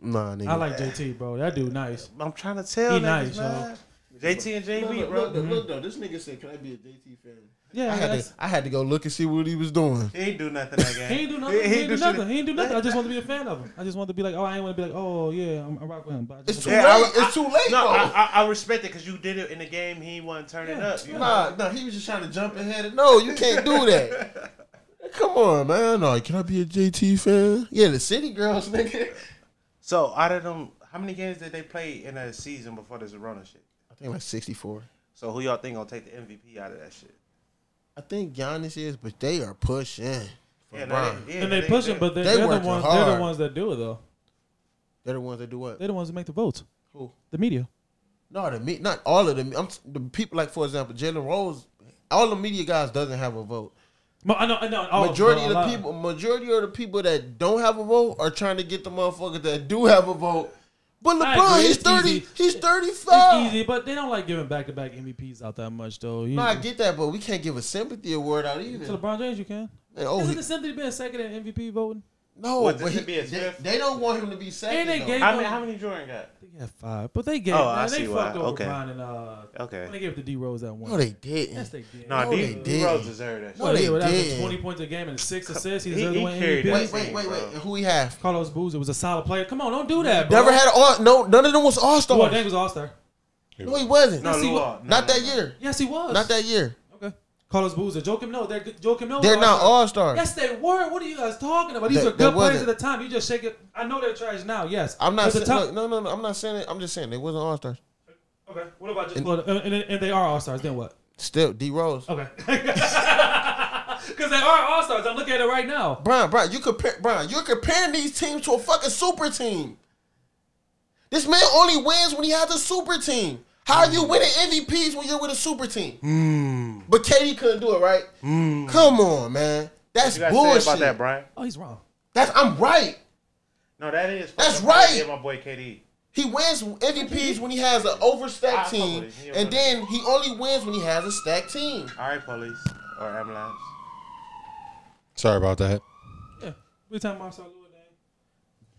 Nah, nigga.
I like JT, bro. That dude, nice.
I'm trying to tell
He
niggas,
nice,
man. JT and
Look,
JB,
look,
bro. Mm-hmm.
look, look, look, though, this nigga said, "Can I be a JT fan?"
Yeah,
I had
that's-
to, I had to go look and see what he was doing.
He ain't do nothing that game.
He ain't do nothing. He, ain't do
shit.
nothing. He ain't do nothing. I just want to be a fan of him. I just want to be like, oh, I ain't want to be like, oh yeah, I'm, I rock with him. But I just
It's too
wanna
Yeah, I-
late. it's too late.
No,
though.
I, I, I respect it because you did it in the game. He wasn't turning
Yeah.
up. You know?
Nah, nah, he was just trying to jump ahead. Of, no, you can't do that. Come on, man. No, can I be a JT fan? Yeah, the City Girls, nigga.
So out of them, how many games did they play in a season before this Rona shit?
I think like 64.
So who y'all think gonna take the MVP out of that shit?
I think Giannis is, but they are pushing for
Yeah, no,
Bron.
be-
they, yeah,
and they push him, but they're,
They
they are the
working
ones. They're
hard.
the ones that do it though.
They're the ones that do what?
They're the ones that make the votes.
Who?
The media.
No, the me, not all of them. I'm the people like for example, Jalen Rose. All the media guys doesn't have a vote.
Mo- I know. I know. all-
majority
a
of the
lot.
people, majority of the people that don't have a vote are trying to get the motherfuckers that do have a vote. But
I
LeBron,
agree,
he's
it's
thirty.
easy.
He's
It's
thirty-five.
easy, but they don't like giving back-to-back MVPs out that much though. You
No, I get that, but we can't give a sympathy award out either.
to LeBron James, you can.
Man, oh,
Isn't
he-
the sympathy being second in MVP voting?
no,
What,
but
this
he,
should be his
they,
fifth?
they don't want him to be second.
And they
though.
gave-
How many? How many Jordan got?
They got five, but they gave.
Oh,
man,
I
they
see
fucked
why.
over
Okay.
Bron and uh.
Okay.
When they gave the D Rose that one.
no, they didn't.
yes, they did.
No,
No,
D,
they
D Rose
didn't.
deserved that.
No,
Shit.
Well,
they
yeah, but after
did.
twenty points a game and six assists, he
He-
deserved to
he
win
carried
MVP.
that.
wait, wait, wait, wait. And Who he have?
Carlos Boozer was a solid player. Come on, don't do that, bro.
Never had all. No, none of them was all stars.
Well, Dang was all star.
no, he wasn't.
No,
see
Luol.
what-
No,
not
no,
that
no.
year.
Yes, he was.
Not that year.
Okay. Carlos Boozer, Joakim No, they're good- Joakim No. was
They're not
all-star.
all stars.
Yes, they were. What are you guys talking about? These
They-
are good
they
players at
wasn't.
the time. You just shake it. I know they're trash now. Yes,
I'm not.
At the
Saying,
time-
look, no, no, no. I'm not saying it. I'm just saying they wasn't all stars.
Okay. What about just well, and, and, and they are all stars? Then what?
Still, D Rose.
Okay. Because they are all stars. I'm looking at it right now.
Brian, Brian, you compare Brian, you're comparing these teams to a fucking super team. This man only wins when he has a super team. How are
Mm.
you winning MVPs when you're with a super team? But Katie couldn't do it, right?
Mm.
Come on, man. That's
You got
bullshit.
about that, Brian?
Oh, he's wrong.
That's I'm right.
No, that is.
That's
fucking right.
right.
Yeah, my boy KD.
He wins MVPs when he has an overstacked team, and then he only wins when he has a stacked team.
All right, police or ambulance.
Sorry about that.
Yeah. We talking Marcelo Lewandowski.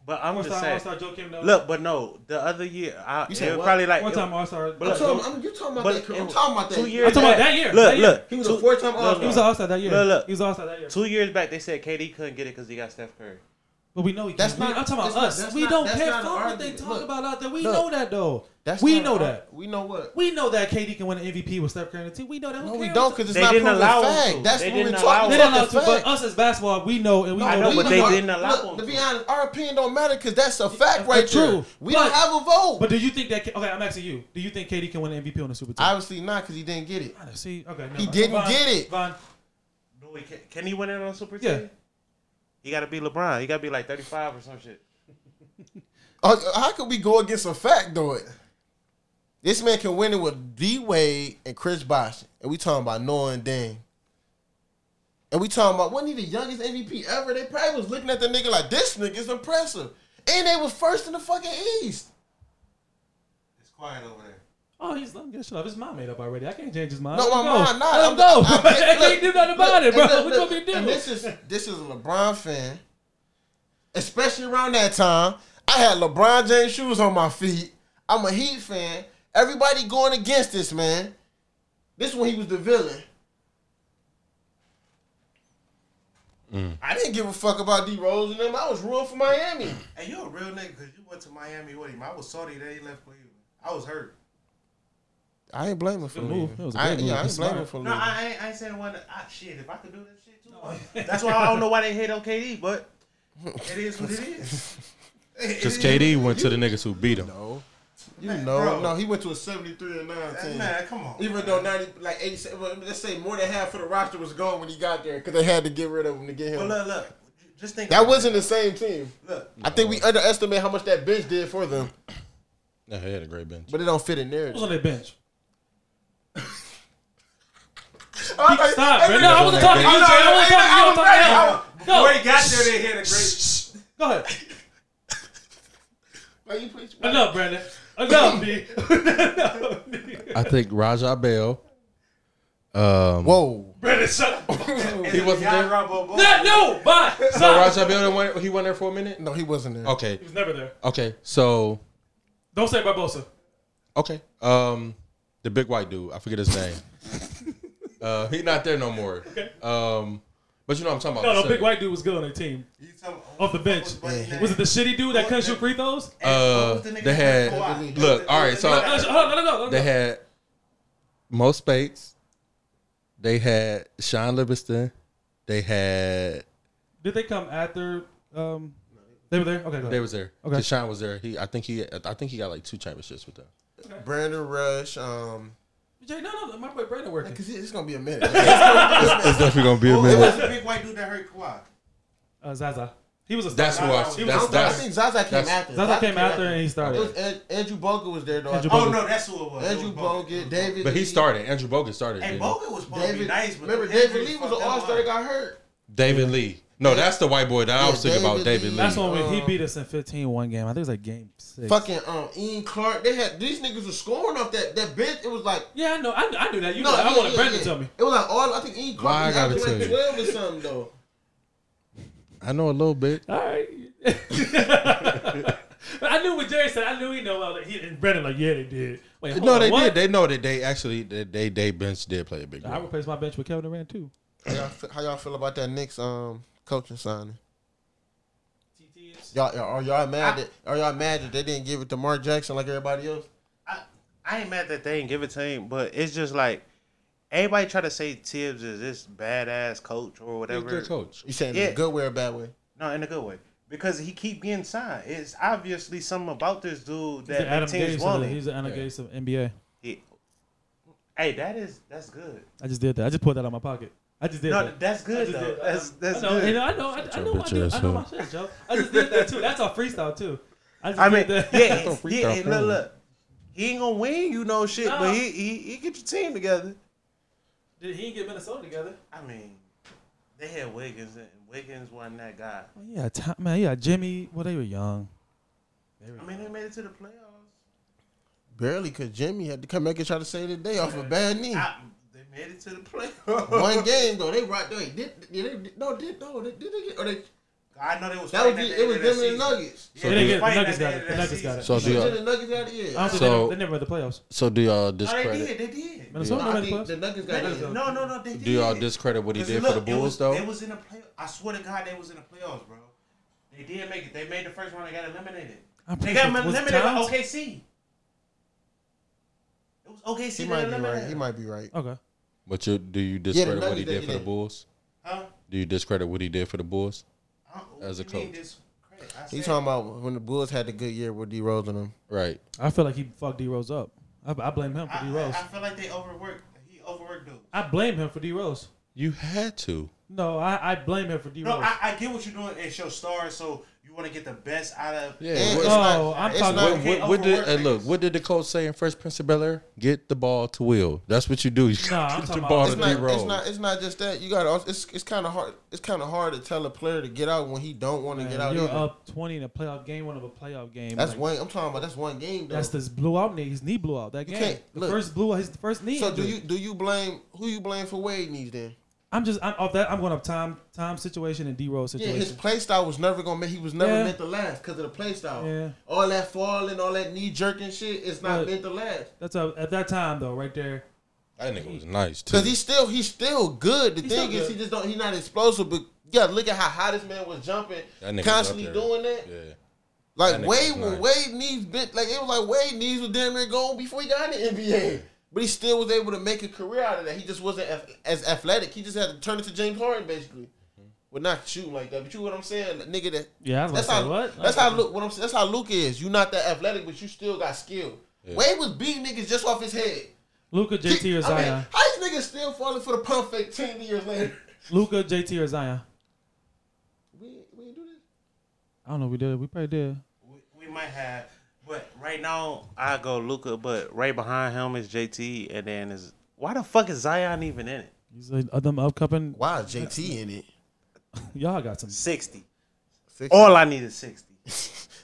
But I'm
All
just
star, all
saying.
star, Joakim No.
Look, but no, the other year, I,
You
it
said
was
what?
probably like
one
it-
time all star. I'm
but
talking
I'm
look, look,
talking, I'm, you talking about
but
that?
it
I'm
was
talking about that.
two years
about
back.
that year.
Look,
That year.
look,
He was a
two-
four-time All-Star.
He was an all star that year.
Look, look.
He was an all star that year.
Two years back, they said KD couldn't get it because he got Steph Curry.
But we know he
That's
can't. We-
not-
I'm talking about
that's not-
us.
that's
we
not-
don't
that's
care
not an
about what they
argument.
talk
Look,
about out there. We
look,
know that though.
That's
we
not-
know that.
We know what.
We know that KD can win an MVP with Steph Curry on the team. We know that. Who
No, we
cares?
don't because it's
They
not
didn't
proven
allow him
fact.
to.
That's
They
what we're
didn't
talking
allow
They
him
don't
about.
know
That's
to, but
fact.
us as basketball, we know and we
I
know.
know,
that-
but
we
they
know-
didn't allow
look,
him
To be
to.
honest, our opinion don't matter because that's a fact
That's
right
true.
there. We
But-
don't have a vote.
But do you think that? K- Okay, I'm asking you. Do you think KD can win an MVP on the Super Team?
Obviously not because he didn't get it.
See, okay, no,
He didn't
Von-
get it.
Von,
No, he can, can he win it on Super
Yeah.
Team? He got to be LeBron. He got to be like 35 or some shit.
Uh, How could we go against a fact though? This man can win it with D Wade and Chris Bosh, and we talking about Noah and Dame. And we talking about wasn't he the youngest MVP ever? They probably was looking at the nigga like this nigga is impressive, and they was first in the fucking East.
It's quiet over there.
Oh, he's let him get shut up. His mind made up already. I can't change his mind.
No,
Let
my
him go.
mind, nah,
Let him
I'm-
go.
I'm-
I can't
look,
do nothing about
look,
it, bro.
and look,
What you want
look,
me to do?
And this is this is a LeBron fan, especially around that time. I had LeBron James shoes on my feet. I'm a Heat fan. Everybody going against this man. This when he was the villain.
Mm.
I didn't give a fuck about D Rose and them. I was rooting for Miami.
Hey, you a real nigga because you went to Miami with him. I was salty that he left Cleveland. I was hurt.
I ain't blaming for
Good move. That was a
I
great
ain't,
move.
yeah, I
That's
ain't blaming
smart.
for
No, I ain't, I ain't saying one. Ah, shit, if I could do that shit too. That's why I don't know why they hate on KD, but it is what it is.
Because KD went to the niggas who beat him.
You know,
bro.
no, he went to a 73 and 9 team.
Man, come on.
Even though 90, like 87, well, let's say more than half of the roster was gone when he got there because they had to get rid of him to get
But
him.
look, look. Just think.
That
about
wasn't the same team.
it. Look,
I think we underestimate how much that bench did for them,
Yeah, he had a great bench.
but it don't fit in
Who's
narrative.
on that bench?
I thought-
Stop, bro.
every-
No, I wasn't talking to you, Jay. I wasn't talking to you. I'm talking to him. No.
Before he got there, they had a great.
Go ahead.
Why you preach-
Enough, Brandon. Enough, B. Enough, B.
I think Rajah Bell. Um,
Whoa.
Brandon, shut up.
he wasn't there.
No, no, bye.
So
Stop.
Rajah Bell, didn't win- he went there for a minute.
No, he wasn't there.
Okay,
He was never there.
okay. So
Don't say Barbosa.
Okay. Um, the big white dude. I forget his name. uh, he not there no more. Um, but you know what I'm talking about.
No, no,
So,
big white dude was good on their team.
oh,
Off the bench. Was it the shitty dude that couldn't shoot free throws?
Uh, they had. Look, all right.
No,
So
no, no, no, no, no.
they had Mo Spates. They had Sean Livingston. They had.
Did they come after? Um, they were there. Okay, go
They
ahead.
was there.
Okay.
Okay. Sean was there. He. I think he. I think he got like two championships with them.
Brandon Rush. Um,
Jay, no, no, my boy Brandon working.
because it's going to be a minute.
It's definitely gonna
Oh,
be a
It was the big white dude that hurt Kawhi.
Uh, Zaza. He was a.
That's who I.
He was-
That's
I
that's.
think Zaza came
that's-
after.
Zaza came out there and he
It was
started.
Ed, Andrew Bogut was there, though.
Andrew
Oh no, that's who it was.
Andrew Bogut, David.
But he
Lee.
started. Andrew Bogut started.
Hey,
didn't he?
Bogut was supposed to be
David,
nice, but
remember,
the
David
injuries
Lee was an
fucked that
all star that
line.
got hurt.
David Lee. No, that's the white boy that I was
Yeah,
thinking about.
David
David
Lee.
Lee.
That's when we, he
uh,
beat us in 15 one game. I think it was like game six.
Fucking um, Ian Clark. They had these niggas were scoring off that that bench. It was like
Yeah, I know. I, I knew that. You
no,
know, I
yeah,
wanted
yeah,
Brandon
yeah.
to tell me.
It was like all I think Ian Clark
Why I
was
gotta
averaging like
tell
twelve or something though.
I know a little bit.
All right. but I knew what Jerry said. I knew he know. Like, he, and Brandon like, yeah, they did. Wait, hold
No,
on,
they
what?
did. They know that they actually they they, they bench did play a big
I
role.
replaced my bench with Kevin Durant too.
How y'all, fe- how y'all feel about that Knicks um coaching signing? Y'all are y'all mad that are y'all mad that they didn't give it to Mark Jackson like everybody else?
I, I ain't mad that they ain't give it to him, but it's just like everybody try to say Tibbs is this badass
He's
coach or
a
whatever.
good coach.
You saying in
Yeah.
a good way or a bad way?
No, in a good way. Because he keep getting signed. It's obviously something about this dude
He's
that
an Adam
the teams
Gates. Of
want
the,
him.
he's an Adam Gates of NBA.
He- hey, that is that's good.
I just did that. I just pulled that out of my pocket. I just did
No,
that.
that's
I
good um,
just
though.
did-
That's that's
I know,
good.
and I know, I, I know,
your
I,
bitch
do,
ass
I know my
up.
shit, Joe. I just did that too. That's our freestyle too. I, just
I mean,
did
yeah,
that.
yeah,
freak
yeah
out,
look,
bro.
look. He ain't gonna win you no shit,
No.
but he, he he get your team together.
Did he get Minnesota together?
I mean, they had Wiggins and Wiggins wasn't that guy.
Yeah, Tom, man. Yeah, Jimmy. Well, they were young.
I mean, they made it to the playoffs.
Barely, cause Jimmy had to come back and try to save the day off a bad knee.
I, they made it to the playoffs.
One game though, they right there. Did, did they, no, did no, they, did they get? Or they,
I know they was
that was the, it was them and the Nuggets.
So
they get- the Nuggets got it. The Nuggets got it.
So do
They did
y'all,
the Nuggets out of
I don't
yeah.
think
So-
they, never- they never made the playoffs.
so do y'all
No, they
discredit
did. They did.
No,
Minnesota
I
never made the
think the
playoffs.
Nuggets
They
got
did.
it.
No, no, no. They did.
do y'all discredit what he
Because
did
look,
for the
it was-
Bulls
They
though?
was in the play. I swear to God, they was in the playoffs, bro. They did make it. They made the first round. They got eliminated.
I'm
They
pretty
got
sure- was it
eliminated by
Towns?
OKC. It was OKC.
He
that
might be
eliminated.
right. He might be right.
Okay.
But you do you discredit what he
Nuggets
did for
that he
the
did.
Bulls?
Huh?
Do you discredit what he did for the Bulls?
I don't-
As
what
a
you mean
coach.
this credit? I
He's
said-
talking about when the Bulls had the good year with D Rose and them.
Right.
I feel like he fucked D Rose up. I, I blame him
I,
for D
I,
Rose.
I feel like they overworked. He overworked dude.
I blame him for D Rose.
You had to.
No, I, I blame him for D
No,
Rose.
I, I get what you're doing. It's your star, so you want to get the best out of.
Yeah.
And
What,
it's not-
Oh, I'm
it's
talking-
not-
Wait,
what-
hit
what did
over
hey, look?
workers.
What did the coach say in First Prince of Bel Air? Get the ball to Will. That's what you do. You
Nah, I'm
get the
talking
ball
about-
to
it's
D
not, it's
Rose.
not. It's not just that. You got. to It's it's kind of hard. It's kind of hard to tell a player to get out when he don't want to
Man,
get out.
you're
either.
up twenty in a playoff game, one of a playoff game.
That's
like,
one. I'm talking about. That's one game. Though.
That's this blew out knee. His knee blew out that
You
game.
can't-
The
look.
first blew out his first knee.
so do
injury.
you do you blame who you blame for Wade knees then?
I'm just I'm off that. I'm going up time time situation and D roll
Yeah, his
situation.
play style was never gonna. Make, he was never
Yeah.
meant to last because of the play style.
Yeah.
All that falling, all that knee jerking shit. It's not
But-
meant to last.
That's a, at that time though, right there.
That nigga was nice too.
Cause he's still he's still good. The
He's
thing
still
is,
good.
he just don't. He's not explosive. But yeah, look at how high this man was jumping,
That nigga was up
constantly
there.
doing that.
Yeah.
Like
That nigga
Wade,
was
when Wade knees bit, like it was like Wade knees was damn near gone before he got in the NBA. But he still was able to make a career out of that. He just wasn't ath- as athletic. He just had to turn into James Harden basically.
Mm-hmm.
Well, not shooting like that, but you know what I'm saying, nigga. That
Yeah, I was
that's
gonna
how
say, what?
that's how Luke. What I'm that's how Luke is. You not that athletic, but you still got skill. Wade was beating niggas just off his head.
Luca, JT, or
I mean,
Zion.
how these niggas still falling for the pump fake ten years later?
Luca, JT, or Zion.
We, we do this.
I don't know. if We did. it. We probably did.
We, we might have, but right now I go Luca, but right behind him is JT, and then is why the fuck is Zion even in it?
These are are uh, them upcoming.
Why is JT in it?
Y'all got some.
Sixty.
Six.
All I need is sixty.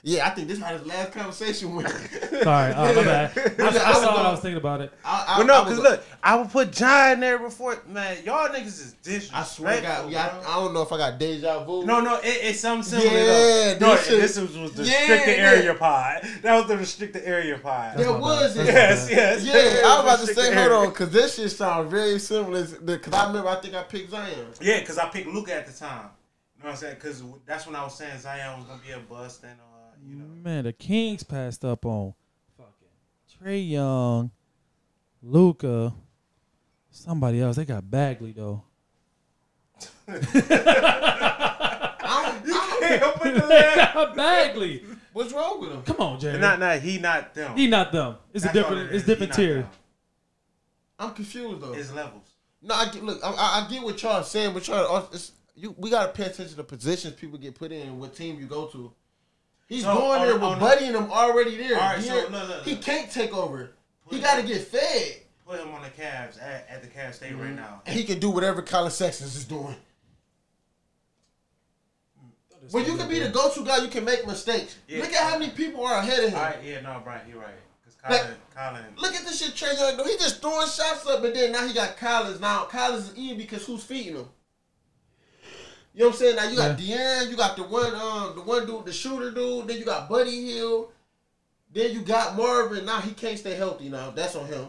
Yeah, I think this is how this last conversation went.
Sorry, uh, my bad. I, I saw it. I was thinking about it.
I, I,
But no,
I was
because
a-
look, I would put John there before man. Y'all niggas is disrespectful.
I swear to God, yeah,
bro.
I, I don't know if I got deja vu.
No, no, it, it's something similar.
Yeah,
though. No,
this shit-
this was, was the
Yeah,
restricted
yeah.
area pod. That was the restricted area pod.
There
my
was
bad.
it.
Yes, yes.
Yeah, I was about to
Restricted
say,
area.
hold on, because this shit sound very similar. Because I remember, I think I picked Zion.
Yeah, because I picked Luca at the time. You know what I'm saying? Because that's when I was saying Zion was gonna be a bust and uh, you know.
Man, the Kings passed up on fucking Trey Young, Luca, somebody else. They got Bagley though.
I don't, I don't-
Hey, open the lid.
Bagley.
what's wrong with him?
Come on, Jay.
not not he, not them.
He not them. It's
That's
a
all
different.
it
it's
is.
different
He not
tier.
them.
I'm confused though.
It's levels.
No, I get, look, I- I, I get what y'all saying, but y'all, uh, it's, you, we gotta pay attention to positions people get put in and what team you go to. He's
So,
going
on-
there with
on-
Buddy and him already there.
All right,
he,
so,
here-
look, look,
he
look.
can't take over. He
Put-
gotta get fed,
Put him on the Cavs at, at the Cavs state
Mm-hmm.
right now.
and he can do whatever Colin Sexton's is doing. When you can be the go-to guy, you can make mistakes.
Yeah.
Look at how many people are ahead of him.
All right, yeah, no, Brian, you're right. Because
But-
Colin, Colin,
Look at this shit Trey Young do. He just throwing shots up, and then now he got Collins. Now Collins is in because who's feeding him? You know what I'm saying? Now you got De'Aaron, you got the one, um, the one dude, the shooter dude. Then you got Buddy Hill. Then you got Marvin. Now he can't stay healthy. Now that's on him.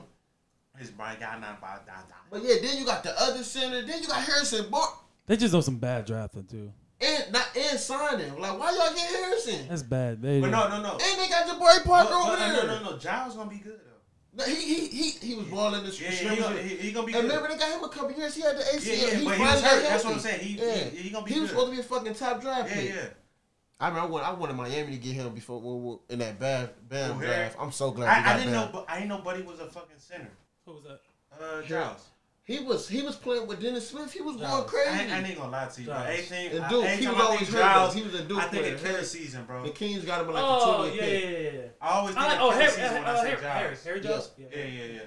his Brian got nine about down down.
But yeah, then you got the other center. Then you got Harrison Bar
They just know some bad drafting too.
and not and signing. Like why y'all get Harrison? And
That's bad. They,
But no, no, no.
they got
But-
Jabari Parker over
but, uh,
there.
no, no, no. Giles gonna be good though.
No, He, he he he was balling this.
Yeah, he gonna, he, he gonna be
And
good.
remember, they got him a couple years. He had the ACL.
Yeah, yeah, but he
finally
was
got
hurt. That's what I'm
healthy.
saying. He- he- he gonna be
was
good.
supposed to be a fucking top draft
yeah,
pick.
yeah.
I mean, I wanted, I wanted Miami to get him before we were in that bad, bad
O'Hare.
draft. I'm so glad. we
I,
got
I didn't
Bam.
know. but I didn't know Buddy was a fucking center.
Who was that?
Uh, Giles.
He was he was playing with Dennis Smith. He was
Nah,
going
I,
crazy.
ain't- I ain't gonna lie to you. But
Giles.
anything,
And
I-
Duke, he
anytime
was
I
always
think
hurt, though.
Giles,
He was a Duke
I think
player.
a killer season, bro.
the Kings got him like
Oh
a two
yeah,
way
yeah,
pick.
yeah, yeah.
I always think
I like,
a
oh,
killer
Harry,
season when I
uh,
say
Harry, Harry,
Giles.
Harry Jones.
Yes.
Yeah, yeah, yeah.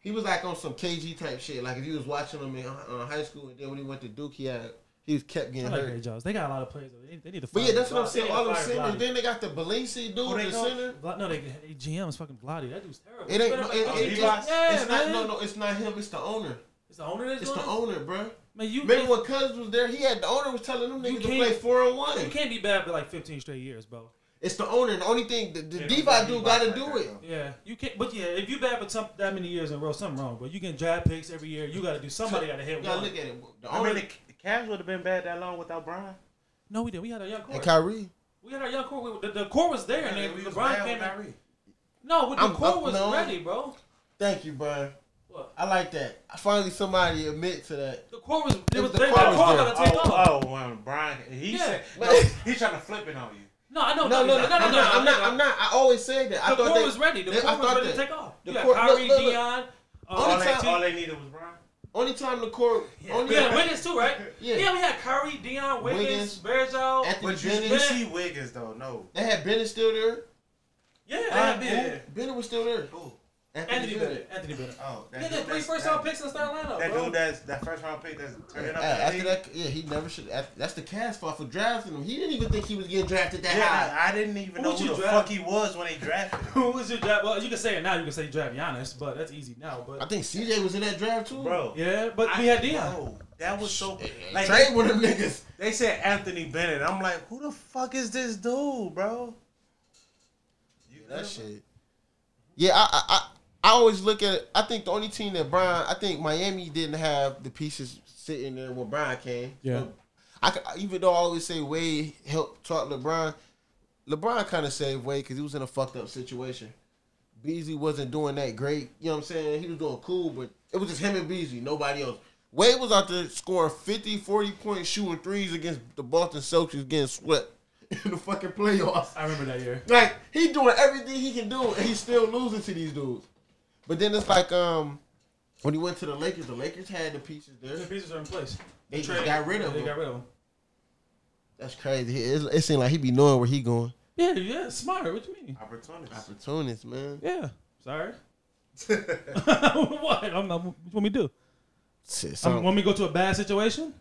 He was like on some KG type shit. Like if you was watching him in uh, high school, and then when he went to Duke, he had he was kept
I
getting
like
hurt.
Ray Jones. They got a lot of players. though. They, they need to.
But
fire
yeah, that's
Vlade.
what I'm saying.
Yeah,
All them
fire
centers.
Vlade.
Then they got the Balenci dude,
Oh, they
the
call-
center.
Vlade- No, they, they GM is fucking Vlade. That dude's terrible.
It ain't.
Better
No, it,
than
it,
Kobe.
it's,
Levi's.
Yeah,
it's not.
man.
No, no, it's not him. It's the owner.
It's the owner that's
It's the
doing it?
owner, bro.
Man, you
Remember
can't,
when Cousins was there? He had the owner was telling them
You
niggas to
can't-
play four on one.
you can't be bad for like 15 straight years, bro.
It's the owner. and The only thing the, the
Yeah,
Levi
don't
dude
Levi
got to
like
do
that,
it.
though.
Yeah, you can't. But yeah, if you bad for some, that many years in a row, something wrong, bro. You get draft picks every year. You got to do somebody got to hit
You gotta
one.
look at it. The
I
owner
mean, the, the Cavs would have been bad that long without Brian.
No, we did. We had our young core.
and Kyrie.
We had our young core. We, the, the core was there, and then
we was
LeBron
bad
came
without
in.
Reed.
No, but the
I'm-
core
I'm-
was
no.
ready, bro.
Thank you, bro.
What?
I like that. Finally, somebody admit to that.
The core was. It
If
was
the
they-
core
that
was
core
there.
got to take off.
Oh, oh, when Brian, he
Yeah.
said no, he trying to flip it on you.
No, I know.
No, no, no,
no,
I'm not. I'm
no,
not.
no.
I'm not. I always said that. I
The
thought
core
they-
was ready. The
they- I
core was
thought
ready to
that-
take off.
the
You got
core- look,
Kyrie,
look, look.
Dion. uh,
Only
All they,
time-
all they needed was Brian.
Only time the court. Only
We had Wiggins too, right?
Yeah.
we had Curry, Dion, Wiggins,
Wiggins,
Bergeau.
Anthony
But you,
Bennett.
you see Wiggins though, no.
They had Bennett still there.
Yeah, they
Uh,
had Bennett.
who? Bennett was still there.
Who?
Anthony Bennett. Anthony Bennett.
Oh, that
They
dude
had three
that's-
first
that-
round picks in the starting lineup,
That
bro.
dude that's that first round pick that's turning
Uh,
up.
after
that,
that, yeah, he never should. After, that's the cast fault for drafting him. He didn't even think he was getting drafted that
yeah, I, I didn't even
Who
know
would
who
you
the
draft?
fuck he was when they drafted. him.
Who was your draft? Well, you can say it now. You can say you draft Giannis, but that's easy now.
high. I
But
think CJ was in that draft too,
Bro,
yeah, but
I-
we had Dion.
bro, that was so.
Like,
Like,
Trade with them niggas.
They said Anthony Bennett. I'm like, who the fuck is this dude, bro? You
That shit. Yeah, I, I, I, I always look at. it. I think the only team that Brian, I think Miami didn't have the pieces sitting there when Brian came.
Yeah.
But I could- even though I always say Wade helped taught LeBron, LeBron kind of saved Wade because he was in a fucked up situation. Beasley wasn't doing that great. You know what I'm saying? He was doing cool, but it was just him and Beasley, nobody else. Wade was out there scoring 50, 40 points, shooting threes against the Boston Celtics, getting swept in the fucking playoffs.
I remember that year.
Like he doing everything he can do, and he's still losing to these dudes. But then it's like um, when he went to the Lakers, the Lakers had the pieces there.
The pieces are in place.
They just
traded-
got rid of
They
him.
got rid of him.
That's crazy. He- It, it seemed like he be knowing where he going.
Yeah, yeah, smart. What you mean?
opportunity.
Opportunists, man.
Yeah, sorry. what? I'm not, what you want me to do?
Shit,
Um,
so-
want me to go to a bad situation?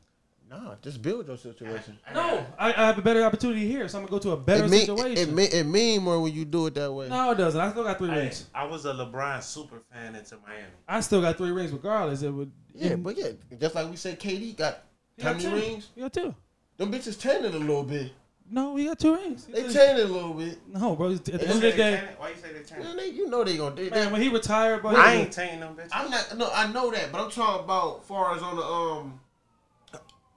nah, just build your situation.
No, I, I have a better opportunity here, so I'm gonna go to a better
It mean, it,
situation.
it, mean, it mean more when you do it that way.
no, it doesn't. I still got three
I,
rings.
I was a LeBron super fan into Miami.
I still got three rings, regardless. It would.
Yeah, but yeah, just like we said, KD got
You
how
got
many
two.
rings?
You got two.
Them bitches tainted a little bit.
No, we got two rings.
They tainted a little bit.
no, bro. At the
You
end of the
say they
day,
tainted? Why you say they tainted?
Man, they, you know they gonna do that.
man, when he retired, bro,
I ain't tainting them bitches.
I'm not. No, I know that, but I'm talking about far as on the um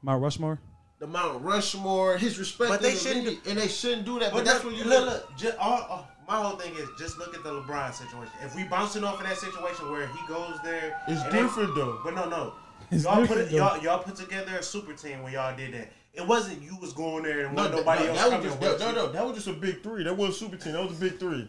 Mount Rushmore.
the Mount Rushmore, his respect.
But they
in the
shouldn't
league, and they shouldn't do that. But,
But
that's
that's
what you
look. look just, all, all- my whole thing is just look at the LeBron situation. If we bouncing off of that situation where he goes there,
It's
and they-
different, though.
But no, no,
It's
y'all put
different,
it, y'all y'all put together a super team when y'all did that. It wasn't you was going there and
No,
wasn't nobody
no,
else
that
coming.
was just,
with
no,
you.
no, that was just a big three. That wasn't super team. That was a big three.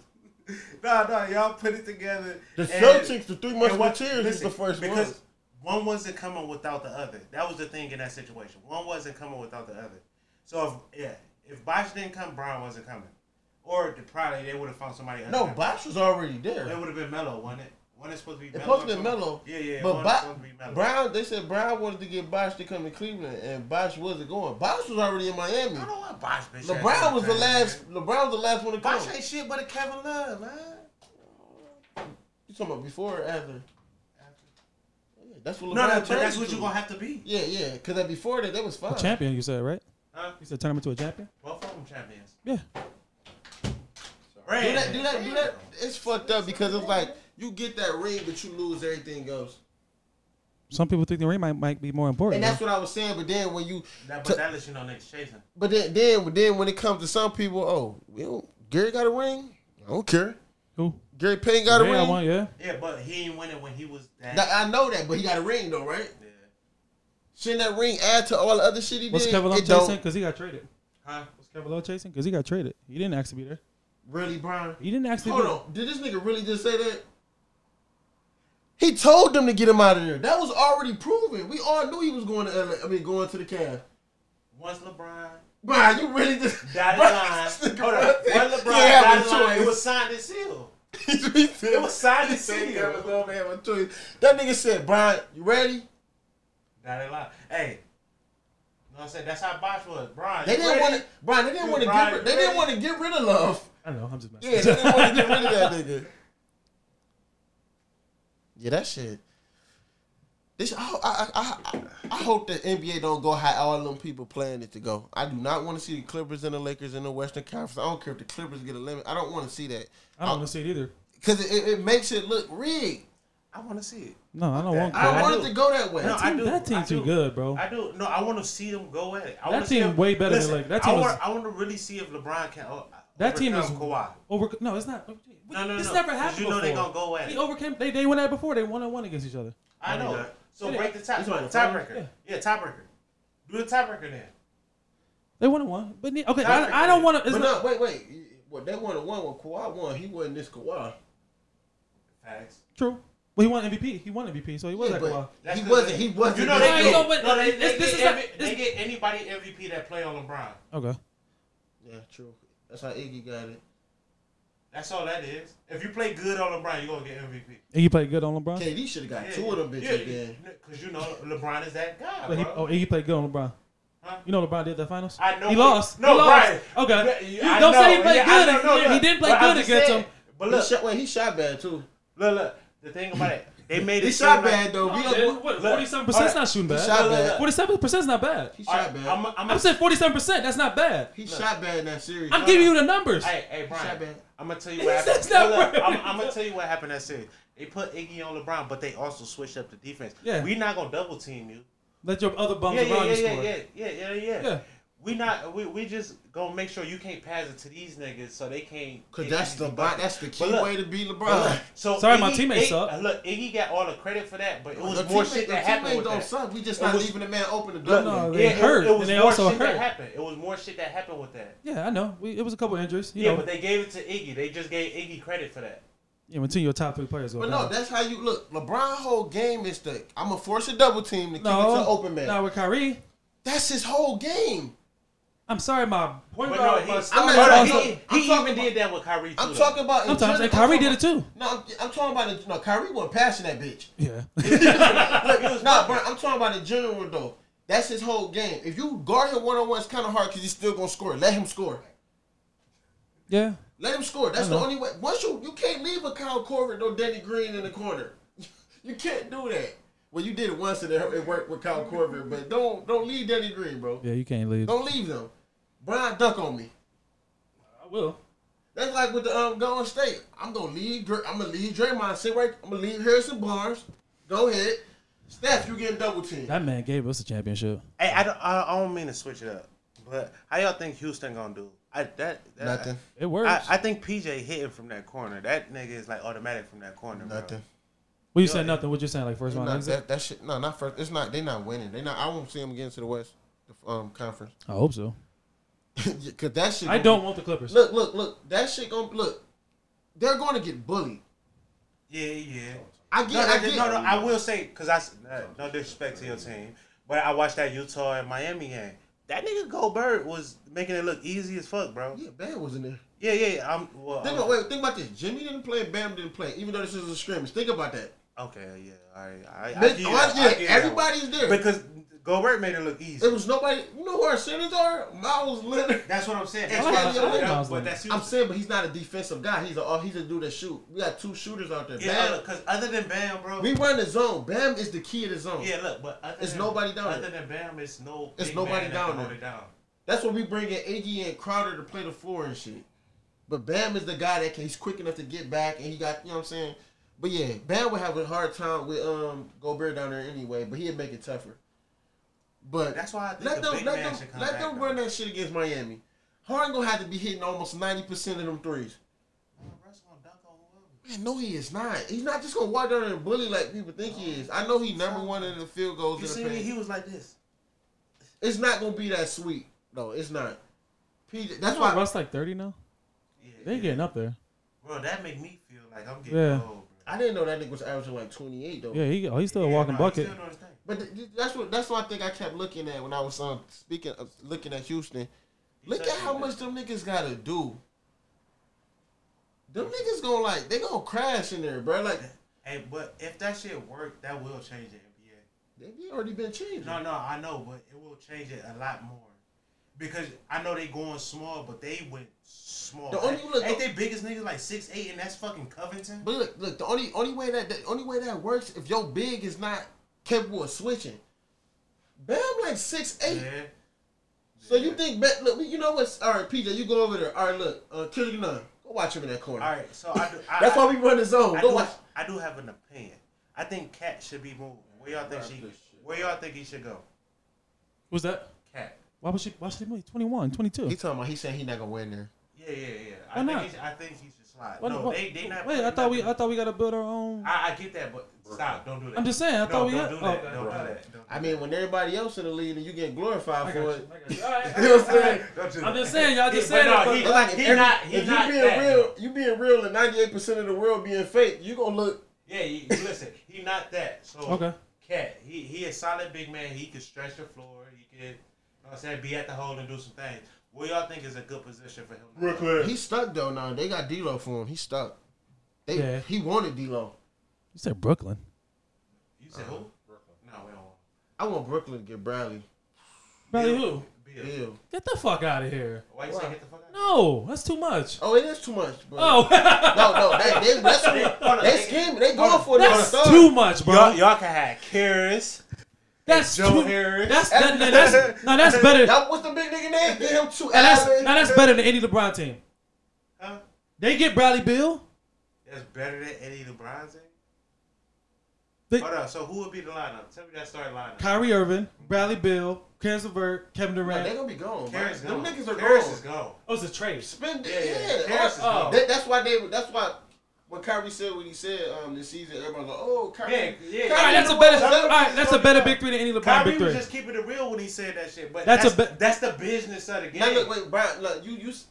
No, no, y'all put it together.
The
and-
Celtics, the three
and
Musketeers, is
listen,
the first one.
because one wasn't coming without the other. That was the thing in that situation. One wasn't coming without the other. So if yeah, if Bosh didn't come, Brown wasn't coming, or the, probably they would have found somebody. else.
No, Bosh was already there.
It would have been Mello, wasn't it? One is supposed to be.
It's
Melo
supposed to be
or something?
Melo.
Yeah, yeah.
But
one
Bo-
is supposed to be Melo.
Brown, they said Brown wanted to get Bosh to come to Cleveland, and Bosh wasn't going. Bosh was already in Miami.
I don't want Bosh, bitch.
LeBron was the
Man.
last. LeBron was the last one to come.
Bosh ain't shit but a Kevin Love, man.
You talking about before or after? Yeah, That's what
No, no,
LeBron
but that's
changed
what
to.
you're gonna have to be.
Yeah, yeah. Because that before that, that was fine.
A champion, you said, right?
Huh?
You said turn him into a champion?
Both of them champions.
Yeah.
Do that, do that, do that. It's fucked up because it's like you get that ring, but you lose everything else.
Some people think the ring might, might be more important.
And that's
though.
what I was saying. But then when you,
That, but that lets you know niggas chasing.
but then then then when it comes to some people, oh, we don't, Gary got a ring. I don't care.
Who?
Gary Payne got a
Yeah, I
ring.
want, yeah.
Yeah, but he ain't winning when he was that.
Now, I know that, but he got a ring though, right?
yeah.
Shouldn't that ring add to all the other shit he
What's
did?
Kevin Love
It don't.
chasing? Because he got traded.
Huh?
Was Kevin Love chasing? Because he got traded. He didn't actually be there.
Really, Brian?
He didn't actually
Hold
be
on. Did this nigga really just say that? He told them to get him out of there. That was already proven. We all knew he was going to LA. I mean, going to the Cavs.
Once LeBron
Brian, you really just
dotted line. Hold on. Once LeBron
have
dotted line,
choice.
it was signed and sealed.
it
It was signed and
Said
sealed.
Kevin Love had a choice. That nigga said, Brian, you ready?
Dotted line. Hey. You know what I'm saying? That's how Bosh was. Brian.
They
you
didn't
ready?
want to. Brian, they didn't
You
want to
Brian,
get. rid-
you
They didn't
ready?
want to get rid of love.
I know. I'm just messing.
Yeah, they didn't want to get rid of that nigga. Yeah, that shit. This, I, I, I, I, I hope the NBA don't go how all them people planning it to go. I do not want to see the Clippers and the Lakers in the Western Conference. I don't care if the Clippers get a limit. I don't want to see that
I don't want to see it either.
because it, it, it makes it look rigged.
I want to see it.
No, I don't want.
I don't
that.
want
do.
it to go that way.
No, I
team-
do.
that team's
I do.
too good, bro.
I do. No, I want to see them go at it. I
That
wanna see
team
them-
way better than Lakers. That team
I
was-
want, I want to really see if LeBron can. Oh,
That team is
Kawhi.
over. No, it's not.
No, no,
this
no.
never
'Cause
happened.
you know they
before.
gonna go at
He
it.
overcame. They they won that before. They one on one against each other.
I
No,
know.
they're not.
So
Yeah.
break the top.
He's on the
Tiebreaker.
finals?
Yeah, tiebreaker. Do the tiebreaker then.
They one on one. But ne- okay,
Not
I, I don't want to.
But no, wait, wait. Well, they won the one when Kawhi won. He wasn't this Kawhi.
Facts.
True. Well, he won MVP. He won MVP, so he was
Yeah,
like, well,
but
That's
he
good.
wasn't. He wasn't.
You know
that
they
good.
No, but-
No, they,
this-
they,
this
get
is not-
every-
this-
they get anybody MVP that play on LeBron.
okay.
Yeah, true. That's how Iggy got it.
That's all that is. If you play good on LeBron, you're gonna get MVP.
And he played good on LeBron.
KD should have got two of them
yeah,
bitches then.
Because you know LeBron is that guy,
But he,
bro.
oh, he played good on LeBron.
Huh?
You know LeBron did that finals.
I know
he
he-
lost.
No,
he lost.
right.
Okay.
But-
You
I
don't say
know.
he played
Yeah, I
good.
know, no,
he,
no.
didn't play
But I'm
good
just
against
saying-
him.
But
He
look,
shot, wait, he shot bad too.
look, look. The thing about it, they made it.
He shot
seem like-
bad though. We up-
What, what,
Look,
47%?
Percent's not shooting
he
bad.
shot bad.
Forty-seven percent is not bad.
He
All right,
shot
I'm,
bad.
I'm,
I'm saying forty-seven percent. That's not bad.
He shot bad in that series.
I'm giving you the numbers.
Hey, hey,
shot
Brian.
bad.
I'm gonna tell you what happened.
That's not
Look, look,
right.
I'm, I'm gonna tell you what happened that series. They put Iggy on LeBron, but they also switched up the defense.
Yeah.
We're not gonna double team you.
Let your other bums
Yeah, yeah,
around
yeah,
you
yeah,
score.
yeah, yeah, yeah, yeah,
Yeah.
We not we, we just gonna make sure you can't pass it to these niggas so they can't.
Cause
get
that's
easy
the bo-
buckets.
that's the key
But look,
way to beat
but
LeBron.
look, So
Sorry, my
Iggy-
teammates
Iggy-
suck.
Look, Iggy got all the credit for that, but it was
The
more
teammate-
shit
the
that happened
teammate
with
don't
that.
suck. We just
It
not
was-
leaving the man open the door.
Look,
No,
yeah,
they
it-
hurt,
It, was
and they
more
also
shit
hurt.
that happened. It was more shit that happened with that.
Yeah, I know. We, it was a couple injuries. You
yeah,
know,
but they gave it to Iggy. They just gave Iggy credit for that.
yeah, when two of your top three players go
But
down.
no, that's how you look. LeBron whole game is the I'm gonna force a double team to keep
no,
it to open man.
Now with Kyrie,
That's his whole game.
I'm sorry, my point
But
guard.
no, he,
was-
I'm
I'm
not-
not, he,
I'm
he,
talking
even
about-
did that with Kyrie too.
I'm
though.
talking about. in
Sometimes,
general.
and Kyrie did
I'm
it too.
talking about- No, I'm, I'm talking about the, no. Kyrie wasn't passing that bitch.
Yeah.
Look, it was not, bro. I'm talking about in general though. That's his whole game. If you guard him one on one, it's kind of hard because he's still gonna score. Let him score.
yeah.
Let him score. That's the
Uh-huh.
only way. Once you you can't leave a Kyle Corver no Danny Green in the corner. You can't do that. Well, you did it once and it it worked with Kyle Corver, but don't don't leave Danny Green, bro.
Yeah, you can't leave.
Oh.
Don't leave them. Brian duck on me.
I will.
That's like with the um Golden State. I'm gonna leave. Dr- I'm gonna leave Draymond. Sit right. I'm gonna leave Harrison Barnes. Go ahead. Steph, you getting double teamed.
That man gave us a championship.
Hey, I don't, I I don't mean to switch it up, but how y'all think Houston gonna do? I that, that
Nothing.
It works.
I, I think PJ hitting from that corner. That nigga is like automatic from that corner. bro.
Nothing.
well, you said nothing. What you saying? Like first round
Nah,
exit?
that, that shit. No, not first. It's not. They're not winning. They not. I won't see them get into the West um conference.
I hope so.
Cause that shit.
I
gonna
don't want the Clippers.
be- Look, look, look. That shit gonna look. They're going to get bullied.
Yeah, yeah.
I get.
No,
I
no,
get.
no, no, I will say because I s- uh, no disrespect to your team, but I watched that Utah and Miami game. That nigga Goldberg was making it look easy as fuck, bro.
Yeah, Bam was in there.
Yeah, yeah. I'm well.
Think
I'm-
about, wait, think about this. Jimmy didn't play. Bam didn't play. Even though this is a scrimmage. Think about that.
Okay, yeah. All right. I, I,
They-
get
oh,
that,
yeah,
I get that
everybody's
one.
there.
because Goldberg made it look easy.
There was nobody. You know who our centers are? Miles Leonard.
That's what I'm saying.
That's
That's what
why
I'm
I like
saying.
Miles
But
Leonard.
that's
I'm
Houston.
saying, but he's not a defensive guy. He's a oh, he's a dude that shoot. We got two shooters out there.
Yeah,
Bam,
because other than Bam, bro.
we run the zone. Bam is the key of the zone.
yeah, look, but other
It's
than,
nobody down
Other
there.
than Bam, it's no.
It's
big
nobody
man that
down
can
there.
hold it down.
That's why we bring in Iggy and Crowder to play the floor and shit. But Bam is the guy that can, he's quick enough to get back and he got you know what I'm saying. But yeah, Bam would have a hard time with um Gobert down there anyway. But he'd make it tougher. But
That's why I think
let
a
them
big
let
man
them
should come
let
back,
them
though.
run that shit against Miami. Harden gonna have to be hitting almost ninety percent of them threes.
Russ gonna dunk on whoever.
Man, no, he is not. He's not just gonna walk down there and bully like people think he is. I know he number one in the field goals.
You
in
see
the
me?
paint.
He was like this.
It's not gonna be that sweet. No, it's not. PJ,
That's
that's why.
Russ like thirty now.
Yeah,
They
yeah.
getting up there.
Bro, that make me feel like I'm getting
Yeah.
old. Bro.
I didn't know that nigga was averaging like 28 though.
Yeah, he oh, he's still a
Yeah,
walking
no, he
bucket.
still doing his thing.
But th- th- that's what that's what I think I kept looking at when I was um, speaking of looking at Houston. Look at how much them niggas gotta do. Them niggas gonna like they gonna crash in there, bro. Like
Hey, but if that shit worked, that will change the NBA.
they be already been changed.
No, no, I know, but it will change it a lot more. Because I know they going small, but they went small.
The only-
Ain't-
look,
ain't
the-
they biggest niggas like six eight, and that's fucking Covington.
But look, look the only only way that the only way that works if your big is not capable of switching. Bam like six eight.
Yeah.
So you think Bam? Look, you know what's all right, PJ? You go over there. All right, look, uh, Kendrick Nunn, go watch him in that corner.
All right, so I do. I,
That's
I,
why we run the zone.
I
Go
do,
watch.
I do have an opinion. I think Cat should be moved. Where y'all think she? Where y'all think he should go?
Who's that?
Cat.
Why was she? Why she only 21, 22?
He talking about he saying he not gonna win there.
Yeah, yeah, yeah. I
Why
think
not?
He should, I think he should slide.
Why-
no,
why-
they they not.
Wait,
they
I thought we
not-
I thought we got to build our own.
I, I get that, but stop. Don't do that.
I'm just saying, I
no,
thought we
don't
had-
do
oh,
that. don't do that. Don't
I
do
mean, when everybody else in the league and you get glorified for it,
that.
You know what I'm saying?
Don't do
I'm
that.
just saying, y'all just
Yeah,
said it,
but no,
but-
he-
It's like if,
he
every-
not. He
if you
not
being
that.
real, you being real, and ninety eight percent of the world being fake, you gonna look
Yeah, he, listen, he not that. So
Okay.
Cat, he he a solid big man. He can stretch the floor. He can, you know what I'm saying, be at the hole and do some things. What y'all think is a good position for him?
He's stuck though now. They got D'Lo for him. He's stuck. They
Yeah.
he wanted D'Lo.
You said Brooklyn.
You said
Uh-huh.
who? Brooklyn. No, we don't want.
I want Brooklyn to get Bradley.
Bradley who?
Bill.
Bill.
Get the fuck out of here.
Why you say get the fuck out?
No, that's too much.
Oh, it is too much, bro.
Oh,
No, no, they they that's
on,
they
they-
scheming. They going for this
that's
stuff.
too much, bro.
Y'all, y'all can have Karis.
that's
Joe
too.
Harris.
That's that, that- that's no, that's better. And
That, what's the big nigga name? Get him two.
that's
Allen.
now that's better than any LeBron team.
Huh?
They get Bradley Bill.
That's better than Eddie LeBron's. eh?
They-
Hold on. So who would be the lineup? Tell me that starting lineup.
Kyrie Irving, Bradley Bill, Karis LeVert, Kevin Durant.
They gonna be gone. bro.
Karis
Them
gone.
niggas are
Karis
gone.
is gone.
Oh, it's a trade.
Spend yeah. uh,
Yeah, yeah. Karis is
Oh.
gone.
That, that's why they. That's why. What Kyrie said when he said um this season, everybody go, oh Kyrie.
Yeah, yeah.
Kyrie
All right, that's a
the
better.
one-
All right, that's a better big three than any LeBron
Kyrie
big
was
three.
just keeping it real when he said that shit. But
That's
that's
a
that's,
bit-
the business of the game.
Now look, wait, Brian, look, you you s-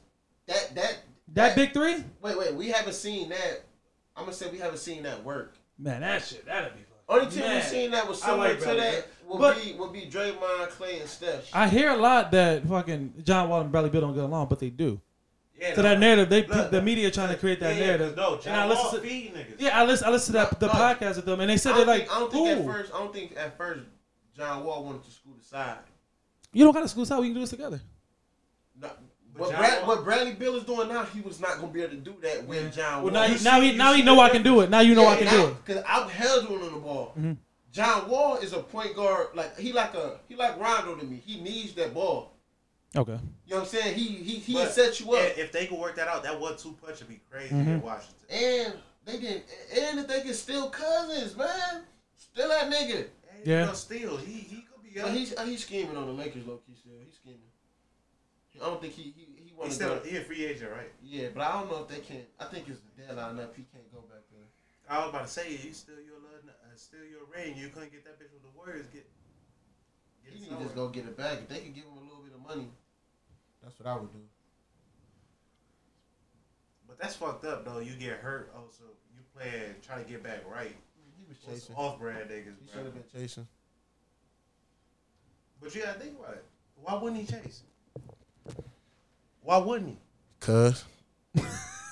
that that
that big three?
Wait, wait, we haven't seen that. I'm gonna say we haven't seen that work.
Man, that shit. That'd be. fun.
Only team
Man.
we've seen that was
I
similar
like
to
Bradley
that
Beal.
would
But-
be would be Draymond, Clay, and Steph.
I hear a lot that fucking John Wall and Bradley Bill don't get along, but they do.
yeah,
So
no.
that narrative, they
Look,
the media trying to create that
yeah, yeah, 'cause
narrative.
No,
and I
John Wall
listen to,
feed niggas.
yeah, I listen, I listened to that, the
No.
podcast with them, and they
I
said
don't,
they're
think,
like,
I don't think at
"Ooh,
first. I don't think at first John Wall wanted to school the side.
you don't got to school side. We can do this together."
No,
But
what,
John
Brad,
Wall-
what Bradley Bill is doing now, he was not gonna be able to do that with John
Well,
Wall.
now,
You
you, now
see-
he, now he know I can do it. Now you know I can do it. Mm-hmm.
Because I'm held on to the ball. John Wall is a point guard. Like he like a he like Rondo to me. He needs that ball.
Okay.
You know what I'm saying? He he he
But
set you up.
yeah, if they could work that out, that one two punch would be crazy
Mm-hmm.
in Washington.
And they did. And if they can steal cousins, man, still that nigga.
Hey,
Yeah.
no, still he he could be up.
But he's uh, he's scheming on the Lakers, low key. Still, he's scheming. I don't think he he he
He's
wants to
still
go.
he a free agent, right?
Yeah, but I don't know if they can. I think it's the deadline up. He can't go back there.
I was about to say you still your little, uh, still your ring. You couldn't get that bitch with the Warriors. Get, get
He
it
need to just
somewhere.
go get it back. If they could give him a little bit of money, that's what I would do.
But that's fucked up though. You get hurt also. You playing trying to get back right.
He was
With some
chasing.
off brand niggas,
He should
bro.
have been chasing.
But you gotta think about it. Why wouldn't he chase? Why wouldn't
Cuz.
he?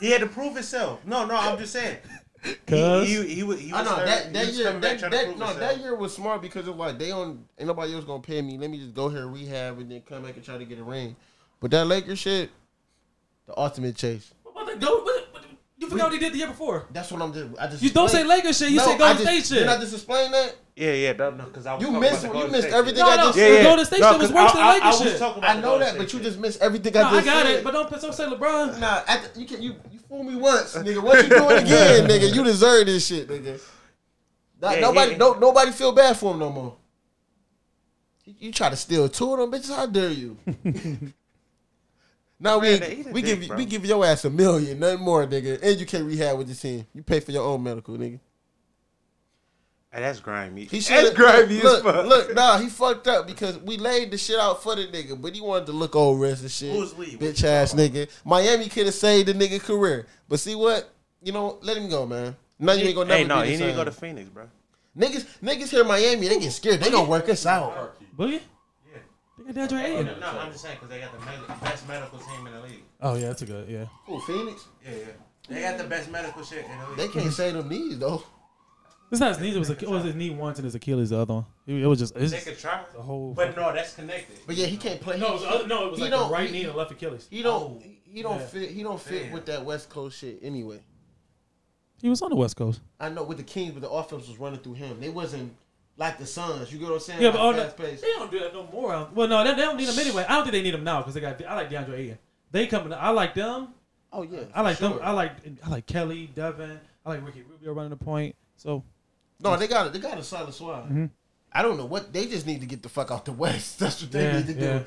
He had to prove himself. No, no, I'm just saying. He,
Cuz?
he, he, was- he was
I know
hurt.
that,
He
that
was
year
coming back
that,
trying to
that,
prove
no,
himself.
that year was smart because it was like they on ain't nobody else gonna pay me. Let me just go here rehab and then come back and try to get a ring. But that Lakers shit, the ultimate chase.
But what the go? What, what, you forgot what he did the year before.
That's what I'm just I just
You don't say
explained-
Lakers shit. You
No,
say
I
Golden
just-
State shit.
Did I just explain that?
Yeah, yeah, that, no, because I was
You
talking
missed
about the
you
Golden
missed
State
everything
No, no,
I just
the
said.
Golden State shit was
'cause
worse than
I, I,
Lakers
I was
shit.
talking about
I
the
know
Golden
that, but
State
you
shit.
just missed everything
No,
I
I
just
got
said.
it, but don't don't say LeBron.
Nah, at the, you can you you fool me once, nigga. Once you do it again, nigga, you deserve this shit, nigga. Not,
Yeah,
nobody,
yeah.
no, nobody feel bad for him no more. You, you try to steal two of them, bitches. How dare you? now we
Man, he's a
we
dick,
give you
bro.
we give your ass a million, nothing more, nigga. And you can't rehab with your team. You pay for your own medical, nigga.
Hey, that's grimy.
He
That's
should
grimy
look,
as fuck.
Look, nah, he fucked up because we laid the shit out for the nigga, but he wanted to look old rest and shit.
Who's we? What
Bitch ass nigga. Miami could have saved the nigga career. But see what? You know, let him go, man. Now you ain't gonna never
Hey, no,
be the
he need to
same.
go to Phoenix, bro.
Niggas, niggas here in Miami, they get scared. They gonna work us out.
Boogie?
Yeah.
They got DeAndre Ayton.
No, I'm just saying because they got the med- best medical team in the league.
Oh, yeah, that's a good, yeah.
Cool, Phoenix.
Yeah, yeah. They got the best medical shit in the league.
They can't save them knees though.
It's not his knee. It was, it was his knee once and his Achilles the other one. It, it was just, it's
They could try,
the whole.
but no, that's connected.
But yeah, he can't play.
No, it was, the other- no, it was
He
like the
don't-
right
he-
knee and the left Achilles.
He don't
Oh,
he don't
yeah.
fit he don't fit
Damn.
with that West Coast shit anyway.
he was on the West Coast.
I know with the Kings, but the offense was running through him. They wasn't like the Suns. You get what I'm saying?
Yeah, but all
like
the,
fast
they
pace.
Damn,
don't do that no more. I don't- Well, no, they, they don't need him anyway. I don't think they need him now because they got. I like DeAndre Ayton. They coming. I like them.
Oh yeah,
I like
sure.
them. I like I like Kelly Devin. I like Ricky Rubio running the point. So
No, they got it. They got a solid squad.
Mm-hmm.
I don't know what they just need to get the fuck out the West. That's what they
Yeah,
need to
yeah.
do.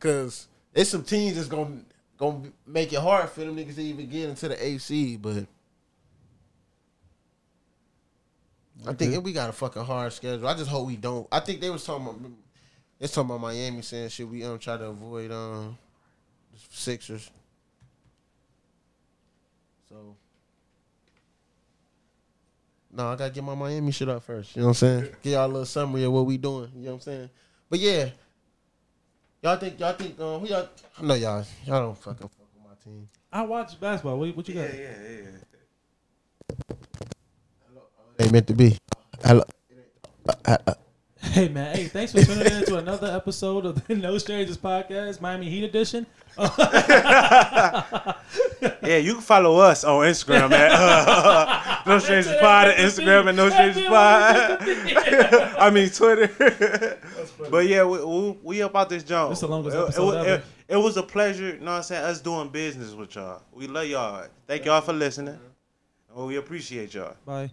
Cause there's some teams that's gonna gonna make it hard for them niggas to even get into the AFC. But I think we got a fucking hard schedule. I just hope we don't. I think they was talking about it's talking about Miami saying shit. We um try to avoid um the Sixers. So. no, I gotta get my Miami shit up first. You know what I'm saying? Get y'all a little summary of what we doing. You know what I'm saying? But yeah, y'all think y'all think um, who y'all? I know y'all y'all don't fucking fuck with my team.
I watch basketball. What, what you
Yeah,
got?
yeah, yeah.
It ain't meant to be. Hello.
Hey man, hey, thanks for tuning in to another episode of the No Strangers podcast, Miami Heat edition.
Yeah, you can follow us on Instagram at uh, No Strangers Pod, Instagram at No Strangers Pod. I mean Twitter. but yeah, we, we, we about this job.
This the longest
it,
episode
it,
ever.
it- it was a pleasure, you know what I'm saying, us doing business with y'all. We love y'all. Thank y'all for listening. Well, we appreciate y'all.
Bye.